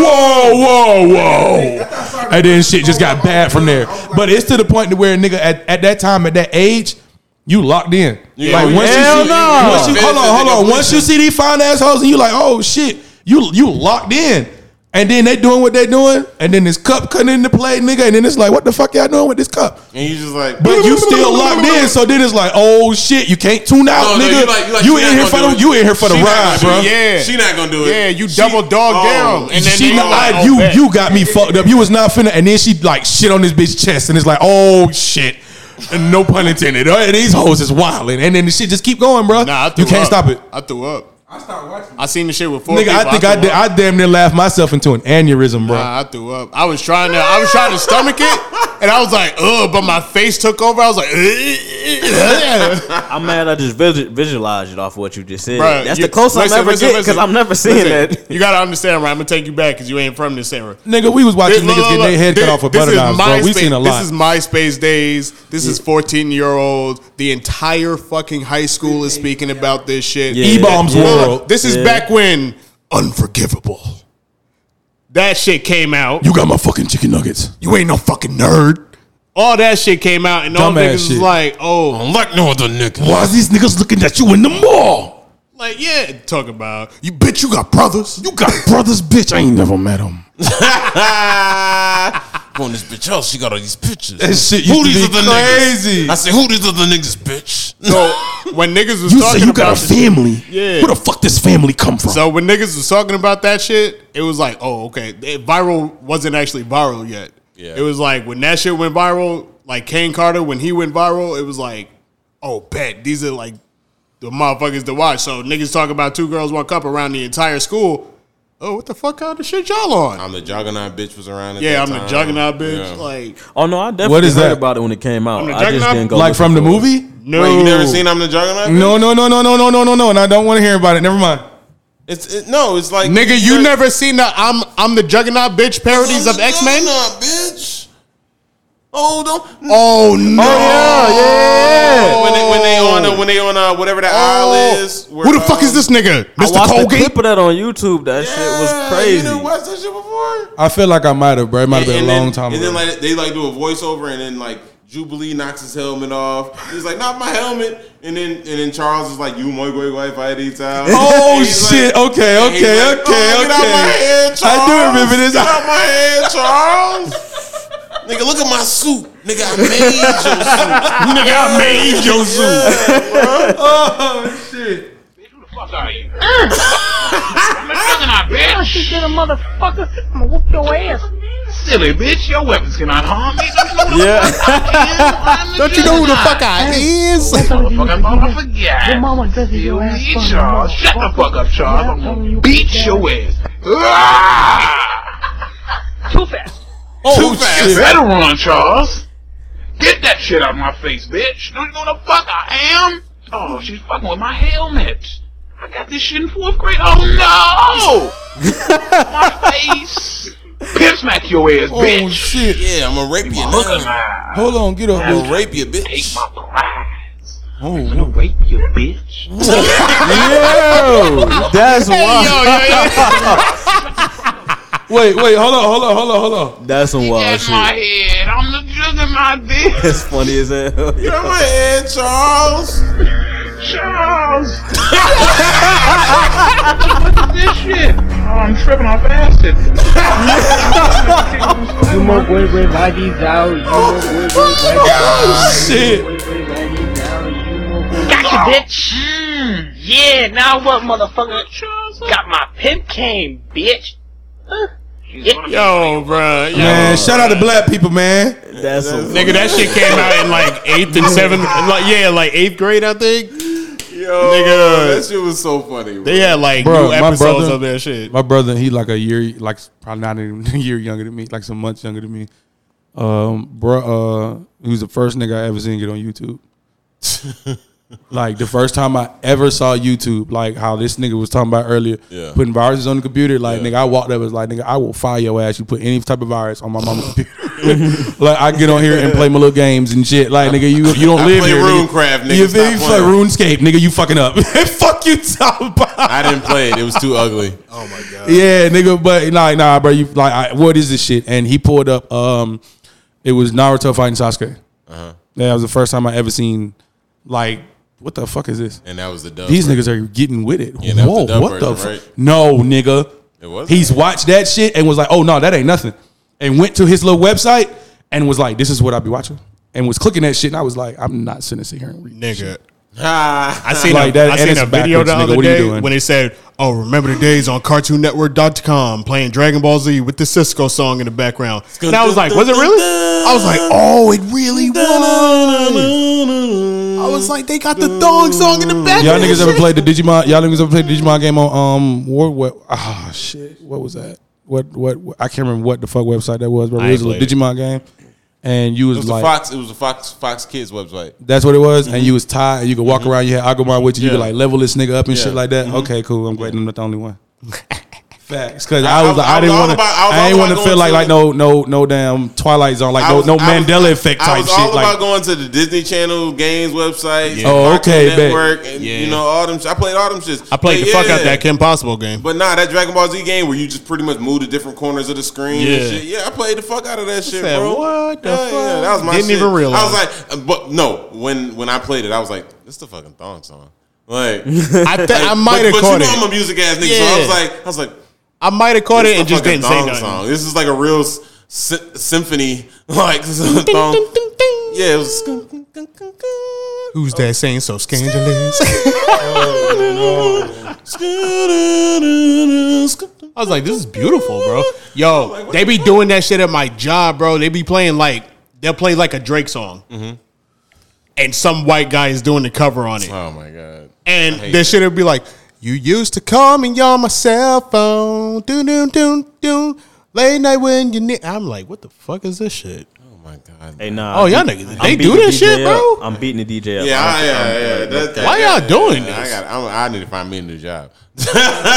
Speaker 2: whoa, whoa, whoa, whoa. And then shit just got bad from there. But it's to the point to where nigga at, at that time at that age, you locked in.
Speaker 5: Yeah.
Speaker 2: like once
Speaker 5: Hell
Speaker 2: you see,
Speaker 5: no.
Speaker 2: once you, hold on, hold on. Once you see these fine assholes, and you like, oh shit, you you locked in. And then they doing what they doing, and then this cup coming into play, nigga, and then it's like, what the fuck y'all doing with this cup?
Speaker 5: And you just like,
Speaker 2: But you still locked in, so then it's like, oh shit, you can't tune out,
Speaker 5: No, no,
Speaker 2: nigga.
Speaker 5: you like- you like,
Speaker 2: you
Speaker 5: she
Speaker 2: in
Speaker 5: not
Speaker 2: here
Speaker 5: gonna
Speaker 2: for
Speaker 5: do
Speaker 2: the
Speaker 5: it.
Speaker 2: you in here for the
Speaker 5: She not
Speaker 2: ride,
Speaker 5: gonna
Speaker 2: bro.
Speaker 5: do it. Yeah. She not gonna do it.
Speaker 1: Yeah, you double dog
Speaker 5: Oh.
Speaker 1: down, and then
Speaker 2: she
Speaker 1: you
Speaker 2: not,
Speaker 1: like, oh,
Speaker 2: you you got me fucked up. You was not finna, and then she like shit on this bitch chest, and it's like, oh shit, And no pun intended. Uh, These hoes is wilding, and then the shit just keep going, bro.
Speaker 1: Nah, I threw
Speaker 2: you can't
Speaker 1: up.
Speaker 2: stop it,
Speaker 1: I threw up. I stopped watching. I seen the shit with four
Speaker 2: nigga.
Speaker 1: people.
Speaker 2: I think I,
Speaker 1: threw
Speaker 2: did,
Speaker 1: up.
Speaker 2: I damn near laughed myself into an aneurysm, bro.
Speaker 1: Nah, I threw up. I was trying to. I was trying to stomach it, and I was like, ugh. But my face took over. I was like, "Ugh."
Speaker 8: I'm mad. I just visi- visualized it off what you just said.
Speaker 1: Bruh,
Speaker 8: That's
Speaker 1: you-
Speaker 8: the closest
Speaker 1: listen,
Speaker 8: I'm ever
Speaker 1: listen,
Speaker 8: get
Speaker 1: listen.
Speaker 8: because I'm never seeing
Speaker 1: Listen,
Speaker 8: that.
Speaker 1: You gotta understand, right? I'm gonna take you back because you ain't from this era.
Speaker 2: Nigga, we was watching niggas get their head cut off with
Speaker 1: this
Speaker 2: butter
Speaker 1: is
Speaker 2: knives, bro. We
Speaker 1: MySpace-
Speaker 2: seen a lot.
Speaker 1: This is MySpace days. This is 14 year olds. The entire fucking high school is speaking about this shit.
Speaker 2: Yeah. E-bombs
Speaker 1: Look,
Speaker 2: world.
Speaker 1: This is
Speaker 2: Yeah.
Speaker 1: back when Unforgivable. That shit came out.
Speaker 2: you got my fucking chicken nuggets.
Speaker 1: You ain't no fucking nerd. All that shit came out, and all
Speaker 2: Dumbass
Speaker 1: niggas was
Speaker 2: shit.
Speaker 1: like, "Oh,
Speaker 5: I'm like no other nigga."
Speaker 2: Why is these niggas looking at you in the mall?
Speaker 1: Like, yeah, talk about you. Bitch, you got brothers.
Speaker 2: You got brothers, bitch. I ain't never met them.
Speaker 5: on this bitch house, she got all these pictures.
Speaker 2: That shit
Speaker 5: who
Speaker 2: used to
Speaker 5: these
Speaker 2: be
Speaker 5: other
Speaker 2: crazy.
Speaker 5: niggas? I said, who these other niggas, bitch?
Speaker 1: So when niggas was
Speaker 2: You
Speaker 1: talking
Speaker 2: say you
Speaker 1: about
Speaker 2: got a
Speaker 1: this shit-
Speaker 2: family.
Speaker 1: yeah.
Speaker 2: Where the fuck this family come from?
Speaker 1: So when niggas was talking about that shit, it was like, oh, okay, It- viral wasn't actually viral yet.
Speaker 5: Yeah.
Speaker 1: It was like when that shit went viral, like Kane Carter when he went viral, it was like, oh, bet these are like the motherfuckers to watch. So niggas talk about two girls one cup around the entire school. Oh, what the fuck kind of shit y'all on?
Speaker 5: I'm the juggernaut bitch was around. At
Speaker 1: yeah,
Speaker 5: that
Speaker 1: I'm the
Speaker 5: time.
Speaker 1: juggernaut bitch.
Speaker 5: Yeah.
Speaker 1: Like,
Speaker 8: Oh no, I definitely
Speaker 2: What is
Speaker 8: heard
Speaker 2: that?
Speaker 8: about it when it came out.
Speaker 1: the
Speaker 8: I just
Speaker 1: juggernaut?
Speaker 8: didn't go
Speaker 2: like
Speaker 8: looking
Speaker 2: from the
Speaker 8: for it.
Speaker 2: movie?
Speaker 1: no,
Speaker 5: Wait, you never seen I'm the juggernaut? bitch?
Speaker 2: No, no, no, no, no, no, no, no, no. And I don't want to hear about it. Never mind.
Speaker 5: It's it, no, it's like
Speaker 1: Nigga, you never seen the I'm I'm the Juggernaut bitch parodies of X Men?
Speaker 5: Juggernaut, bitch. Oh, don't.
Speaker 1: Oh no!
Speaker 5: Oh, when they when they on uh, when they on uh, whatever that
Speaker 1: Oh.
Speaker 5: aisle is. where,
Speaker 1: Who the fuck
Speaker 5: um,
Speaker 1: is this
Speaker 8: I
Speaker 1: nigga, Mr.
Speaker 8: watched a
Speaker 1: Colgate?
Speaker 8: clip of that on YouTube. That
Speaker 5: Yeah, You
Speaker 8: shit was
Speaker 5: didn't
Speaker 8: crazy.
Speaker 5: watch that shit before?
Speaker 2: I feel like I might have, bro. It might have been a long
Speaker 5: then,
Speaker 2: time
Speaker 5: And
Speaker 2: ago.
Speaker 5: then like they like do a voiceover, and then like Jubilee knocks his helmet off. He's like, "Not my helmet!" And then and then Charles is like, "You my way way fight these out."
Speaker 2: Oh, shit. Okay,
Speaker 5: and he's
Speaker 2: okay,
Speaker 5: like,
Speaker 2: okay,
Speaker 5: "Oh, Get out
Speaker 2: okay.
Speaker 5: my head, Charles.
Speaker 2: I do remember this.
Speaker 5: Get out my head, Charles. Nigga, look at my suit. Nigga, I made your suit.
Speaker 1: nigga, I made your zoo.
Speaker 2: oh shit.
Speaker 6: I should get a motherfucker. I'm gonna whoop your ass.
Speaker 13: Silly bitch, your weapons cannot harm me.
Speaker 1: Yeah. Don't you know who the fuck I is?
Speaker 13: Motherfucker, forget.
Speaker 6: Your mama doesn't
Speaker 13: You
Speaker 6: your ass
Speaker 13: eat,
Speaker 6: from
Speaker 13: Charles. Shut the fuck up, Charles. I'm gonna beat your ass. Ah!
Speaker 6: Too fast.
Speaker 2: Oh
Speaker 13: Too fast.
Speaker 2: shit.
Speaker 13: Better run, Charles. Get that shit out of my face, bitch. Don't you know the fuck I am? Oh, she's fucking with my helmet. I got this shit in fourth grade. Oh no! my face. Pimp smack your ass,
Speaker 2: Oh
Speaker 13: bitch.
Speaker 2: shit.
Speaker 5: Yeah, I'm gonna rape you.
Speaker 13: Hooker
Speaker 5: Now.
Speaker 13: mouth.
Speaker 2: Hold on, get up,
Speaker 5: I'm
Speaker 2: bitch.
Speaker 5: gonna rape you, bitch.
Speaker 13: Take my prize.
Speaker 2: Oh,
Speaker 13: I'm gonna rape you, bitch.
Speaker 8: Yo, that's wild.
Speaker 1: yo, yo, yo.
Speaker 2: wait, wait, hold on, hold on, hold on, hold on.
Speaker 8: That's some wild
Speaker 13: That's my
Speaker 8: shit.
Speaker 13: head. I'm the juggernaut, bitch.
Speaker 8: That's funny as hell.
Speaker 5: Get out my head, Charles.
Speaker 13: Charles! Look at this shit! Oh, I'm tripping off acid.
Speaker 14: You more boyfriend bodies
Speaker 13: Oh,
Speaker 14: out. You more boyfriend bodies
Speaker 1: Oh,
Speaker 13: uh,
Speaker 14: out.
Speaker 2: Shit.
Speaker 6: Gotcha, bitch. Mm, yeah, now what, motherfucker? Got my pimp cane, bitch. Huh?
Speaker 1: Yo, bro. Yo.
Speaker 2: Man, shout out to black people, man.
Speaker 8: That's a
Speaker 1: Nigga, that shit came out in like eighth and seventh. Like, yeah, like eighth grade, I think.
Speaker 5: Yo,
Speaker 1: Nigga.
Speaker 5: that shit was so funny. bro.
Speaker 1: They had like
Speaker 2: Bro,
Speaker 1: new
Speaker 2: my
Speaker 1: episodes
Speaker 2: brother-
Speaker 1: of that shit.
Speaker 2: My brother, he like a year, like probably not even a year younger than me, like some months younger than me. Um, bro, uh, he was the first nigga I ever seen get on YouTube. like the first time I ever saw YouTube, like how this nigga was talking about earlier,
Speaker 5: Yeah.
Speaker 2: putting viruses on the computer. Like nigga, I walked up and was like, nigga, I will fire your ass. You put any type of virus on my mama's computer. like I get on here and play my little games and shit. Like nigga, you you don't
Speaker 5: I
Speaker 2: live
Speaker 5: play
Speaker 2: here. nigga.
Speaker 5: RuneCraft, nigga.
Speaker 2: You feel
Speaker 5: Stop
Speaker 2: me? You play
Speaker 5: playing.
Speaker 2: RuneScape, nigga. You fucking up. Fuck you, talking about.
Speaker 5: I didn't play it. It was too ugly. Oh my god.
Speaker 2: Yeah, nigga, but nah, nah, bro. You like, I, what is this shit? And he pulled up. Um, it was Naruto fighting Sasuke.
Speaker 5: Uh-huh.
Speaker 2: That was the first time I ever seen. Like, what the fuck is this?
Speaker 5: And that was the dub
Speaker 2: These
Speaker 5: version.
Speaker 2: niggas are getting with it.
Speaker 5: Yeah, that was the
Speaker 2: Whoa,
Speaker 5: dub
Speaker 2: what the
Speaker 5: version,
Speaker 2: fuck?
Speaker 5: right?
Speaker 2: No, nigga.
Speaker 5: It wasn't.
Speaker 2: He's watched that shit and was like, oh no, that ain't nothing. And went to his little website and was like, this is what I be watching. And was clicking that shit, and I was like, I'm not sitting sit here and read.
Speaker 1: Nigga.
Speaker 5: I
Speaker 1: I seen
Speaker 2: Like
Speaker 1: a,
Speaker 2: that,
Speaker 1: I
Speaker 2: and
Speaker 1: seen
Speaker 2: it's
Speaker 1: a video
Speaker 2: backwards,
Speaker 1: the
Speaker 2: nigga.
Speaker 1: other
Speaker 2: What are you
Speaker 1: day
Speaker 2: doing?
Speaker 1: when they said, "Oh, remember the days on CartoonNetwork.com playing Dragon Ball Z with the Cisco song in the background." And I was like, "Was it really?" I was like, "Oh, it really was." I was like, "They got the thong song in the background."
Speaker 2: Y'all niggas ever played the Digimon? Y'all niggas ever played the Digimon game on um War? What? Ah, shit. What was that? What, what? what- I can't remember what the fuck website that was, but
Speaker 5: I
Speaker 2: it was a
Speaker 5: ain't
Speaker 2: little Digimon game, and you
Speaker 5: It
Speaker 2: was,
Speaker 5: was
Speaker 2: like,
Speaker 5: a Fox. It was a Fox Fox Kids website.
Speaker 2: that's what it was, and you was tied, and you could walk around. You had Agumon with you.
Speaker 5: Mm-hmm.
Speaker 2: You
Speaker 5: Yeah.
Speaker 2: could like level this nigga up and
Speaker 5: Yeah.
Speaker 2: shit like that.
Speaker 5: Mhm.
Speaker 2: Okay, cool. I'm glad I'm not the only one. Facts, because
Speaker 5: I-
Speaker 2: I,
Speaker 5: I
Speaker 2: was
Speaker 5: was-
Speaker 2: like,
Speaker 5: I
Speaker 2: I
Speaker 5: was
Speaker 2: didn't
Speaker 5: all
Speaker 2: want to.
Speaker 5: about- I was
Speaker 2: I
Speaker 5: all
Speaker 2: ain't want to
Speaker 5: about
Speaker 2: feel
Speaker 5: going
Speaker 2: like
Speaker 5: to
Speaker 2: like no no no damn Twilight Zone, like
Speaker 5: I was-
Speaker 2: no no
Speaker 5: I was-
Speaker 2: Mandela effect
Speaker 5: I
Speaker 2: type
Speaker 5: was all
Speaker 2: shit.
Speaker 5: about
Speaker 2: Like
Speaker 5: going to the Disney Channel games website.
Speaker 2: Yeah. Oh,
Speaker 5: Fox
Speaker 2: okay, bet.
Speaker 5: Network, and
Speaker 1: Yeah.
Speaker 5: you know all them. sh- I played all them shits.
Speaker 1: I played
Speaker 5: But
Speaker 1: the fuck out
Speaker 5: yeah.
Speaker 1: that Kim Possible game.
Speaker 5: But nah, that Dragon Ball Z game where you just pretty much move to different corners of the screen. Yeah,
Speaker 1: Yeah.
Speaker 5: and shit. yeah, I played the fuck out of that shit,
Speaker 1: said,
Speaker 5: bro.
Speaker 1: "What the
Speaker 5: yeah,
Speaker 1: fuck?"
Speaker 5: yeah, that was my
Speaker 1: Didn't
Speaker 5: shit.
Speaker 1: even
Speaker 5: I
Speaker 1: realize.
Speaker 5: was like, uh, but no, when when I played it, I was like, this the fucking thong song. Like, I,
Speaker 1: I thi- I might have
Speaker 5: but,
Speaker 1: caught
Speaker 5: but you
Speaker 1: it.
Speaker 5: know I'm a music ass nigga, so I
Speaker 1: Yeah.
Speaker 5: was like, I was like,
Speaker 1: I might have caught
Speaker 5: this
Speaker 1: it and
Speaker 5: the
Speaker 1: just
Speaker 5: fucking
Speaker 1: didn't say
Speaker 5: thong
Speaker 1: nothing.
Speaker 5: Song. This is like a real sy- symphony, like thong. Yeah, it was.
Speaker 1: Who's that saying so scandalous? I was like, this is beautiful, bro. Yo, they be doing that shit at my job, bro. They be playing like they'll play like a Drake song,
Speaker 5: Mm-hmm.
Speaker 1: and some white guy is doing the cover on it,
Speaker 5: Oh my god!
Speaker 1: and
Speaker 5: I hate
Speaker 1: this shit would be like, "You used to call me on my cell phone, do do do do, late night when you need." I'm like, what the fuck is this shit?
Speaker 5: Oh my god!
Speaker 8: Hey, nah.
Speaker 1: Oh, y'all
Speaker 8: I'm
Speaker 1: niggas,
Speaker 8: beating-
Speaker 1: they
Speaker 8: I'm
Speaker 1: do
Speaker 8: beating
Speaker 1: this shit,
Speaker 8: DJ
Speaker 1: bro?
Speaker 8: up. I'm beating the DJ up.
Speaker 5: Yeah, I,
Speaker 8: I'm-
Speaker 5: yeah,
Speaker 8: I'm-
Speaker 5: yeah. That, that,
Speaker 1: Why
Speaker 5: that-
Speaker 1: y'all doing
Speaker 5: I
Speaker 1: this?
Speaker 5: got. I'm, I need to find me a new job.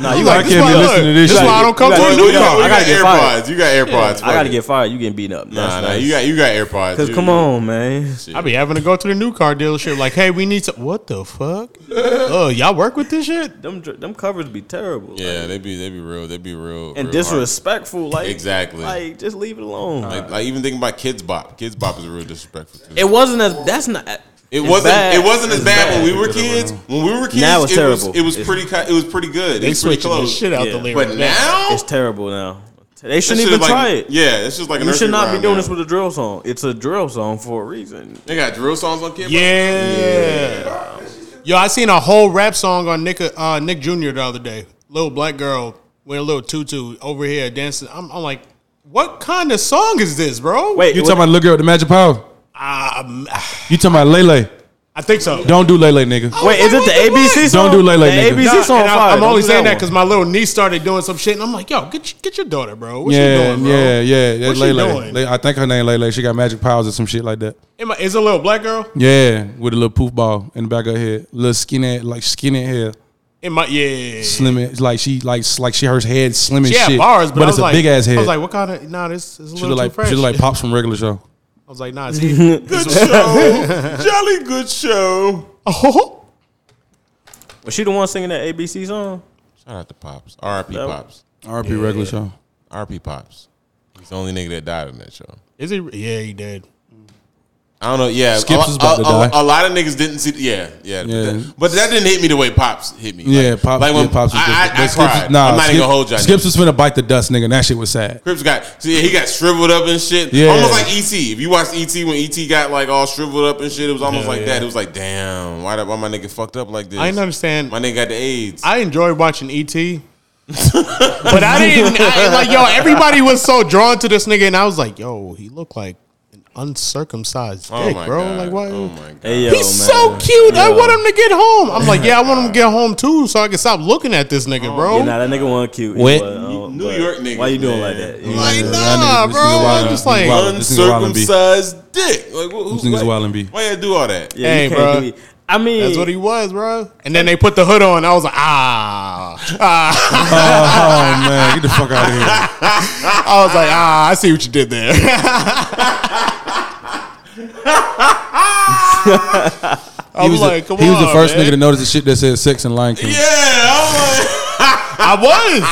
Speaker 8: Nah,
Speaker 1: I'm
Speaker 8: you gotta
Speaker 1: like, this
Speaker 8: get
Speaker 1: why-
Speaker 8: me listening
Speaker 1: look, this
Speaker 8: shit.
Speaker 1: why I don't come
Speaker 8: You
Speaker 1: to
Speaker 8: gotta-
Speaker 1: a new
Speaker 8: you gotta-
Speaker 1: job.
Speaker 5: We
Speaker 8: I gotta
Speaker 5: got
Speaker 8: get fired.
Speaker 5: AirPods. You got AirPods.
Speaker 8: I
Speaker 5: Fuck
Speaker 8: gotta
Speaker 5: it.
Speaker 8: get fired. You getting beaten up. That's
Speaker 5: Nah, nah.
Speaker 8: nice.
Speaker 5: You got. You got AirPods.
Speaker 8: Cause
Speaker 5: You-
Speaker 8: come on, man.
Speaker 1: I be having to go to the new car dealership, like, hey, we need to. What the fuck? Oh, y'all work with this shit?
Speaker 8: Them dr- them covers be terrible.
Speaker 5: Yeah, they be. They be real. They be real.
Speaker 8: And
Speaker 5: real
Speaker 8: disrespectful,
Speaker 5: hard.
Speaker 8: like
Speaker 5: exactly. Like,
Speaker 8: like just leave it alone.
Speaker 5: like even thinking about Kids Bop. Kids Bop is real disrespectful. Too.
Speaker 8: it wasn't as that's not.
Speaker 5: It
Speaker 8: it's
Speaker 5: wasn't.
Speaker 8: bad.
Speaker 5: It wasn't as
Speaker 8: It's
Speaker 5: bad, when we were kids. When we were kids,
Speaker 8: Now it's
Speaker 5: it was,
Speaker 8: terrible.
Speaker 5: It was
Speaker 8: It's-
Speaker 5: pretty. ki- It was pretty good.
Speaker 1: They
Speaker 5: It was pretty
Speaker 1: switching the
Speaker 5: close.
Speaker 1: shit out the
Speaker 8: Yeah.
Speaker 1: lyrics.
Speaker 5: But now,
Speaker 8: It's terrible now. They shouldn't
Speaker 5: shit
Speaker 8: even
Speaker 5: is like-
Speaker 8: try it.
Speaker 5: yeah, it's just like a
Speaker 8: you
Speaker 5: nursery
Speaker 8: should not be
Speaker 5: rhyme
Speaker 8: doing
Speaker 5: now.
Speaker 8: this with a drill song. It's a drill song for a reason.
Speaker 5: they got drill songs on Kids.
Speaker 1: Yeah. Yo, I seen a whole rap song on Nick uh, Nick Jr. the other day. Little black girl wearing a little tutu over here dancing. I'm, I'm like, what kind of song is this, bro?
Speaker 8: Wait,
Speaker 2: you
Speaker 8: what-
Speaker 2: talking about the little girl with the magic power?
Speaker 1: Um,
Speaker 2: You talking about Lele?
Speaker 1: I think so.
Speaker 2: Don't do Lele, nigga.
Speaker 8: Wait, is it the ABC song?
Speaker 2: Don't do Lele,
Speaker 8: The
Speaker 2: nigga.
Speaker 8: ABC
Speaker 1: Nah,
Speaker 8: song.
Speaker 1: and I,
Speaker 8: fire.
Speaker 1: am
Speaker 8: Don't
Speaker 1: only
Speaker 8: do
Speaker 1: saying that
Speaker 8: one.
Speaker 1: because my little niece started doing some shit, and I'm like, yo, get your- get your daughter, bro. What
Speaker 2: yeah,
Speaker 1: she doing, bro?
Speaker 2: yeah, yeah, yeah.
Speaker 1: What she
Speaker 2: Lele.
Speaker 1: doing?
Speaker 2: Le- I think her name Lele. She got magic powers or some shit like that.
Speaker 1: Am I- is a little black girl?
Speaker 2: Yeah, with a little poof ball in the back of her head, little skinny, like skinny hair,
Speaker 1: Am I? Yeah.
Speaker 2: slim. It's like she, like, s- like she, her head slim as
Speaker 1: She had
Speaker 2: shit.
Speaker 1: bars, but, I
Speaker 2: it's
Speaker 1: was
Speaker 2: a
Speaker 1: like,
Speaker 2: big ass head.
Speaker 1: I was like, what kind of? Nah, this is a
Speaker 2: she look
Speaker 1: little too
Speaker 2: like,
Speaker 1: fresh.
Speaker 2: she look like pops from regular show.
Speaker 1: I was like, nah, it's heat.
Speaker 5: Good show, jolly good show.
Speaker 1: Oh,
Speaker 8: Was she the one singing that ABC song?
Speaker 5: Shout out to Pops. R.I.P.
Speaker 8: That-
Speaker 5: Pops.
Speaker 2: R.P. regular show.
Speaker 5: R.P. Pops. He's the only nigga that died in that show.
Speaker 1: is he? Yeah, he did.
Speaker 5: I don't know. Yeah,
Speaker 2: Skips
Speaker 5: a,
Speaker 2: is about
Speaker 5: a-
Speaker 2: to
Speaker 5: a-
Speaker 2: die.
Speaker 5: a lot of niggas didn't see. Yeah, yeah,
Speaker 2: Yeah.
Speaker 5: But, that, but that didn't hit me the way Pops hit me.
Speaker 2: yeah, Pops.
Speaker 5: like when
Speaker 2: yeah, Pops was
Speaker 5: I-
Speaker 2: different.
Speaker 5: I-
Speaker 2: But
Speaker 5: I cried. I'm not even gonna hold y'all
Speaker 2: Skips was finna bite the dust, nigga, and that shit was sad.
Speaker 5: Crips got see, he got shriveled up and shit.
Speaker 2: Yeah.
Speaker 5: Almost like ET. If you watched ET when ET got like all shriveled up and shit, it was almost
Speaker 1: Yeah,
Speaker 5: like
Speaker 1: yeah.
Speaker 5: that. It was like, damn, why, the- why my nigga fucked up like this?
Speaker 1: I didn't understand.
Speaker 5: My nigga got the AIDS.
Speaker 1: I enjoyed watching ET, but I didn't I, like yo. Everybody was so drawn to this nigga, and I was like, yo, he looked like an uncircumcised
Speaker 5: Oh
Speaker 1: dick,
Speaker 5: my
Speaker 1: bro.
Speaker 5: God.
Speaker 1: Like what?
Speaker 5: Oh my God.
Speaker 8: Hey, yo,
Speaker 1: He's so
Speaker 8: man.
Speaker 1: cute. I
Speaker 8: Yo.
Speaker 1: want him to get home. I'm like, yeah, I want him to get home too, so I can stop looking at this
Speaker 5: Oh
Speaker 1: nigga, bro.
Speaker 8: Yeah, nah, that nigga wasn't cute. He
Speaker 1: Wet.
Speaker 8: wasn't, uh,
Speaker 5: New
Speaker 8: but
Speaker 5: York niggas,
Speaker 8: Why you
Speaker 5: man.
Speaker 8: doing like that? You
Speaker 5: Like,
Speaker 8: know?
Speaker 1: nah,
Speaker 2: nigga- this
Speaker 1: bro.
Speaker 2: nigga wild.
Speaker 1: I'm just like,
Speaker 2: Wild. This nigga wild and beat.
Speaker 5: uncircumcised dick. Like, wh- who,
Speaker 2: This nigga's
Speaker 5: why-
Speaker 2: wild and beat.
Speaker 5: Why you do all that?
Speaker 8: Yeah,
Speaker 1: hey,
Speaker 8: you can't
Speaker 1: bro.
Speaker 8: do it. I mean,
Speaker 1: That's what he was, bro. And then they put the hood on. I was like, ah, ah.
Speaker 2: Oh, oh, man, get the fuck out of here.
Speaker 1: I was like, ah, I see what you did there.
Speaker 2: He
Speaker 1: I'm
Speaker 2: was,
Speaker 1: like,
Speaker 2: the,
Speaker 1: come
Speaker 2: he was the
Speaker 1: on,
Speaker 2: first
Speaker 1: man.
Speaker 2: nigga to notice the shit that said sex and Lion King.
Speaker 1: I was.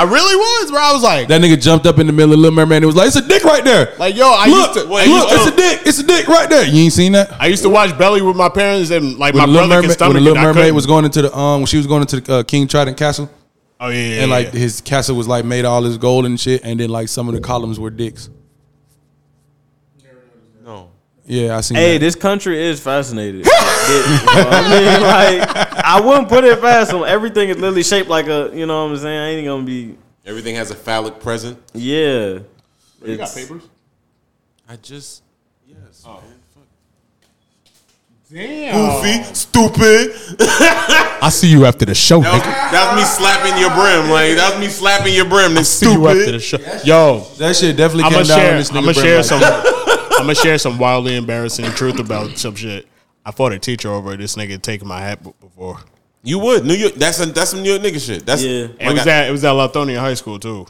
Speaker 1: I really was, bro. I was like,
Speaker 2: That nigga jumped up in the middle of Little Mermaid and was like, it's a dick right there.
Speaker 1: like yo, I
Speaker 2: look,
Speaker 1: used to I
Speaker 2: look,
Speaker 1: used to-
Speaker 2: it's a dick. It's a dick right there. You ain't seen that?
Speaker 1: I used to watch Belly with my parents and like
Speaker 2: When
Speaker 1: my
Speaker 2: the Little
Speaker 1: brother
Speaker 2: Mermaid,
Speaker 1: can
Speaker 2: when
Speaker 1: stomach
Speaker 2: the
Speaker 1: it.
Speaker 2: Little
Speaker 1: I
Speaker 2: Mermaid
Speaker 1: couldn't.
Speaker 2: was going into the um, when she was going into the uh, King Trident Castle,
Speaker 1: oh yeah, yeah,
Speaker 2: and like
Speaker 1: yeah.
Speaker 2: his castle was like made all this gold and shit, and then like some of the columns were dicks.
Speaker 5: No.
Speaker 2: Yeah, I seen.
Speaker 8: Hey,
Speaker 2: that.
Speaker 8: this country is fascinated. I mean, like, I wouldn't put it past them. Everything is literally shaped like a, you know what I'm saying? I ain't gonna be,
Speaker 5: Everything has a phallic present.
Speaker 8: yeah.
Speaker 1: you got
Speaker 8: It's-
Speaker 1: papers? Oh.
Speaker 5: I just yes.
Speaker 1: Damn,
Speaker 5: Goofy, stupid.
Speaker 1: I see you after the show.
Speaker 5: That was, that was me slapping your brim. Like that was me slapping your brim. This
Speaker 1: See you after the
Speaker 5: stupid.
Speaker 1: show. Yo,
Speaker 2: that shit definitely
Speaker 1: I'm
Speaker 2: came
Speaker 1: gonna
Speaker 2: down on
Speaker 1: share.
Speaker 2: this nigga.
Speaker 1: I'm gonna
Speaker 2: bro,
Speaker 1: share
Speaker 2: like-
Speaker 1: some. I'm gonna share some wildly embarrassing truth about some shit. I fought a teacher over this nigga taking my hat b- before.
Speaker 5: You would New York. That's a, that's some New York nigga shit. That's
Speaker 8: Yeah.
Speaker 5: like
Speaker 1: It was
Speaker 5: I-
Speaker 1: at it was at Lithonia High School too.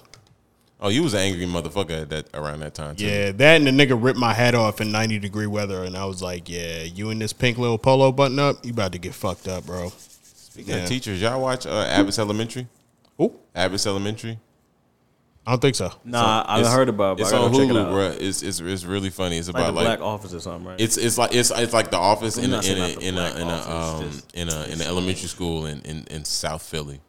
Speaker 5: Oh, you was an angry motherfucker at that around that time. Too.
Speaker 1: Yeah, that and the nigga ripped my hat off in 90 degree weather, and I was like, "Yeah, you in this pink little polo button up, you about to get fucked up, bro."
Speaker 5: Speaking of
Speaker 1: Yeah.
Speaker 5: teachers, y'all watch uh, Abbott's Elementary.
Speaker 1: Who?
Speaker 5: Abbott's Elementary.
Speaker 1: I don't think so.
Speaker 8: Nah, I haven't
Speaker 5: It's-
Speaker 8: heard about it.
Speaker 5: It's
Speaker 8: but I
Speaker 5: on
Speaker 8: gotta check it
Speaker 5: Hulu,
Speaker 8: out.
Speaker 5: bro. It's, it's it's really funny. It's
Speaker 8: Like a
Speaker 5: about like,
Speaker 8: black office or something, right?
Speaker 5: it's it's like it's it's like the office
Speaker 8: I'm
Speaker 5: in a
Speaker 8: not
Speaker 5: in a
Speaker 8: saying not the
Speaker 5: in a
Speaker 8: black
Speaker 5: in a
Speaker 8: office,
Speaker 5: um
Speaker 8: just-
Speaker 5: in a in an elementary school in in in South Philly.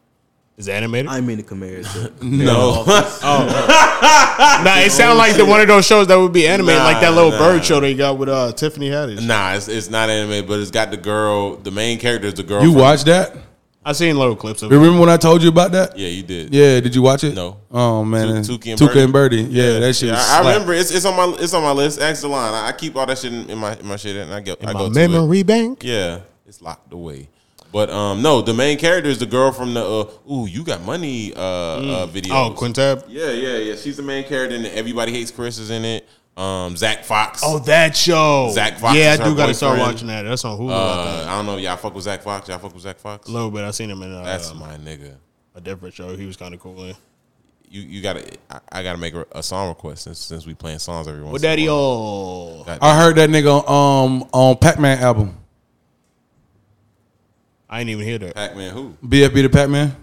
Speaker 1: Is it animated? Oh,
Speaker 8: I mean, to compare it to.
Speaker 5: No,
Speaker 1: nah, it sounded like the one of those shows that would be animated,
Speaker 5: Nah,
Speaker 1: like that little
Speaker 5: nah.
Speaker 1: bird show they got with uh, Tiffany Haddish.
Speaker 5: nah, it's it's not anime, but it's got the girl. The main character is the girl.
Speaker 2: you
Speaker 5: from-
Speaker 2: watched that?
Speaker 1: I seen little clips of it.
Speaker 2: Remember when I told you about that?
Speaker 5: Yeah, you did.
Speaker 2: Yeah, did you watch it?
Speaker 5: No.
Speaker 2: Oh man,
Speaker 5: Tu- Tuki and
Speaker 2: Tuka
Speaker 5: Birdie.
Speaker 2: and Birdie. Yeah, that shit.
Speaker 5: Yeah,
Speaker 2: was
Speaker 5: I, I
Speaker 2: slap.
Speaker 5: remember it's, it's on my it's on my list. Ask the line. I, I keep all that shit in, in my in my shit, and I go I go
Speaker 1: My
Speaker 5: to
Speaker 1: memory
Speaker 5: it.
Speaker 1: bank.
Speaker 5: Yeah, it's locked away. But um, no, the main character is the girl from the uh, ooh, you got money uh, uh video.
Speaker 1: Oh, Quintab.
Speaker 5: Yeah, yeah, yeah. She's the main character, and everybody hates Chris is in it. Um, Zach Fox.
Speaker 1: Oh, that show.
Speaker 5: Zach Fox
Speaker 1: Yeah, I
Speaker 5: is
Speaker 1: do
Speaker 5: her
Speaker 1: gotta start
Speaker 5: boyfriend.
Speaker 1: watching that. That's on Hulu. I think.
Speaker 5: uh, I don't know. Y'all fuck with Zach Fox. Y'all fuck with Zach Fox.
Speaker 1: A little bit. I seen him in uh,
Speaker 5: That's my nigga.
Speaker 1: a different show. He was kind of cool. In.
Speaker 5: You you gotta I, I gotta make a, a song request since since we playing songs every once.
Speaker 1: With
Speaker 5: in a
Speaker 1: Daddy oh.
Speaker 5: while.
Speaker 1: O.
Speaker 5: God
Speaker 2: I heard that nigga um on Pac Man album.
Speaker 1: I didn't even hear that.
Speaker 5: Pac-Man who?
Speaker 2: BFB the Pac Man.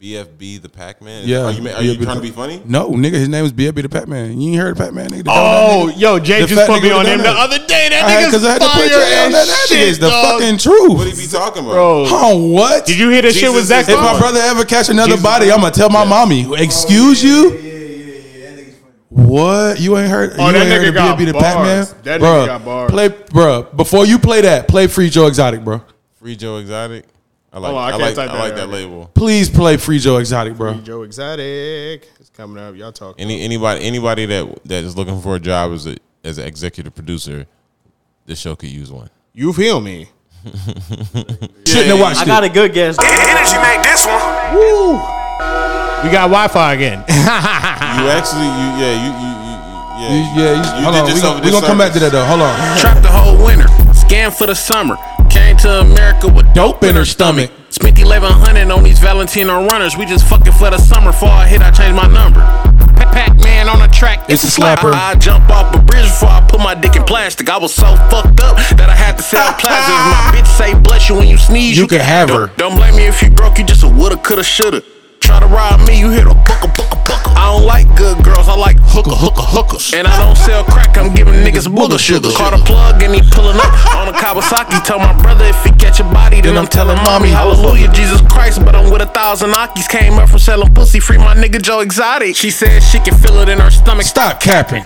Speaker 5: BFB the Pac-Man.
Speaker 2: Yeah.
Speaker 5: Are you, ma- are you
Speaker 2: BFB
Speaker 5: trying to
Speaker 2: the-
Speaker 5: be funny?
Speaker 2: No, nigga, his name was BFB the Pac Man. You ain't heard of Pac Man, nigga? The
Speaker 1: Oh,
Speaker 2: dumb nigga?
Speaker 1: yo, Jay
Speaker 2: The
Speaker 1: just
Speaker 2: fat
Speaker 1: put me
Speaker 2: nigga with
Speaker 1: on
Speaker 2: the
Speaker 1: him the
Speaker 2: donut.
Speaker 1: other day.
Speaker 2: I
Speaker 1: That
Speaker 2: had
Speaker 1: nigga's
Speaker 2: because I had to put your
Speaker 1: fire
Speaker 2: ass on that.
Speaker 1: as
Speaker 2: That
Speaker 1: shit,
Speaker 2: is the
Speaker 1: dog.
Speaker 2: fucking truth.
Speaker 5: What he be talking about?
Speaker 1: Bro,
Speaker 2: Oh, what?
Speaker 1: did you hear that shit
Speaker 5: Jesus
Speaker 1: with Zach
Speaker 5: is
Speaker 2: If my
Speaker 1: Fox?
Speaker 2: brother ever catch another
Speaker 5: Jesus.
Speaker 2: body, I'm gonna tell my mommy. Excuse you? What? You ain't heard?
Speaker 1: Oh,
Speaker 2: you
Speaker 1: that
Speaker 2: ain't
Speaker 1: nigga
Speaker 2: heard of
Speaker 1: got
Speaker 2: BFB the
Speaker 1: bars.
Speaker 2: Pac-Man?
Speaker 1: That nigga
Speaker 2: Bruh,
Speaker 1: got bars.
Speaker 2: Play, bruh. Before you play that, play Free Joe Exotic, bro.
Speaker 5: Free Joe Exotic. I like.
Speaker 1: Hold on, I
Speaker 5: I,
Speaker 1: can't
Speaker 5: like.
Speaker 1: type
Speaker 5: I like
Speaker 1: that
Speaker 5: that
Speaker 1: out.
Speaker 5: label.
Speaker 2: Please play Free Joe Exotic, bro.
Speaker 1: Joe Exotic is coming up. Y'all talking.
Speaker 5: Any anybody anybody that that is looking for a job as a as an executive producer, this show could use one.
Speaker 1: You feel me?
Speaker 2: Shouldn't have watched
Speaker 8: I
Speaker 2: it.
Speaker 8: got a good guess.
Speaker 7: Energy make this one.
Speaker 1: Woo! We got Wi Fi again.
Speaker 5: You actually, you yeah, you you,
Speaker 2: You-
Speaker 5: you yeah,
Speaker 2: yeah, you, hold on. We gonna, we gonna come back to that though. Hold on.
Speaker 15: Trapped the whole winter, scam for the summer. Came to America with dope in her stomach. Spent 1100 on these Valentino runners. We just fucking for the summer. Before I hit, I changed my number. Pac Man on the track, it's, a slapper. I jump off a bridge before I put my dick in plastic. I was so fucked up that I had to sell plastic. If my bitch say bless you when you sneeze,
Speaker 2: You can have her.
Speaker 15: Don't, don't blame me if you broke, you just a woulda, coulda, shoulda. Try to rob me, you hit a bucka, bucka, bucka. I don't like good girls, I like hooker, hooker, hooker. hookers. And I don't sell crack, I'm giving niggas booger sugar. Caught a plug and he pulling up on a Kawasaki. Tell my brother if he catch a body, then I'm telling mommy, hallelujah, Jesus Christ. But I'm with a thousand Akis. Came up from selling pussy, free my nigga Joe Exotic. She said she can feel it in her stomach. Stop capping.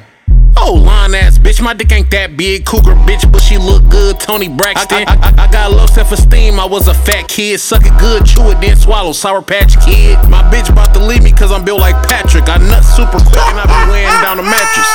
Speaker 15: Oh, line ass bitch, my dick ain't that big. Cougar bitch, but she look good. Tony Braxton. I, I, I, I got low self esteem. I was a fat kid. Suck it good, chew it, then swallow. Sour Patch Kid. My bitch about to leave me cause I'm built like Patrick. I nut super quick and I be laying down the mattress.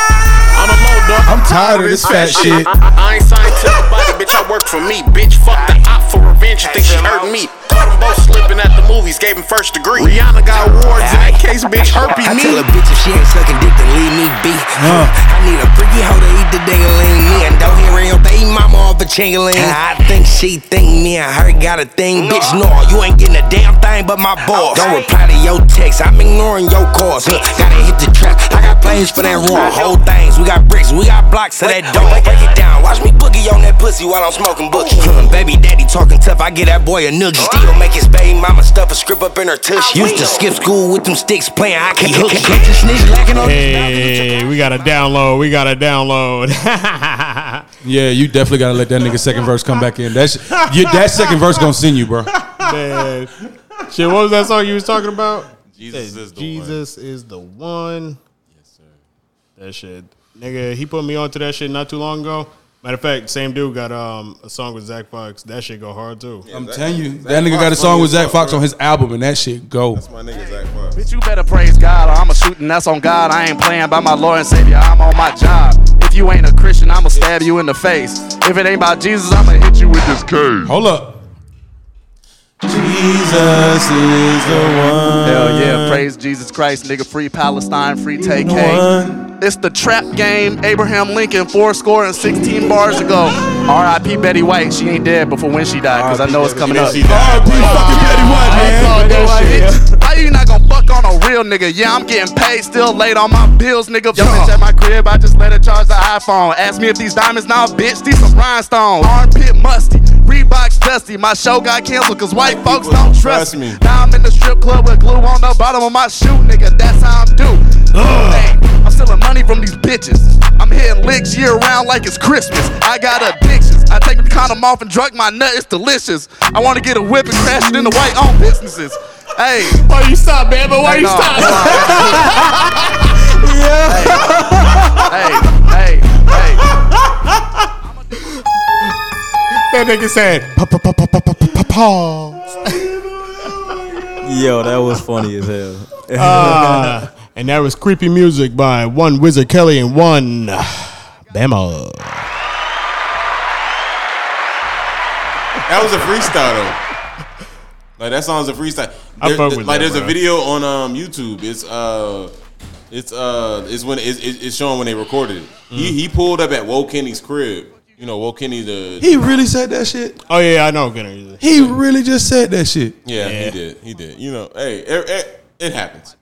Speaker 15: On the low, dog.
Speaker 2: I'm tired of this
Speaker 15: I-
Speaker 2: fat
Speaker 15: I-
Speaker 2: shit.
Speaker 15: I, I- I ain't signed to nobody, bitch. I work for me, bitch. Fuck the op for revenge. Think she hurt me. Caught them both slipping at the movies. Gave him first degree. Rihanna got awards in that case, bitch. Herpy
Speaker 16: I
Speaker 15: me.
Speaker 16: tell a bitch if she ain't sucking dick, then leave me be. I need a freaky hoe to eat the ding-a-ling me and don't hear real baby mama off a ching-a-ling. I think she think me and her got a thing, bitch. No, Oh, you ain't getting a damn thing but my boss. Don't reply to your text, I'm ignoring your calls. Look, gotta hit the trap. I got plans for that room. Whole things, we got bricks, we got blocks to that door. Break it down, watch me boogie on that pussy while I'm smoking bookie. Hmm, baby daddy talking tough, I get that boy a noogie. Still make his baby mama stuff a script up in her tush. Used to skip school with them sticks playing hockey. Hook catch a snitch lacking on
Speaker 1: Hey, we got to download. We got to download.
Speaker 2: Yeah, you definitely gotta let that nigga second verse come back in. That's you, that second verse gonna send you, bro.
Speaker 1: Man. Shit, what was that song you was talking about?
Speaker 5: Jesus is the
Speaker 1: Jesus is the one. Yes, sir. That shit. Nigga, he put me onto that shit not too long ago. Matter of fact, same dude got um a song with Zach Fox. That shit go hard too.
Speaker 2: I'm telling you, that nigga got a song with Zach Fox on his album, and that shit go.
Speaker 5: My nigga Zach Fox.
Speaker 17: Bitch, you better praise God or I'ma shoot and that's on God. I ain't playing by my Lord and Savior, I'm on my job. If you ain't a Christian, I'ma stab you in the face. If it ain't about Jesus, I'ma hit you with this cave.
Speaker 2: Hold up. Jesus is the one.
Speaker 17: Hell yeah, praise Jesus Christ, nigga. Free Palestine, free take K. It's the trap game, Abraham Lincoln, four score and 16 bars ago. R.I.P. Betty White, she ain't dead before when she died, because I know it's coming up. Dog, yo, like, bitch, How you not gonna fuck on a real nigga? Yeah, I'm getting paid, still late on my bills, nigga. Yo, bitch at my crib, I just let her charge the iPhone. Ask me if these diamonds now, bitch, these some rhinestones. Armpit musty, Reeboks dusty. My show got canceled cause white folks don't trust me. Now I'm in the strip club with glue on the bottom of my shoe, nigga. That's how I'm due. Hey, I'm stealing money from these bitches. I'm hitting licks year round like it's Christmas. I got addictions. I take the condom off and drug my nut. It's delicious. I want to get a whip and crash it into white owned businesses. Hey. Why you stop, man? But why you stop? Hey, hey, hey.
Speaker 1: That nigga said, "Pa- pa- pa- pa- pa- pa- pa- pa."
Speaker 8: Yo, that was funny as hell.
Speaker 1: Ah, and that was creepy music by one Wizard Kelly and one Bama.
Speaker 5: That was a freestyle though. Like that song's a freestyle.
Speaker 1: I
Speaker 5: There-
Speaker 1: fuck with
Speaker 5: like
Speaker 1: that,
Speaker 5: there's a
Speaker 1: bro.
Speaker 5: video on um YouTube. It's uh it's uh it's when it's, it's it's showing when they recorded it. He
Speaker 1: Mm.
Speaker 5: he pulled up at Woe Kenny's crib. You know Woe Kenny the
Speaker 2: He really said that shit.
Speaker 1: Oh yeah, I know Kenny.
Speaker 2: He really just said that shit.
Speaker 5: yeah, he did he did. You know hey it, it, it happens.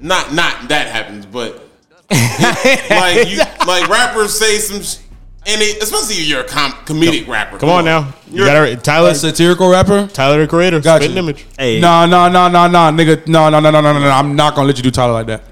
Speaker 5: Not not that happens, but like you like rappers say some sh- and they, especially if you're a com- comedic rapper.
Speaker 1: Come on now, you
Speaker 5: You're-
Speaker 1: got to Tyler,
Speaker 2: satirical rapper,
Speaker 1: Tyler the Creator,
Speaker 2: Gotcha.
Speaker 1: spitting image.
Speaker 2: Nah, nah, nah, nah, nah, nigga. Nah, nah, nah, nah, nah, nah, nah. I'm not gonna let you do Tyler like that.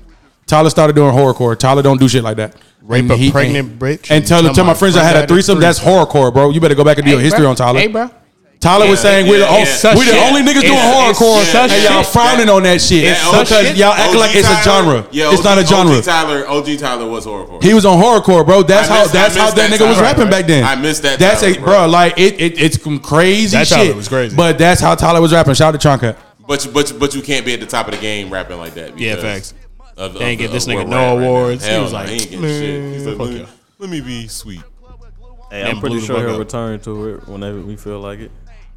Speaker 2: Tyler started doing horrorcore. Tyler don't do shit like that.
Speaker 1: Rape
Speaker 2: And
Speaker 1: a
Speaker 2: he-
Speaker 1: pregnant
Speaker 2: and,
Speaker 1: bitch
Speaker 2: And tell,
Speaker 1: and
Speaker 2: tell my
Speaker 1: somebody
Speaker 2: friends I had a
Speaker 1: pregnant
Speaker 2: threesome.
Speaker 1: three.
Speaker 2: That's horrorcore, bro. You better go back and do your history on Tyler. Tyler was saying we're the, oh, we the only niggas doing horrorcore, and y'all frowning on that shit because y'all acting like it's a genre.
Speaker 5: Yeah,
Speaker 2: it's
Speaker 5: OG
Speaker 2: not a genre.
Speaker 5: OG Tyler, OG Tyler was horrible.
Speaker 2: He was on horrorcore, bro. That's
Speaker 5: I
Speaker 2: how
Speaker 5: missed- I
Speaker 2: that's how
Speaker 5: missed
Speaker 2: that,
Speaker 5: that
Speaker 2: nigga was
Speaker 5: Tyler,
Speaker 2: rapping
Speaker 5: right?
Speaker 2: back then.
Speaker 5: I missed that
Speaker 2: That's
Speaker 5: Tyler,
Speaker 2: a bro. Like it, it it's some crazy
Speaker 5: That
Speaker 2: shit.
Speaker 5: Tyler was crazy.
Speaker 2: But that's how Tyler was rapping. Shout out to Chunka.
Speaker 5: But you, but you, but you can't be at the top of the game rapping like that.
Speaker 1: Yeah,
Speaker 5: because
Speaker 1: facts.
Speaker 5: of-
Speaker 1: They ain't
Speaker 5: of
Speaker 1: get this
Speaker 5: the-
Speaker 1: nigga
Speaker 5: where we're at
Speaker 1: no
Speaker 5: right now.
Speaker 1: awards. He
Speaker 5: Hell
Speaker 1: was
Speaker 5: no,
Speaker 1: like,
Speaker 5: he ain't getting shit. He's
Speaker 1: man,
Speaker 5: like,
Speaker 1: fuck
Speaker 5: let me,
Speaker 1: y'all.
Speaker 5: let me be sweet.
Speaker 8: Hey,
Speaker 1: And
Speaker 8: I'm pretty
Speaker 1: blew the
Speaker 8: sure
Speaker 1: fuck
Speaker 8: he'll
Speaker 1: up.
Speaker 8: return to it whenever we feel like it.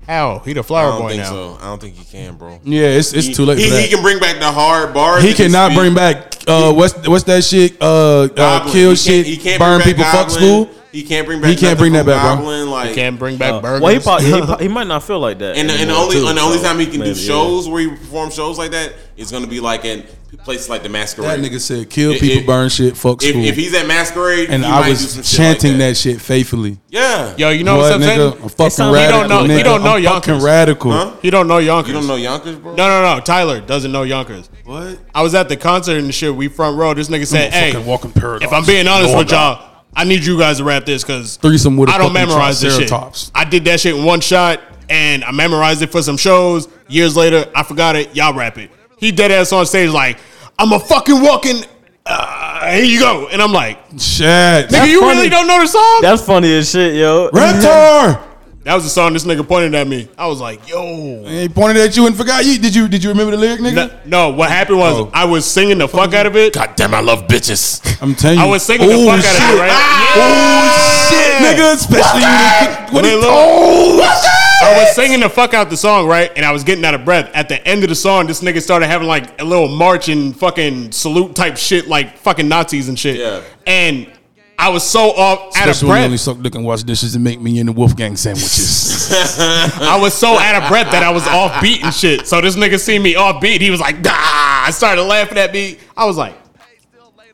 Speaker 1: How he the flower
Speaker 5: I don't
Speaker 1: boy
Speaker 5: think
Speaker 1: now?
Speaker 5: so. I don't think he can, bro.
Speaker 2: Yeah, it's it's
Speaker 5: He-
Speaker 2: too late
Speaker 5: He,
Speaker 2: for
Speaker 5: he
Speaker 2: that.
Speaker 5: can bring back the hard bars.
Speaker 2: He
Speaker 5: and the
Speaker 2: cannot
Speaker 5: speed.
Speaker 2: bring back uh what's what's that shit uh, uh
Speaker 5: Goblin.
Speaker 2: kill
Speaker 5: He can't-
Speaker 2: shit
Speaker 5: he can't
Speaker 2: burn
Speaker 5: bring back
Speaker 2: people fuck
Speaker 5: Goblin.
Speaker 2: school.
Speaker 5: He can't bring
Speaker 2: He
Speaker 5: back
Speaker 2: can't
Speaker 5: nothing
Speaker 2: bring that
Speaker 5: from
Speaker 2: back, bro.
Speaker 5: Goblin, like- He
Speaker 1: can't bring back
Speaker 8: Uh,
Speaker 1: burgers.
Speaker 8: Well, he, probably, he, prob- he might not feel like that.
Speaker 5: And the, and the
Speaker 8: anymore,
Speaker 5: only
Speaker 8: too,
Speaker 5: and the only
Speaker 8: so,
Speaker 5: time he can do
Speaker 8: maybe, yeah.
Speaker 5: shows where he perform shows like that is gonna be like at places like the Masquerade.
Speaker 2: That nigga said, "Kill
Speaker 5: If-
Speaker 2: people,
Speaker 5: if-
Speaker 2: burn shit, fuck
Speaker 5: if-
Speaker 2: school."
Speaker 5: if he's at masquerade,
Speaker 2: and
Speaker 5: he
Speaker 2: I
Speaker 5: might
Speaker 2: was
Speaker 5: do some shit
Speaker 2: chanting that. shit faithfully.
Speaker 5: Yeah.
Speaker 1: Yo, you know what, I'm saying?
Speaker 2: nigga? I'm fucking
Speaker 1: He
Speaker 2: radical.
Speaker 1: don't know.
Speaker 2: nigga.
Speaker 1: He don't know
Speaker 2: I'm
Speaker 1: Yonkers.
Speaker 2: fucking radical.
Speaker 1: He don't know Yonkers.
Speaker 5: You don't know Yonkers, bro.
Speaker 1: No, no, no. Tyler doesn't know Yonkers.
Speaker 5: What?
Speaker 1: I was at the concert and shit. We front row. This nigga said,
Speaker 2: a
Speaker 1: "Hey,
Speaker 2: fucking walking paradox.
Speaker 1: if I'm being honest
Speaker 2: Lord
Speaker 1: with y'all, I need you guys to wrap this because
Speaker 2: Threesome with a
Speaker 1: I don't
Speaker 2: fucking
Speaker 1: memorize this shit.
Speaker 2: triceratops.
Speaker 1: I did that shit in one shot and I memorized it for some shows. Years later, I forgot it. Y'all rap it. He dead ass on stage like, I'm a fucking walking. Uh, here you go, and I'm like,
Speaker 2: shit, nigga,
Speaker 8: That's
Speaker 1: you
Speaker 8: funny.
Speaker 1: really don't know the song?
Speaker 8: That's funny as shit, yo.
Speaker 2: Reptar.
Speaker 1: That was the song this nigga pointed at me. I was like, yo.
Speaker 2: And he pointed at you and forgot you. Did you did you remember the lyric, nigga? Oh.
Speaker 1: No, no, what happened was I was singing the fuck out of it. God
Speaker 5: damn, I love bitches.
Speaker 2: I'm telling
Speaker 1: I was singing the
Speaker 2: Oh,
Speaker 1: fuck out of
Speaker 2: shit.
Speaker 1: it, right?
Speaker 2: Oh shit, nigga! Especially you. What
Speaker 1: Wait,
Speaker 2: he
Speaker 1: look.
Speaker 2: told.
Speaker 1: I was singing the fuck out the song, right? And I was getting out of breath. At the end of the song, this nigga started having like a little march and fucking salute type shit, like fucking Nazis and shit. Yeah. And I was so off out of
Speaker 2: Especially when you
Speaker 1: breath.
Speaker 2: only suck dick and wash dishes and make me into Wolfgang sandwiches.
Speaker 1: I was so out of breath that I was off beat and shit. So this nigga seen me off beat. He was like, ah! I started laughing at me. I was like,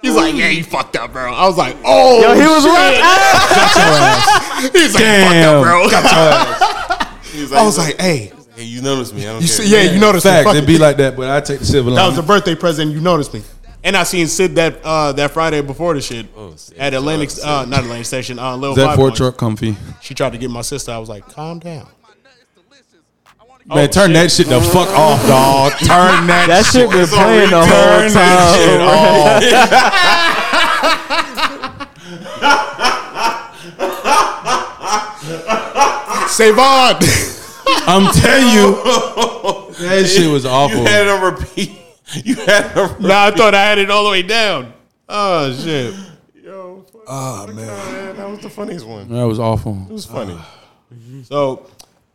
Speaker 1: he's like, yeah, you fucked up, bro. I was like, oh,
Speaker 8: Yo, he was
Speaker 1: shit.
Speaker 8: right.
Speaker 1: He's like, fucked
Speaker 2: Damn.
Speaker 1: up, bro.
Speaker 2: Got your ass.
Speaker 1: I was like, hey.
Speaker 5: Hey, you noticed me. I don't
Speaker 1: You
Speaker 5: care.
Speaker 1: see- yeah, you noticed me.
Speaker 2: Fact,
Speaker 1: Fuck
Speaker 2: it'd
Speaker 1: it.
Speaker 2: be like that, but I take the silver
Speaker 1: That was a
Speaker 2: line.
Speaker 1: birthday present. You noticed me. And I seen Sid that uh, that Friday before the shit
Speaker 2: Oh,
Speaker 1: at Atlantic, uh, not Atlantic Station, uh, Lil
Speaker 2: Is that
Speaker 1: Five
Speaker 2: Ford
Speaker 1: Points.
Speaker 2: truck comfy?
Speaker 1: She tried to get my sister. I was like, calm down. Oh,
Speaker 2: Man, turn that shit the fuck off, dog. Turn that.
Speaker 8: That shit been playing the whole
Speaker 2: Turn that shit
Speaker 8: time. bro.
Speaker 1: Savon.
Speaker 2: I'm telling you, that shit was awful.
Speaker 5: You had it on repeat. You had it on repeat.
Speaker 1: nah, I thought I had it all the way down. Oh shit.
Speaker 2: Ah,
Speaker 5: Oh man, that was the funniest one.
Speaker 2: That was awful.
Speaker 5: It was funny.
Speaker 1: So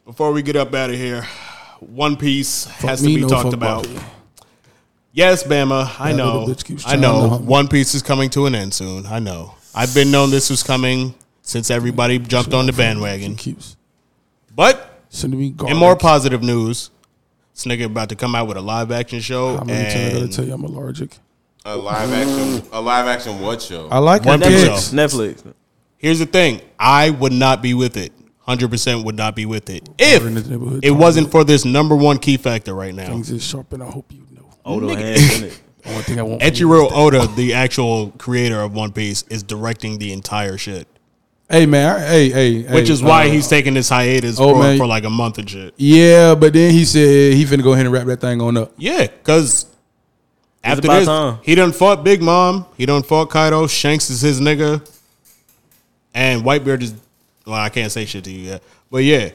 Speaker 1: before we get up out of here, One Piece has to
Speaker 2: me,
Speaker 1: be
Speaker 2: no
Speaker 1: talked
Speaker 2: fuck
Speaker 1: about.
Speaker 2: Buffy.
Speaker 1: Yes, Bama, I
Speaker 2: That little
Speaker 1: know.
Speaker 2: bitch keeps
Speaker 1: I
Speaker 2: trying to
Speaker 1: know.
Speaker 2: hump me.
Speaker 1: Oh, One Piece is coming to an end soon. I know. I've been known this was coming since everybody jumped on the bandwagon.
Speaker 2: Keeps.
Speaker 1: But
Speaker 2: Sending me
Speaker 1: in
Speaker 2: garbage.
Speaker 1: more positive news, this nigga about to come out with a live action show.
Speaker 2: How many times I gotta
Speaker 1: And
Speaker 2: tell you I'm allergic?
Speaker 5: A live action, a live action what show?
Speaker 2: I like
Speaker 1: One
Speaker 2: that
Speaker 1: Piece.
Speaker 2: picks.
Speaker 8: Netflix.
Speaker 1: here's the thing: I would not be with it. Hundred percent would not be with it
Speaker 2: We're in
Speaker 1: if
Speaker 2: this neighborhood
Speaker 1: it
Speaker 2: talking
Speaker 1: wasn't for this number one key factor right now.
Speaker 2: Things is sharp, and I hope you know.
Speaker 8: Odo
Speaker 2: Nigga.
Speaker 8: hands in it.
Speaker 2: The Only thing I want. from you is
Speaker 1: Echiro
Speaker 2: that-
Speaker 1: Oda, the actual creator of One Piece, is directing the entire shit,
Speaker 2: Hey man, I- hey hey,
Speaker 1: which
Speaker 2: hey,
Speaker 1: is why
Speaker 2: uh,
Speaker 1: he's taking this hiatus
Speaker 2: oh,
Speaker 1: for,
Speaker 2: man.
Speaker 1: for like a month and shit.
Speaker 2: Yeah, but then he said he finna go ahead and wrap that thing on up.
Speaker 1: Yeah, because after
Speaker 8: about
Speaker 1: this,
Speaker 8: time.
Speaker 1: he done fought Big Mom, he done fought Kaido, Shanks is his nigga, and Whitebeard is. Well, I can't say shit to you yet, but yeah,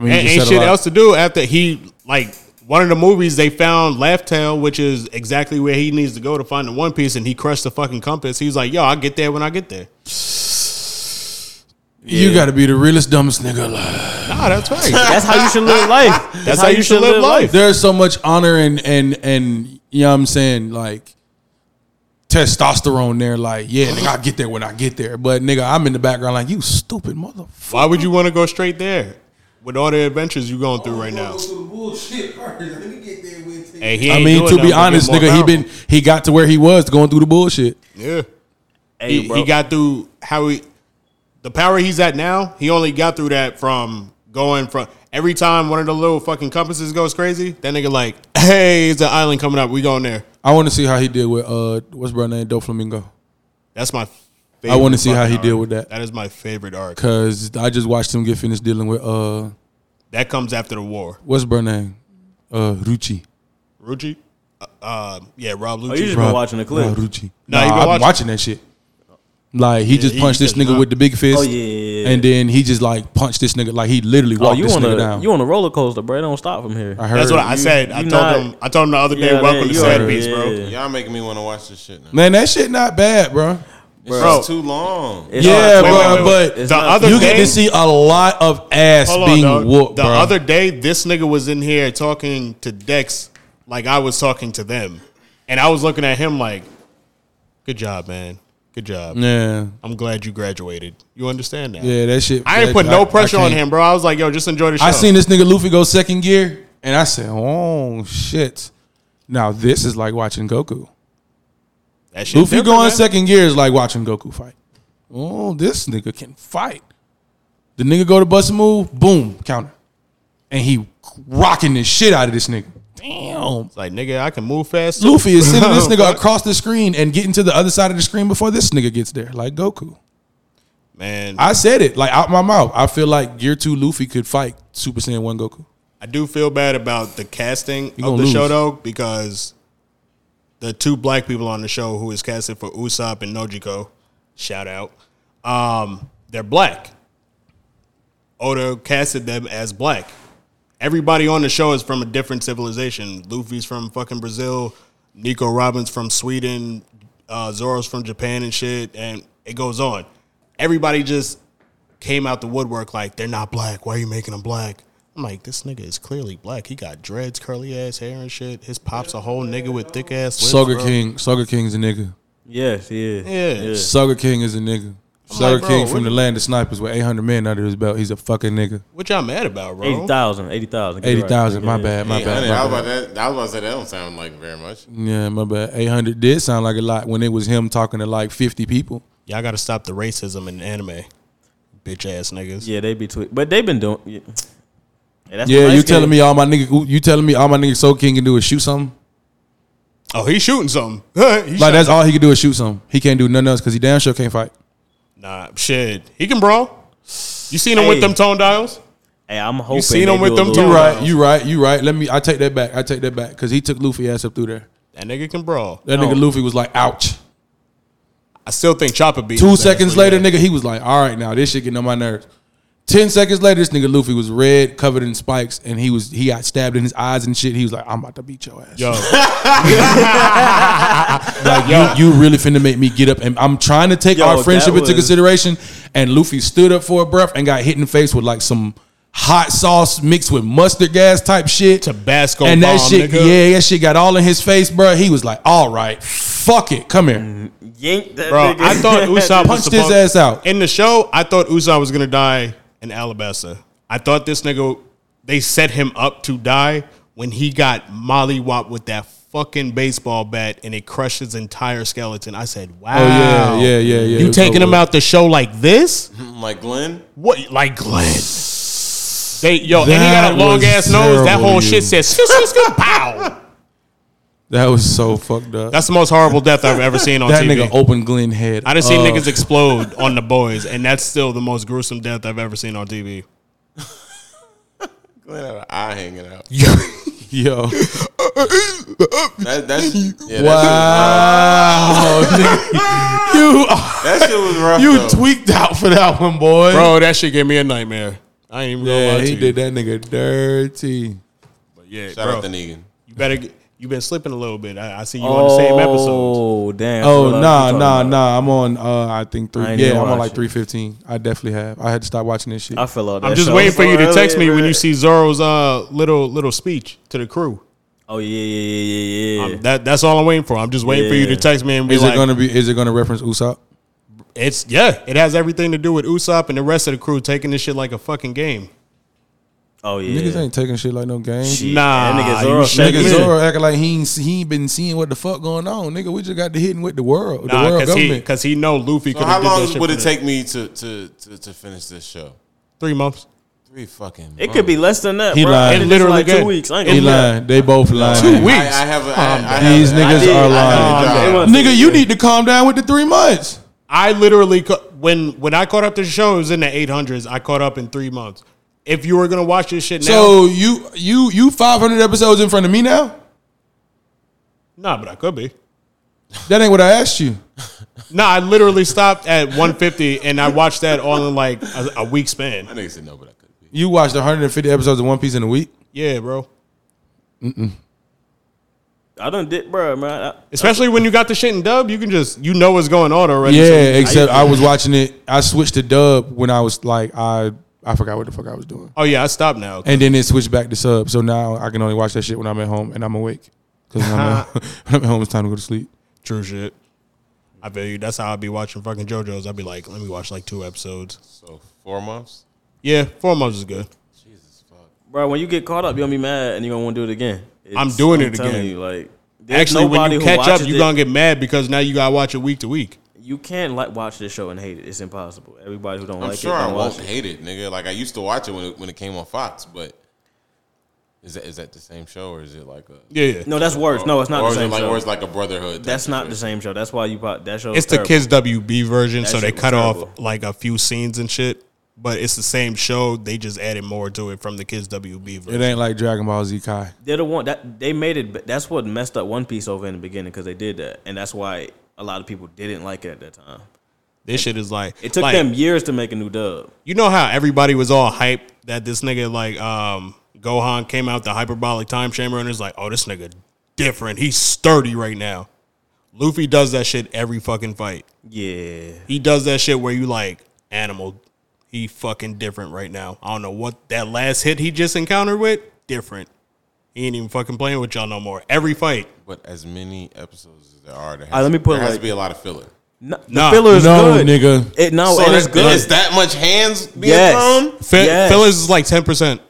Speaker 2: I mean, he just
Speaker 1: and ain't
Speaker 2: said a
Speaker 1: shit
Speaker 2: lot.
Speaker 1: else to do after he like one of the movies they found Laugh Tale, which is exactly where he needs to go to find the One Piece, and he crushed the fucking compass. He's like, "Yo, I will get there when I get there."
Speaker 2: You gotta be the realest dumbest nigga alive.
Speaker 1: Nah, that's right.
Speaker 8: That's how you should live life. That's,
Speaker 1: how you should live life.
Speaker 2: There's so much honor and and and you know what I'm saying like testosterone there. Like yeah, nigga, I get there when I get there. But nigga, I'm in the background like you stupid mother.
Speaker 1: Why would you want to go straight there with all the adventures you going through right now? Hey, he
Speaker 2: I
Speaker 1: ain't
Speaker 2: mean,
Speaker 1: doing
Speaker 2: to
Speaker 1: nothing
Speaker 2: be
Speaker 1: but
Speaker 2: honest,
Speaker 1: get more
Speaker 2: nigga, he been he got to where he was going through the bullshit.
Speaker 1: Yeah.
Speaker 8: Hey,
Speaker 1: he,
Speaker 8: bro.
Speaker 1: he got through how he the power he's at now, he only got through that from going from every time one of the little fucking compasses goes crazy, that nigga like, hey, it's an island coming up, we going there.
Speaker 2: I want to see how he did with uh what's bro name Doflamingo
Speaker 1: That's my favorite.
Speaker 2: I wanna see how
Speaker 1: fucking
Speaker 2: he deal
Speaker 1: arc.
Speaker 2: with that.
Speaker 1: That is my favorite arc.
Speaker 2: because I just watched him get finished dealing with uh
Speaker 1: That comes after the war.
Speaker 2: what's bro name uh Ruchi.
Speaker 1: Ruchi? Uh, uh, yeah, Rob Lucci.
Speaker 8: Oh, you just
Speaker 2: Bruh,
Speaker 8: been watching the clip.
Speaker 2: bruh, Rucci.
Speaker 1: Nah,
Speaker 2: Nah,
Speaker 1: you been
Speaker 2: I've
Speaker 1: watching-
Speaker 2: been watching that shit. Like he just
Speaker 1: he
Speaker 2: punched this
Speaker 1: does
Speaker 2: nigga
Speaker 1: not.
Speaker 2: with the big fist.
Speaker 8: Oh, yeah, yeah, yeah.
Speaker 2: And then he just like punched this nigga. Like he literally
Speaker 8: Oh,
Speaker 2: walked
Speaker 8: you
Speaker 2: this
Speaker 8: on
Speaker 2: nigga
Speaker 8: a
Speaker 2: down.
Speaker 8: you on a roller coaster, bro? It don't stop from here.
Speaker 2: I heard.
Speaker 1: That's what I
Speaker 8: You-
Speaker 1: said. I
Speaker 8: you
Speaker 1: told
Speaker 8: not-
Speaker 1: him. I told him the other day.
Speaker 8: Yeah,
Speaker 1: welcome
Speaker 8: yeah,
Speaker 1: to
Speaker 8: you
Speaker 1: Sad
Speaker 8: are-
Speaker 1: Beats, bro.
Speaker 8: yeah.
Speaker 5: Y'all making me want to watch this shit now.
Speaker 2: Man, that shit not bad, bro.
Speaker 5: It's
Speaker 1: Bro.
Speaker 5: just too long.
Speaker 8: It's
Speaker 2: yeah,
Speaker 8: not-
Speaker 1: wait,
Speaker 2: bro.
Speaker 1: wait, wait.
Speaker 2: But
Speaker 8: It's
Speaker 1: The
Speaker 8: not-
Speaker 1: other
Speaker 2: you get
Speaker 1: day-
Speaker 2: to see a lot of ass
Speaker 1: Hold
Speaker 2: being
Speaker 1: on, dog.
Speaker 2: whooped,
Speaker 1: The
Speaker 2: bro.
Speaker 1: other day, this nigga was in here talking to Dex like I was talking to them, and I was looking at him like, "Good job, man. Good job.
Speaker 2: yeah,
Speaker 1: I'm glad you graduated. You understand that?
Speaker 2: yeah, that shit.
Speaker 1: I ain't
Speaker 2: that-
Speaker 1: put no pressure on
Speaker 2: can't-
Speaker 1: him, bro. I was like, "Yo, just enjoy the show."
Speaker 2: I seen this nigga Luffy go second gear, and I said, "Oh shit." Now this is like watching Goku.
Speaker 1: That shit
Speaker 2: Luffy
Speaker 1: different,
Speaker 2: going
Speaker 1: man.
Speaker 2: second gear is like watching Goku fight. Oh, this nigga can fight. The nigga go to bust a move, boom, counter, and he rocking the shit out of this nigga. Damn.
Speaker 1: It's like, nigga, I can move fast. too.
Speaker 2: Luffy is sending this nigga across the screen and getting to the other side of the screen before this nigga gets there, like Goku.
Speaker 1: Man,
Speaker 2: I said it like out my mouth. I feel like Gear Two Luffy could fight Super Saiyan One Goku.
Speaker 1: I do feel bad about the casting
Speaker 2: You
Speaker 1: of
Speaker 2: gonna
Speaker 1: the show
Speaker 2: lose.
Speaker 1: though, because the two black people on the show who is casted for Usopp and Nojiko, shout out, um, they're black. Oda casted them as black. Everybody on the show is from a different civilization. Luffy's from fucking Brazil, Nico Robbins from Sweden, uh, Zoro's from Japan and shit, and it goes on. Everybody just came out the woodwork like they're not black. Why are you making them black? I'm like, this nigga is clearly black. He got dreads, curly ass hair and shit. His pops a whole nigga with thick ass. lips,
Speaker 2: Sugar
Speaker 1: bro.
Speaker 2: King, Sugar King's a nigga.
Speaker 8: Yes, he is.
Speaker 1: Yeah. Yeah.
Speaker 2: Sugar King is a nigga.
Speaker 1: I'm
Speaker 2: Sugar
Speaker 1: like, bro,
Speaker 2: King
Speaker 1: what
Speaker 2: from the land of snipers with 800 men under his belt. He's a fucking nigga.
Speaker 1: What y'all mad about, bro?
Speaker 8: 80,000, 80,000. get it right.
Speaker 2: 80,000, my
Speaker 8: Yeah.
Speaker 2: bad, my
Speaker 5: Yeah,
Speaker 2: bad.
Speaker 5: I,
Speaker 2: my
Speaker 5: I was
Speaker 2: bad.
Speaker 5: about that, I was about to say that don't sound like very much.
Speaker 2: Yeah, my bad. 800 did sound like a lot when it was him talking to like 50 people.
Speaker 1: Y'all got to stop the racism in anime, bitch ass niggas.
Speaker 8: Yeah, they be twi- but they've been doing. Yeah, Yeah, that's
Speaker 2: yeah,
Speaker 8: what
Speaker 2: you
Speaker 8: light-skinned-
Speaker 2: telling me all my nigga, you telling me all my nigga Soul King can do is shoot something?
Speaker 1: Oh, he's shooting something. He shot-
Speaker 2: like that's all he can do is shoot something. He can't do nothing else because he damn sure can't fight.
Speaker 1: Nah, shit. He can brawl. You seen him with
Speaker 8: Hey.
Speaker 1: them tone dials?
Speaker 8: Hey, I'm hoping.
Speaker 1: You seen
Speaker 8: they
Speaker 1: him with
Speaker 8: do a
Speaker 1: them
Speaker 8: little-
Speaker 1: tone
Speaker 2: You right,
Speaker 1: dials?
Speaker 2: you right, you right. Let me. I take that back. I take that back because he took Luffy ass up through there.
Speaker 1: That nigga can brawl.
Speaker 2: That nigga Luffy was like, ouch.
Speaker 1: I still think Chopper beat. his
Speaker 2: Two
Speaker 1: ass,
Speaker 2: seconds
Speaker 1: but
Speaker 2: later, nigga, he was like, all right, now this shit getting on my nerves. Ten seconds later, this nigga Luffy was red, covered in spikes, and he was he got stabbed in his eyes and shit. He was like, I'm about to beat your ass.
Speaker 1: Yo.
Speaker 2: Oh, like you, you really finna make me get up, and I'm trying to take
Speaker 8: Yo,
Speaker 2: our friendship
Speaker 8: that
Speaker 2: into
Speaker 8: was-
Speaker 2: consideration. And Luffy stood up for a breath and got hit in the face with like some hot sauce mixed with mustard gas type shit.
Speaker 1: Tabasco
Speaker 2: and that
Speaker 1: bomb,
Speaker 2: shit,
Speaker 1: nigga.
Speaker 2: yeah, that shit got all in his face, bro. He was like, all right, fuck it, come here.
Speaker 1: Mm-hmm.
Speaker 8: Yank that
Speaker 1: Bro,
Speaker 8: nigga.
Speaker 1: I thought Usopp was
Speaker 2: Punched his
Speaker 1: supposed-
Speaker 2: ass out.
Speaker 1: in the show. I thought Usopp was gonna die in Alabasta. I thought this nigga. They set him up to die when he got mollywop with that fucking baseball bat and it crushed his entire skeleton. I said, "Wow,
Speaker 2: Oh, yeah, yeah, yeah, yeah.
Speaker 1: You
Speaker 2: It
Speaker 1: taking him
Speaker 2: was-
Speaker 1: out the show like this?
Speaker 5: Like Glenn,
Speaker 1: What like Glenn? They yo, and he
Speaker 2: That
Speaker 1: got a long
Speaker 2: was
Speaker 1: ass nose. That
Speaker 2: terrible
Speaker 1: whole
Speaker 2: to
Speaker 1: shit
Speaker 2: you.
Speaker 1: says "Skr, skr, skr, pow.
Speaker 2: That was so fucked up.
Speaker 1: That's the most horrible death I've ever seen on
Speaker 2: that
Speaker 1: TV.
Speaker 2: nigga opened Glenn head. Uh.
Speaker 1: I done seen
Speaker 2: up.
Speaker 1: niggas explode on the boys, and that's still the most gruesome death I've ever seen on TV.
Speaker 5: Glenn had an eye hanging out.
Speaker 2: Yo.
Speaker 5: That, that's yeah,
Speaker 2: wow. nigga. you
Speaker 5: That shit was rough.
Speaker 2: you
Speaker 5: though.
Speaker 2: tweaked out for that one, boy.
Speaker 1: Bro, that shit gave me a nightmare. I ain't even gonna
Speaker 2: yeah,
Speaker 1: lie to
Speaker 2: he
Speaker 1: you.
Speaker 2: did that nigga dirty.
Speaker 1: But yeah,
Speaker 5: Shout
Speaker 1: bro,
Speaker 5: out to Negan.
Speaker 1: You better. Get, you been slipping a little bit. I, I see you on the same episode.
Speaker 8: Oh damn!
Speaker 2: Oh
Speaker 8: Well, I
Speaker 2: nah
Speaker 8: was
Speaker 2: nah
Speaker 8: talking
Speaker 2: nah! I'm on. uh I think three.
Speaker 8: I ain't
Speaker 2: yeah,
Speaker 8: even
Speaker 2: I'm on
Speaker 8: watch
Speaker 2: like
Speaker 8: it.
Speaker 2: three fifteen. I definitely have. I had to stop watching this shit.
Speaker 8: I fell off that
Speaker 1: I'm just
Speaker 8: show
Speaker 1: waiting for
Speaker 8: so
Speaker 1: you to text
Speaker 8: early,
Speaker 1: me when
Speaker 8: bruh.
Speaker 1: you see Zoro's uh little little speech to the crew.
Speaker 8: Oh yeah yeah yeah yeah yeah.
Speaker 1: I'm- that that's all I'm waiting for. I'm just waiting for you to
Speaker 8: Yeah.
Speaker 1: text me and be
Speaker 2: Is
Speaker 1: like,
Speaker 2: it gonna be? Is it gonna reference Usopp?
Speaker 1: It's yeah, it has everything to do with Usopp and the rest of the crew taking this shit like a fucking game.
Speaker 8: oh
Speaker 2: Niggas
Speaker 8: yeah.
Speaker 2: ain't taking shit like no game.
Speaker 8: Shit,
Speaker 1: Nah,
Speaker 8: that nigga
Speaker 1: you
Speaker 8: Zoro
Speaker 1: should-
Speaker 8: shut
Speaker 2: Nigga
Speaker 8: me
Speaker 2: Zoro acting like he ain't, he ain't been seeing what the fuck going on. Nigga, we just got to hitting with the world, the
Speaker 1: Nah,
Speaker 2: world
Speaker 1: because he
Speaker 2: government.
Speaker 1: because he know Luffy
Speaker 5: So
Speaker 1: could
Speaker 5: how
Speaker 1: have did that
Speaker 5: long
Speaker 1: shit.
Speaker 5: would
Speaker 1: for
Speaker 5: it
Speaker 1: them.
Speaker 5: take me to to to, to finish this show?
Speaker 1: Three months.
Speaker 5: Three fucking.
Speaker 8: It could be less than that.
Speaker 2: He
Speaker 8: bruh.
Speaker 2: lying.
Speaker 8: It's
Speaker 1: It literally
Speaker 8: like
Speaker 1: good.
Speaker 8: two weeks. I ain't
Speaker 2: he
Speaker 8: gonna lie.
Speaker 2: lying. They both lying.
Speaker 1: Two
Speaker 5: I,
Speaker 1: weeks.
Speaker 5: I have a. I, I
Speaker 2: These
Speaker 5: have a-
Speaker 2: niggas
Speaker 8: did.
Speaker 2: are
Speaker 8: I
Speaker 2: lying.
Speaker 5: did.
Speaker 8: They must-
Speaker 2: Nigga, you need to calm down with the three months.
Speaker 1: I literally ca- when when I caught up to the show, it was in the eight hundreds. I caught up in three months. If you were gonna watch this shit now,
Speaker 2: So you you you five hundred episodes in front of me now?
Speaker 1: nah, but I could be.
Speaker 2: That ain't what I asked you.
Speaker 1: Nah, I literally stopped at one fifty and I watched that all in like a, a week
Speaker 5: That
Speaker 1: span.
Speaker 5: nigga said no, but I could. be.
Speaker 2: You watched 150 episodes of One Piece in a week.
Speaker 1: Yeah, bro.
Speaker 8: I done did, bro, man. I,
Speaker 1: Especially when you got the shit in dub, you can just you know what's going on already.
Speaker 2: Yeah,
Speaker 1: so you-
Speaker 2: except I was watching it. I switched to dub when I was like I I forgot what the fuck I was doing,
Speaker 1: oh yeah, I stopped now.
Speaker 2: and then it switched back to sub. So now I can only watch that shit when I'm at home and I'm awake. Because when, I'm at- when I'm at home, it's time to go to sleep.
Speaker 1: True shit. I feel you. That's how I'd be watching fucking JoJo's. I'd be like, let me watch like two episodes.
Speaker 5: So four months.
Speaker 1: Yeah, four months is good.
Speaker 8: bro, when you get caught up, you're gonna be mad and you're gonna want to do it again.
Speaker 1: I'm
Speaker 8: It's-
Speaker 1: doing
Speaker 8: I'm
Speaker 1: it
Speaker 8: telling
Speaker 1: again.
Speaker 8: you, like, there's
Speaker 1: actually, when
Speaker 8: nobody
Speaker 1: you
Speaker 8: who
Speaker 1: catch up,
Speaker 8: watches
Speaker 1: you're
Speaker 8: it-
Speaker 1: gonna get mad because now you gotta watch it week to week.
Speaker 8: You can't like watch this show and hate it. It's impossible. Everybody who don't
Speaker 5: I'm
Speaker 8: like
Speaker 5: sure
Speaker 8: it,
Speaker 5: I
Speaker 8: don't watch
Speaker 5: won't hate it, nigga. Like I used to watch it when it, when it came on Fox, but is that is that the same show or is it like a
Speaker 1: Yeah, yeah.
Speaker 8: No, that's worse. No, it's not
Speaker 5: Or
Speaker 8: the
Speaker 5: is it
Speaker 8: same
Speaker 5: like-
Speaker 8: show.
Speaker 5: or it's like a brotherhood type
Speaker 8: That's not the same show. That's why you probably, that show.
Speaker 1: It's the kids WB version, so they cut
Speaker 8: off.
Speaker 1: off like a few scenes and shit. But it's the same show. They just added more to it from the kids WB version.
Speaker 2: It ain't like Dragon Ball Z Kai.
Speaker 8: They're the one that they made it. but That's what messed up One Piece over in the beginning because they did that, and that's why a lot of people didn't like it at that time.
Speaker 1: This shit is like
Speaker 8: It took
Speaker 1: like-
Speaker 8: them years to make a new dub.
Speaker 1: You know how everybody was all hyped that this nigga like um Gohan came out the hyperbolic time chamber and it's like, oh, this nigga different. He's sturdy right now. Luffy does that shit every fucking fight.
Speaker 8: Yeah.
Speaker 1: He does that shit where you like animal. He fucking different right now. I don't know what that last hit he just encountered with, different. He ain't even fucking playing with y'all no more. Every fight.
Speaker 5: But as many episodes as there are, there has,
Speaker 1: Alright, let me put
Speaker 5: there
Speaker 1: it
Speaker 5: has
Speaker 1: like-
Speaker 5: to be a lot of filler.
Speaker 8: No,
Speaker 1: the Nah. filler is No, good. nigga.
Speaker 8: It, no,
Speaker 5: so
Speaker 8: and
Speaker 5: there's-
Speaker 8: it's good.
Speaker 5: It's that much hands being
Speaker 8: Yes.
Speaker 5: thrown.
Speaker 1: Fi- Fillers is like 10%.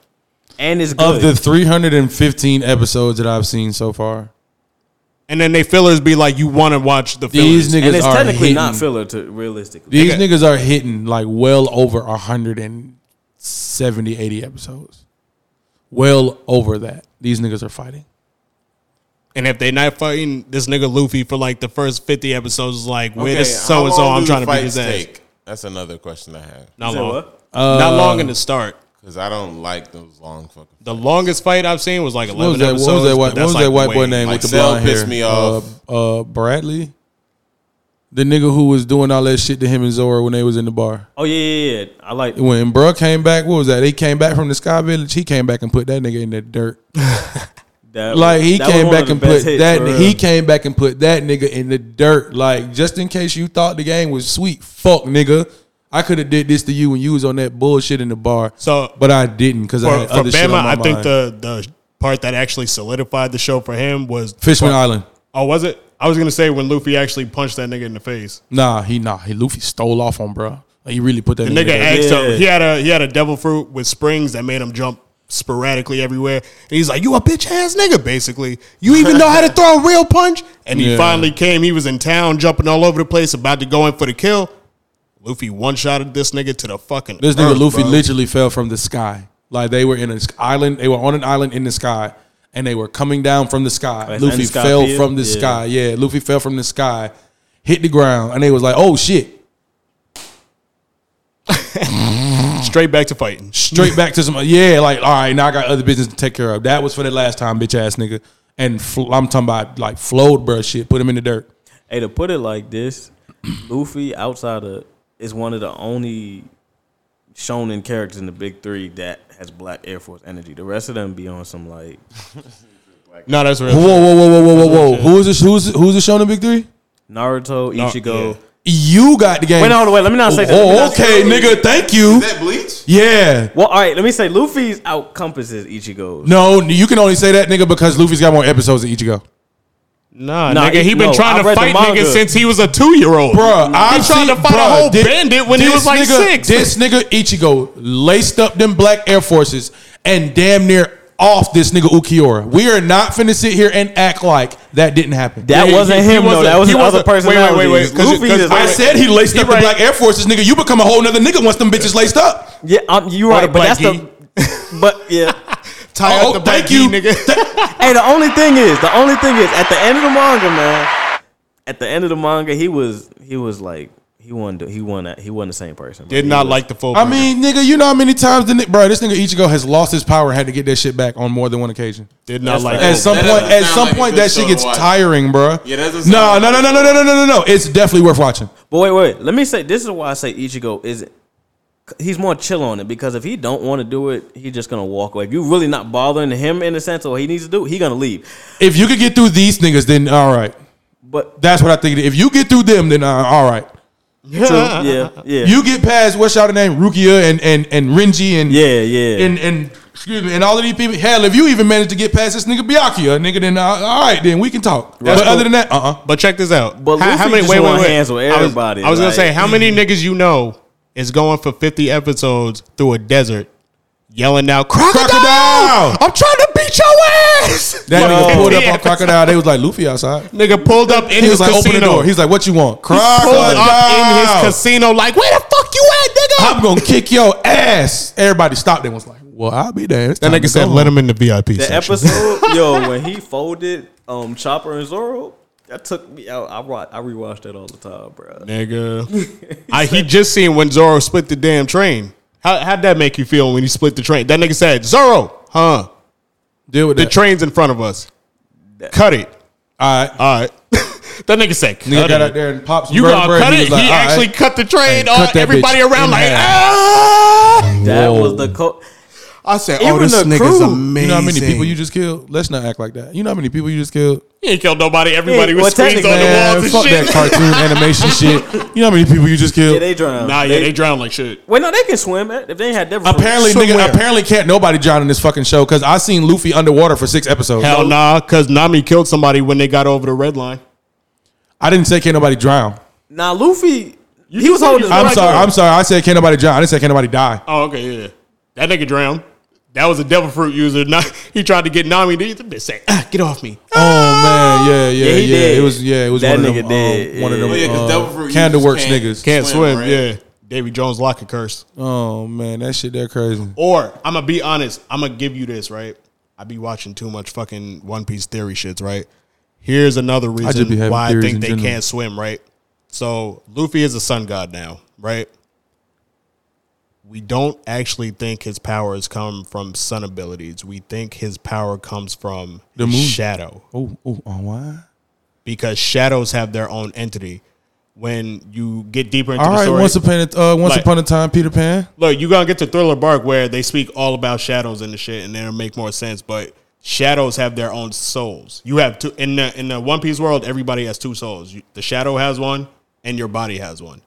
Speaker 8: And it's
Speaker 2: Of the 315 episodes that I've seen so far,
Speaker 1: And then they fillers be like, you want to watch the fillers.
Speaker 2: These niggas
Speaker 8: and it's
Speaker 2: are
Speaker 8: technically not
Speaker 2: hitting.
Speaker 8: filler to realistically.
Speaker 2: these niggas are hitting like well over 170, 80 episodes. Well over that. These niggas are fighting.
Speaker 1: And if they not fighting this nigga Luffy for like the first 50 episodes, is like, where this
Speaker 5: how
Speaker 1: so and so,
Speaker 5: long
Speaker 1: I'm
Speaker 5: do
Speaker 1: trying to
Speaker 5: the
Speaker 1: beat his
Speaker 5: fights
Speaker 1: ass.
Speaker 5: take? That's another question I have.
Speaker 1: Not long. not long in the start.
Speaker 5: because I don't like those long fucking.
Speaker 1: The longest fight I've seen was like 11
Speaker 2: What was that? What
Speaker 1: episodes.
Speaker 2: was that white,
Speaker 1: but
Speaker 2: what
Speaker 1: that's,
Speaker 2: was that
Speaker 1: like,
Speaker 2: white boy
Speaker 1: way-
Speaker 2: name
Speaker 1: like,
Speaker 2: with the
Speaker 1: Cell
Speaker 2: blonde
Speaker 1: pissed
Speaker 2: hair?
Speaker 1: me
Speaker 2: Uh,
Speaker 1: off.
Speaker 2: Uh, Bradley, the nigga who was doing all that shit to him and Zora when they was in the bar.
Speaker 8: Oh yeah, yeah, yeah. I like
Speaker 2: When Bruh came back, what was that? They came back from the Sky Village. He came back and put that nigga in the dirt.
Speaker 8: That-
Speaker 2: like he
Speaker 8: that was
Speaker 2: came
Speaker 8: one of
Speaker 2: back
Speaker 8: the
Speaker 2: and
Speaker 8: best
Speaker 2: put
Speaker 8: hits,
Speaker 2: that.
Speaker 8: for
Speaker 2: He
Speaker 8: real.
Speaker 2: came back and put that nigga in the dirt. Like just in case you thought the game was sweet, fuck nigga. I could have did this to you when you was on that bullshit in the bar.
Speaker 1: So,
Speaker 2: but I didn't because I
Speaker 1: For,
Speaker 2: had
Speaker 1: for
Speaker 2: other shit on
Speaker 1: Bama,
Speaker 2: my
Speaker 1: I think
Speaker 2: mind.
Speaker 1: the, the part that actually solidified the show for him was
Speaker 2: Fishman Island.
Speaker 1: Oh, was it? I was going to say when Luffy actually punched that nigga in the face.
Speaker 2: Nah, he nah. He Luffy stole off on bruh. Like, he really put that.
Speaker 1: The
Speaker 2: in
Speaker 1: nigga
Speaker 2: there.
Speaker 1: asked him. He had a he had a devil fruit with springs that made him jump sporadically everywhere. And he's like, "You a bitch ass nigga, basically. You even know how to throw a real punch." And he
Speaker 2: Yeah.
Speaker 1: finally came. He was in town, jumping all over the place, about to go in for the kill. Luffy one shotted this nigga to the fucking.
Speaker 2: This nigga
Speaker 1: earth,
Speaker 2: Luffy
Speaker 1: bro.
Speaker 2: literally fell from the sky. Like they were in an island. They were on an island in the sky, and they were coming down from the sky.
Speaker 8: Like
Speaker 2: Luffy
Speaker 8: Sky
Speaker 2: fell
Speaker 8: Pier?
Speaker 2: from the
Speaker 8: Yeah.
Speaker 2: sky. Yeah, Luffy fell from the sky, hit the ground, and they was like, "Oh shit!"
Speaker 1: straight back to fighting.
Speaker 2: Straight back to some. Yeah, like all right, now I got other business to take care of. That was for the last time, bitch ass nigga. And fl- I'm talking about like flowed bruh shit. Put him in the dirt.
Speaker 8: Hey, to put it like this, Luffy outside of is one of the only shonen characters in the big three that has black Air Force energy. The rest of them be on some like.
Speaker 1: No, that's real.
Speaker 2: Whoa, whoa, whoa, whow, whoa, whoa, whoa,
Speaker 8: That's real
Speaker 2: whoa.
Speaker 8: shit.
Speaker 2: Who's this? Who's who's the Shonen Big Three?
Speaker 8: Naruto,
Speaker 2: No,
Speaker 8: Ichigo.
Speaker 2: You got the game.
Speaker 8: Wait, hold on, wait, let me not say that. Let me
Speaker 2: Oh,
Speaker 8: not say
Speaker 2: okay,
Speaker 8: that.
Speaker 2: nigga. Thank you. Yeah.
Speaker 8: Well, all right. Let me say Luffy's outcompasses Ichigo.
Speaker 2: No, you can only say that nigga because Luffy's got more episodes than Ichigo.
Speaker 1: Nah,
Speaker 8: Nah,
Speaker 1: nigga, he
Speaker 8: it-
Speaker 1: been
Speaker 8: no, I
Speaker 1: trying to
Speaker 8: read the
Speaker 1: fight
Speaker 8: manga.
Speaker 1: niggas since he was a two year old.
Speaker 2: Bruh,
Speaker 1: he
Speaker 2: I've
Speaker 1: tried
Speaker 2: seen-
Speaker 1: to fight a
Speaker 2: bruh,
Speaker 1: whole
Speaker 2: thi-
Speaker 1: bandit when he
Speaker 2: this
Speaker 1: was like
Speaker 2: nigga-
Speaker 1: six.
Speaker 2: This nigga Ichigo laced up them black Air Forces and damn near off this nigga Ukiura. We are not finna sit here and act like that didn't happen.
Speaker 8: That
Speaker 2: Yeah,
Speaker 8: wasn't
Speaker 2: he- he
Speaker 8: him though.
Speaker 2: wasn't-
Speaker 8: That was
Speaker 2: he
Speaker 8: another
Speaker 2: wasn't-
Speaker 8: person.
Speaker 2: Wait, wait, wait. 'cause- 'cause I said he laced up the black Air Forces, nigga. You become a whole nother nigga once them bitches laced up.
Speaker 8: Yeah, um, you
Speaker 2: right,
Speaker 8: but that's the- But yeah.
Speaker 1: Tie
Speaker 8: oh, thank you,
Speaker 1: nigga.
Speaker 8: hey, the only thing is, the only thing is, at the end of the manga, man. At the end of the manga, he was he was like he won he won he wasn't the same person. bro.
Speaker 1: Did
Speaker 8: He
Speaker 1: not
Speaker 8: was-
Speaker 1: like the full.
Speaker 2: I mean, nigga, you know how many times the ni- bro, this nigga Ichigo has lost his power and had to get that shit back on more than one occasion.
Speaker 1: Did not That's like
Speaker 2: at
Speaker 1: it.
Speaker 2: some
Speaker 1: That
Speaker 2: point.
Speaker 1: doesn't
Speaker 2: At
Speaker 1: sound
Speaker 2: some
Speaker 1: like a
Speaker 2: point,
Speaker 1: good
Speaker 2: that shit
Speaker 1: show to
Speaker 2: gets
Speaker 1: watch.
Speaker 2: tiring, bro.
Speaker 5: Yeah, that doesn't
Speaker 2: no,
Speaker 5: sound
Speaker 2: no, no, no, no, no, no, no, no, no. It's definitely worth watching.
Speaker 8: But wait, wait. Let me say this is why I say Ichigo is he's more chill on it because if he don't want to do it, he's just gonna walk away. If you really not bothering him in a sense of what he needs to do, he gonna leave.
Speaker 2: If you could get through these niggas, then all right.
Speaker 8: But
Speaker 2: that's what I think. If you get through them, then uh, all right.
Speaker 8: True. Yeah, yeah.
Speaker 2: You get past what's y'all name, Rukia and and and Renji and
Speaker 8: yeah, yeah,
Speaker 2: and and excuse me, and all of these people. Hell, if you even manage to get past this nigga Byakuya, nigga, then uh, all right, then we can talk.
Speaker 1: That's
Speaker 2: But
Speaker 1: cool.
Speaker 2: other than that, uh, uh
Speaker 1: But check this out.
Speaker 2: But Luffy just want hands with
Speaker 1: I was-
Speaker 2: everybody,
Speaker 1: I was,
Speaker 2: like-
Speaker 1: gonna say, how many niggas you know is going for fifty episodes through a desert, yelling out crocodile? I'm trying to beat Get your ass!
Speaker 2: That nigga
Speaker 1: Yo.
Speaker 2: pulled up on Crocodile. They was like, Luffy outside.
Speaker 1: Nigga pulled up in
Speaker 2: he
Speaker 1: his
Speaker 2: was like, open the
Speaker 1: casino.
Speaker 2: door. He's like, what you want?
Speaker 1: He pulled up in his casino, like, where the fuck you at, nigga?
Speaker 2: I'm going to kick your ass. Everybody stopped and was like, well, I'll be there. It's
Speaker 1: That
Speaker 2: time
Speaker 1: nigga
Speaker 2: to
Speaker 1: said,
Speaker 2: go.
Speaker 1: let him in the VIP
Speaker 8: The
Speaker 1: section.
Speaker 8: episode, yo, when he folded um Chopper and Zoro, that took me out. I wa- I rewatched that all the time, bro.
Speaker 1: nigga. I, he just seen when Zorro split the damn train. How, how'd that make you feel when you split the train? That nigga said, Zorro, huh?
Speaker 2: Deal with
Speaker 1: the train's in front of us. Cut it.
Speaker 2: All right,
Speaker 1: all right. that nigga said, cut
Speaker 2: Nigga got
Speaker 1: it.
Speaker 2: out there and popped some
Speaker 1: You gotta
Speaker 2: vertebrae.
Speaker 1: cut
Speaker 2: was
Speaker 1: it.
Speaker 2: like,
Speaker 1: he
Speaker 2: "All right."
Speaker 1: actually cut the train
Speaker 2: And
Speaker 1: on
Speaker 2: cut that bitch
Speaker 1: everybody around,
Speaker 2: in
Speaker 1: like,
Speaker 2: half.
Speaker 1: ah!
Speaker 8: That
Speaker 2: Whoa.
Speaker 8: was the co-
Speaker 1: I said,
Speaker 2: Oh,
Speaker 8: Even the crew.
Speaker 2: You know how many
Speaker 1: amazing.
Speaker 2: people you just killed? Let's not act like that. You know how many people you just killed?
Speaker 1: He ain't killed nobody. Everybody
Speaker 8: Yeah,
Speaker 1: was
Speaker 8: well,
Speaker 1: squeezed on the
Speaker 8: technically-
Speaker 1: walls
Speaker 2: Man,
Speaker 1: and
Speaker 2: fuck that
Speaker 1: shit.
Speaker 2: cartoon animation shit. You know how many people you just killed?
Speaker 8: Yeah, they drowned.
Speaker 1: Nah, yeah, they drowned like shit.
Speaker 8: Wait, no, they can swim. eh? If they ain't had that,
Speaker 2: Apparently, nigga, apparently can't nobody drown in this fucking show because I seen Luffy underwater for six episodes.
Speaker 1: Hell nah, because Nami killed somebody when they got over the red line.
Speaker 2: I didn't say can't nobody drown.
Speaker 8: Now Luffy, he was holding. his
Speaker 2: I'm
Speaker 8: right
Speaker 1: uh,
Speaker 2: sorry.
Speaker 8: arm.
Speaker 2: I'm sorry. I said can't nobody drown. I didn't say can't nobody die.
Speaker 1: Oh, okay, yeah. That nigga drowned. That was a devil fruit user. Not, he tried to get Nami. The bitch said, ah, "Get off me!"
Speaker 2: Oh man, yeah, yeah,
Speaker 1: Yeah,
Speaker 2: yeah.
Speaker 1: he did.
Speaker 2: It was yeah, it was
Speaker 1: That
Speaker 2: one of
Speaker 1: nigga
Speaker 2: them.
Speaker 1: did,
Speaker 2: um, One of
Speaker 1: yeah.
Speaker 2: them.
Speaker 1: Oh, yeah, 'cause
Speaker 2: um,
Speaker 1: devil fruit
Speaker 2: Candleworks
Speaker 1: users can't-
Speaker 2: niggas
Speaker 1: can't swim, swim, right? yeah. Davy Jones locker curse.
Speaker 2: Oh man, that shit there crazy.
Speaker 1: Mm. Or I'm gonna be honest. I'm gonna give you this right. I be watching too much fucking One Piece theory shits. Right. Here's another
Speaker 2: I just be
Speaker 1: reason
Speaker 2: having
Speaker 1: why I
Speaker 2: theories
Speaker 1: think
Speaker 2: in
Speaker 1: they
Speaker 2: general.
Speaker 1: can't swim. Right. So Luffy is a sun god now. Right. We don't actually think his powers come from sun abilities. We think his power comes from
Speaker 2: The moon.
Speaker 1: shadow.
Speaker 2: Oh, oh, oh, why?
Speaker 1: because shadows have their own entity. When you get deeper into
Speaker 2: All
Speaker 1: the
Speaker 2: right,
Speaker 1: story,
Speaker 2: once upon a uh, once
Speaker 1: Like-
Speaker 2: upon a time, Peter Pan.
Speaker 1: look, you're gonna get to Thriller Bark where they speak all about shadows and the shit, and it'll make more sense. But shadows have their own souls. You have two in the in the One Piece world. Everybody has two souls. You, the shadow has one, and your body has one.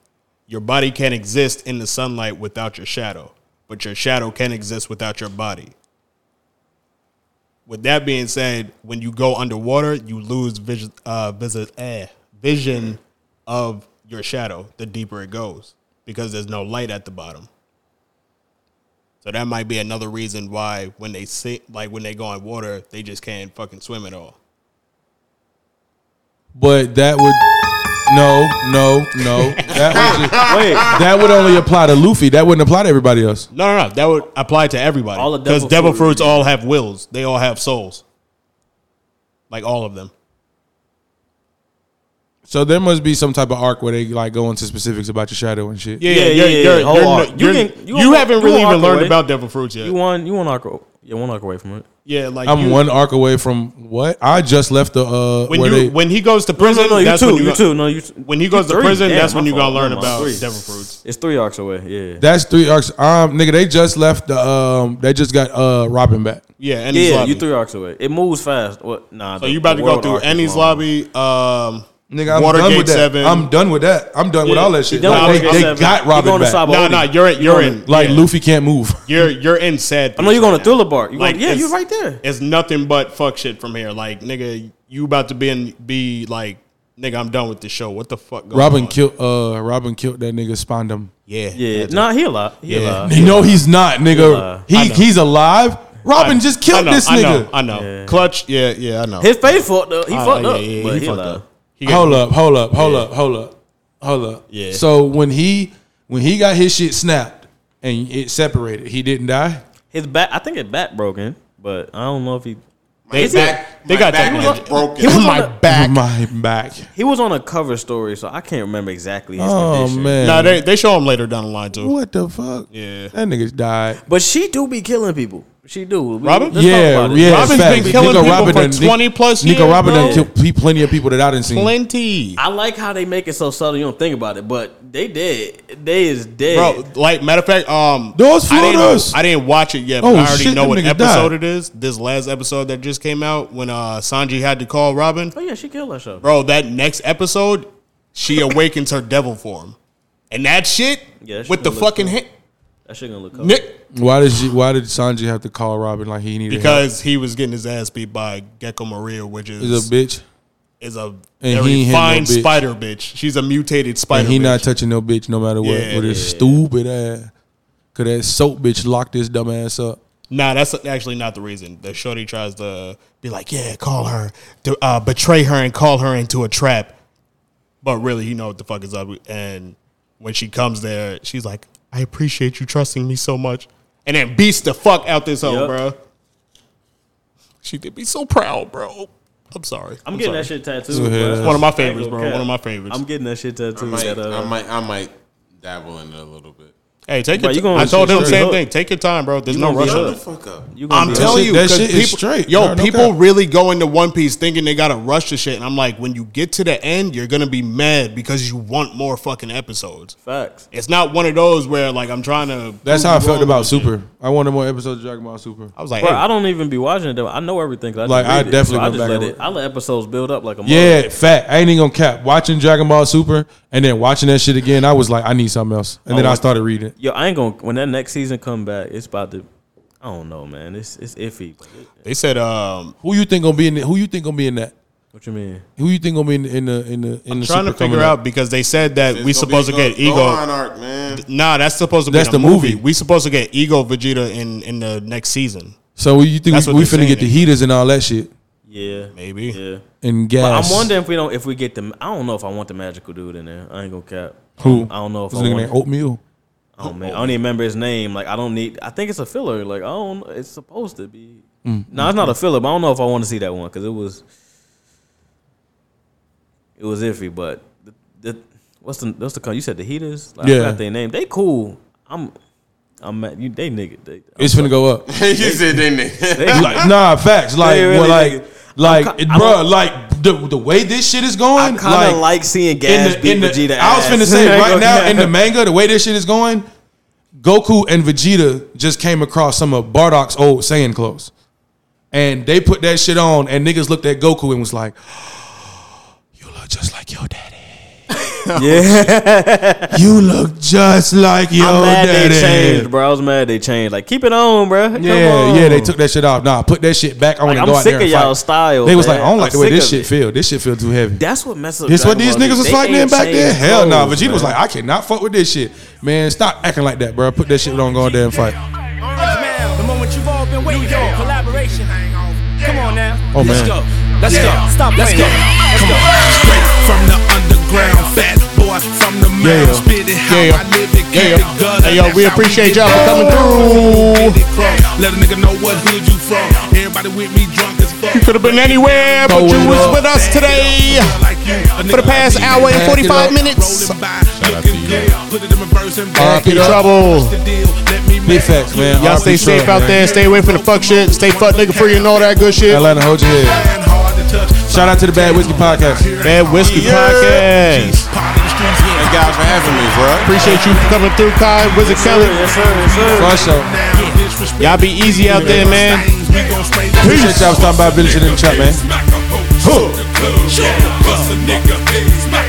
Speaker 1: Your body can't exist in the sunlight without your shadow, but your shadow can exist without your body. With that being said, when you go underwater, you lose vision, uh, visit, eh, vision of your shadow the deeper it goes because there's no light at the bottom. So that might be another reason why when they sit, like when they go in water, they just can't fucking swim at all.
Speaker 2: But that would no, no, no. That would just, that would only apply to Luffy. That wouldn't apply to everybody else.
Speaker 1: No, no, no. That would apply to everybody.
Speaker 8: All the
Speaker 1: Because
Speaker 8: devil
Speaker 1: devil
Speaker 8: fruit-
Speaker 1: fruits all have wills. They all have souls. Like all of them.
Speaker 2: So there must be some type of arc where they like go into specifics about your shadow and shit.
Speaker 1: Yeah, yeah, yeah. You're,
Speaker 8: whole
Speaker 1: you're
Speaker 8: arc.
Speaker 1: no- you're- you
Speaker 8: can- one-
Speaker 1: haven't
Speaker 8: you
Speaker 1: really
Speaker 8: one
Speaker 1: even
Speaker 8: arc
Speaker 1: learned
Speaker 8: away.
Speaker 1: about devil fruits yet.
Speaker 8: You won. You won arc. a- Yeah, one arc away from it.
Speaker 1: yeah, like
Speaker 2: I'm
Speaker 1: you-
Speaker 2: one arc away from what? I just left the uh
Speaker 1: When
Speaker 2: where
Speaker 1: you
Speaker 2: they,
Speaker 1: when he goes to
Speaker 8: No,
Speaker 1: prison,
Speaker 8: no, no, you
Speaker 1: that's
Speaker 8: two,
Speaker 1: when you,
Speaker 8: you
Speaker 1: go-
Speaker 8: two, no, you-
Speaker 1: when he
Speaker 8: you
Speaker 1: goes to
Speaker 8: three.
Speaker 1: prison,
Speaker 8: Damn,
Speaker 1: that's when
Speaker 8: my
Speaker 1: you gonna
Speaker 8: fault.
Speaker 1: learn
Speaker 8: I'm
Speaker 1: about
Speaker 8: three.
Speaker 1: devil fruits.
Speaker 8: It's three arcs away. Yeah.
Speaker 2: that's three arcs. Um nigga, they just left the um they just got uh Robin back.
Speaker 1: Yeah, and
Speaker 8: yeah,
Speaker 1: lobby.
Speaker 8: you three arcs away. It moves fast. What? Nah.
Speaker 1: So you about to go through Annie's lobby, um,
Speaker 2: Nigga, I'm
Speaker 1: Watergate
Speaker 2: done with that.
Speaker 1: seven.
Speaker 2: I'm done with that. I'm done with
Speaker 1: Yeah.
Speaker 2: all that shit.
Speaker 1: You done
Speaker 2: Like,
Speaker 1: with
Speaker 2: they
Speaker 1: Watergate
Speaker 2: they
Speaker 1: seven.
Speaker 2: got
Speaker 1: You
Speaker 2: Robin
Speaker 1: going to
Speaker 2: back.
Speaker 1: Sabaody. Nah, nah, you're in- you're in.
Speaker 2: Like
Speaker 1: Yeah.
Speaker 2: Luffy can't move.
Speaker 1: You're you're in sad.
Speaker 8: I know you're
Speaker 1: peace
Speaker 8: going
Speaker 1: right
Speaker 8: to Thriller Bark. You going- yeah,
Speaker 1: it's-
Speaker 8: you're right there.
Speaker 1: It's nothing but fuck shit from here. Like nigga, you about to be in, be like nigga. I'm done with this show. What the fuck? Going
Speaker 2: Robin
Speaker 1: on?
Speaker 2: killed uh Robin killed that nigga Spondum.
Speaker 1: Yeah.
Speaker 8: Yeah. Nah, he alive. He alive.
Speaker 2: You know he's not, nigga.
Speaker 8: He
Speaker 2: He,
Speaker 8: alive.
Speaker 2: he's alive.
Speaker 1: I
Speaker 2: Robin
Speaker 1: know,
Speaker 2: just killed
Speaker 1: I know,
Speaker 2: this
Speaker 1: I
Speaker 2: nigga.
Speaker 1: know, I know. Clutch. Yeah, yeah. I know.
Speaker 8: His face fucked up. He
Speaker 1: Oh,
Speaker 8: fucked
Speaker 1: yeah,
Speaker 8: up.
Speaker 1: yeah,
Speaker 8: but
Speaker 1: he
Speaker 8: he,
Speaker 1: fucked
Speaker 8: alive.
Speaker 1: He got-
Speaker 2: hold up, hold up, hold up, hold up, hold up.
Speaker 1: Yeah.
Speaker 2: So when he when he got his shit snapped and it separated, he didn't die.
Speaker 8: His back. I think his back broken, but I don't know if he.
Speaker 1: They-
Speaker 8: Is he-
Speaker 1: back- they got that nigga broken.
Speaker 8: He was,
Speaker 1: My
Speaker 8: on a,
Speaker 1: back.
Speaker 2: My back.
Speaker 8: he was on a cover story, so I can't remember exactly his
Speaker 2: Oh,
Speaker 8: condition.
Speaker 2: man.
Speaker 1: Nah, they they show him later down the line too.
Speaker 2: What the fuck?
Speaker 1: Yeah.
Speaker 2: That nigga's died.
Speaker 8: But she do be killing people. She do. We-
Speaker 1: Robin?
Speaker 8: let's
Speaker 2: yeah,
Speaker 8: talk about it.
Speaker 2: yeah.
Speaker 1: Robin's
Speaker 2: facts.
Speaker 1: been killing people for
Speaker 2: done- Nick-
Speaker 1: 20 plus
Speaker 2: Nico
Speaker 1: years,
Speaker 2: Robin
Speaker 1: bro.
Speaker 2: done killed pe- plenty of people that I didn't see.
Speaker 1: Plenty.
Speaker 8: I like how they make it so subtle. You don't think about it, but they dead. They is dead.
Speaker 1: Bro, like matter of fact, um,
Speaker 2: Those
Speaker 1: I didn't,
Speaker 2: photos.
Speaker 1: I didn't watch it yet,
Speaker 2: Oh,
Speaker 1: but I already
Speaker 2: shit,
Speaker 1: know
Speaker 2: them
Speaker 1: what
Speaker 2: niggas
Speaker 1: episode
Speaker 2: died.
Speaker 1: it is. This last episode that just came out when uh Sanji had to call Robin,
Speaker 8: oh yeah, she killed herself.
Speaker 1: bro. That next episode, she awakens her devil form, and that shit
Speaker 8: Yeah, that
Speaker 1: with
Speaker 8: shit gonna
Speaker 1: the
Speaker 8: look
Speaker 1: fucking
Speaker 8: cool.
Speaker 1: hit
Speaker 8: That shit gonna look. cold.
Speaker 1: Nick
Speaker 2: Why did she, Why did Sanji have to call Robin like he needed? help?
Speaker 1: because he was getting his ass beat by Gecko Maria, which is
Speaker 2: he's a bitch
Speaker 1: is a
Speaker 2: And
Speaker 1: very
Speaker 2: he ain't hit no
Speaker 1: fine
Speaker 2: bitch.
Speaker 1: spider bitch. She's a mutated spider.
Speaker 2: and he
Speaker 1: bitch.
Speaker 2: not touching no bitch no matter what
Speaker 1: Yeah,
Speaker 2: with his stupid ass. Cause that soap bitch locked his dumb ass up.
Speaker 1: Nah, that's actually not the reason. The shorty tries to be like, yeah, call her, to, uh, betray her, and call her into a trap. But really, you know what the fuck is up. And when she comes there, she's like, I appreciate you trusting me so much. And then beats the fuck out this hoe,
Speaker 8: Yup.
Speaker 1: bro. She did be so proud, bro. I'm sorry.
Speaker 8: I'm, getting
Speaker 1: sorry.
Speaker 8: that shit tattooed.
Speaker 1: It's
Speaker 8: bro.
Speaker 1: One of my
Speaker 8: Ain't
Speaker 1: favorites,
Speaker 8: no
Speaker 1: bro.
Speaker 8: cap.
Speaker 1: One of my favorites.
Speaker 8: I'm getting that shit
Speaker 5: I
Speaker 8: tattooed.
Speaker 5: might,
Speaker 8: that, uh,
Speaker 5: I might, I might dabble in it a little bit.
Speaker 1: Hey, take
Speaker 8: Bro,
Speaker 1: your
Speaker 8: you
Speaker 1: time.
Speaker 8: gonna-
Speaker 1: I told him
Speaker 8: Sure.
Speaker 1: same
Speaker 8: Look.
Speaker 1: thing. Take your time, bro. There's
Speaker 8: You
Speaker 1: no
Speaker 8: gonna be
Speaker 1: rush. up.
Speaker 8: up. Shut the fuck up. You gonna
Speaker 1: I'm
Speaker 8: be
Speaker 1: telling
Speaker 8: up.
Speaker 1: you,
Speaker 8: That
Speaker 1: 'cause
Speaker 8: shit is
Speaker 1: people,
Speaker 8: straight.
Speaker 1: Yo,
Speaker 8: No, no
Speaker 1: people
Speaker 8: cap.
Speaker 1: really go into One Piece thinking they gotta rush the shit, and I'm like, when you get to the end, you're gonna be mad because you want more fucking episodes.
Speaker 8: Facts.
Speaker 1: It's not one of those where like I'm trying to.
Speaker 2: That's
Speaker 1: prove
Speaker 2: how I
Speaker 1: you
Speaker 2: felt
Speaker 1: wrong.
Speaker 2: about Super. I wanted more episodes of Dragon Ball Super.
Speaker 1: I was like,
Speaker 8: Bro, I don't even be watching it. Though. I know everything. 'cause I
Speaker 2: Like,
Speaker 8: just
Speaker 2: I
Speaker 8: read it.
Speaker 2: definitely
Speaker 8: So I
Speaker 2: went
Speaker 8: just
Speaker 2: back
Speaker 8: let
Speaker 2: and
Speaker 8: it. I let episodes build up like a
Speaker 2: yeah, fat. I ain't even gonna cap. Watching Dragon Ball Super and then watching that shit again, I was like, I need something else. And then
Speaker 8: Oh,
Speaker 2: I started reading.
Speaker 8: Yo, I ain't gonna. When that next season come back, it's about to. I don't know, man. It's it's iffy.
Speaker 1: They said, um,
Speaker 2: Who you think gonna be in? The, who you think gonna be in that?
Speaker 8: What you mean?
Speaker 2: Who you think gonna be in, in the in the? In
Speaker 1: I'm
Speaker 2: the
Speaker 1: trying
Speaker 2: Super
Speaker 1: to figure
Speaker 2: coming up?
Speaker 1: out because they said that
Speaker 2: It's
Speaker 1: we
Speaker 2: gonna
Speaker 1: supposed
Speaker 2: be
Speaker 1: to get
Speaker 2: Go-
Speaker 1: ego.
Speaker 2: Gohan
Speaker 5: arc, man.
Speaker 1: Nah, that's supposed to be
Speaker 2: That's
Speaker 1: in a
Speaker 2: the movie.
Speaker 1: We supposed to get ego Vegeta in in the next season.
Speaker 2: So you think
Speaker 1: That's
Speaker 2: we,
Speaker 1: what
Speaker 2: we
Speaker 1: they're
Speaker 2: finna get the
Speaker 1: saying.
Speaker 2: heaters and all that shit?
Speaker 8: Yeah,
Speaker 1: maybe.
Speaker 8: Yeah,
Speaker 2: And
Speaker 8: But I'm
Speaker 2: gas.
Speaker 8: wondering if we don't. If we get the. I don't know if I want the magical dude in there. I ain't gonna cap.
Speaker 2: Who?
Speaker 8: I don't know if
Speaker 2: This
Speaker 8: I
Speaker 2: nigga
Speaker 8: want
Speaker 2: named Oatmeal?
Speaker 8: Oh man, I don't even remember his name. Like I don't need. I think it's a filler. Like I don't. It's supposed to be.
Speaker 2: Mm,
Speaker 8: no, it's not a filler. But I don't know if I want to see that one because it was. It was iffy, but the, the what's the what's the con- you said the heaters? Like, I
Speaker 2: Yeah.
Speaker 8: forgot their name. They cool. I'm. I'm mad. You they nigga. They, I'm
Speaker 2: It's finna
Speaker 8: sorry.
Speaker 2: go up.
Speaker 5: You said they nigga.
Speaker 2: Like, nah, facts. Like,
Speaker 8: They really
Speaker 2: well,
Speaker 8: nigga.
Speaker 2: like, like,
Speaker 8: I'm ki-
Speaker 2: it-
Speaker 8: I
Speaker 2: bruh,
Speaker 8: don't-
Speaker 2: like the the way this shit is going.
Speaker 8: I kinda like seeing Gas beat Vegeta
Speaker 2: I was finna
Speaker 8: ass.
Speaker 2: say
Speaker 8: I ain't
Speaker 2: right
Speaker 8: gonna
Speaker 2: now
Speaker 8: cap.
Speaker 2: in the manga, the way this shit is going, Goku and Vegeta just came across some of Bardock's old Saiyan clothes, and they put that shit on, and niggas looked at Goku and was like, "You look just like your daddy."
Speaker 8: Yeah.
Speaker 2: you look just like your
Speaker 8: I'm mad
Speaker 2: daddy.
Speaker 8: they changed, bro. I was mad they changed. Like keep it on, bro. Come
Speaker 2: Yeah,
Speaker 8: on.
Speaker 2: yeah, they took that shit off. Nah, put that shit back on
Speaker 8: Oh. Like,
Speaker 2: and
Speaker 8: I'm
Speaker 2: go out
Speaker 8: sick
Speaker 2: there and
Speaker 8: of y'all
Speaker 2: fight.
Speaker 8: style,
Speaker 2: They was like,
Speaker 8: man.
Speaker 2: I don't
Speaker 8: I'm
Speaker 2: like the way this shit
Speaker 8: sick
Speaker 2: feel. This shit feel too heavy.
Speaker 8: That's what messes up.
Speaker 2: This what
Speaker 8: Dragon
Speaker 2: these
Speaker 8: Ball Z.
Speaker 2: niggas was
Speaker 8: They
Speaker 2: fighting in
Speaker 8: ain't
Speaker 2: back then.
Speaker 8: changed
Speaker 2: Hell no. Nah.
Speaker 8: clothes,
Speaker 2: Vegeta was
Speaker 8: man.
Speaker 2: like, I cannot fuck with this shit, man. Stop acting like that, bro. Put that shit on, go out there and fight.
Speaker 18: The moment you've all been waiting for. Collaboration. Come on now.
Speaker 2: Oh,
Speaker 18: Let's
Speaker 2: man.
Speaker 18: go. Let's go. Stop. Let's go.
Speaker 19: Come on. Straight from the underground, fat boy from the mound. Spit it how I live it, keep it gutter.
Speaker 1: Hey yo, we
Speaker 19: That's how
Speaker 1: appreciate
Speaker 19: get
Speaker 1: y'all for
Speaker 19: down.
Speaker 1: coming through.
Speaker 19: Let a nigga know what hood you from. Everybody with me drunk as fuck.
Speaker 1: You could have been anywhere, but you was with us today for the past hour and 45 minutes. RP trouble.
Speaker 2: Big facts, man.
Speaker 1: Y'all
Speaker 2: RP
Speaker 1: stay
Speaker 2: Trump,
Speaker 1: safe out
Speaker 2: man.
Speaker 1: there. Stay away from the fuck shit. Stay fuck nigga free and all that good shit.
Speaker 2: Atlanta, hold your head. Shout out to the Bad Whiskey Podcast.
Speaker 1: Bad Whiskey Podcast.
Speaker 5: Thank God for having me, bro.
Speaker 1: Appreciate you for coming through, Kai Wizard Kelly. Y'all be easy out there, man.
Speaker 2: Appreciate y'all for stopping by, visiting in the chat, man.
Speaker 19: Bust a nigga, smack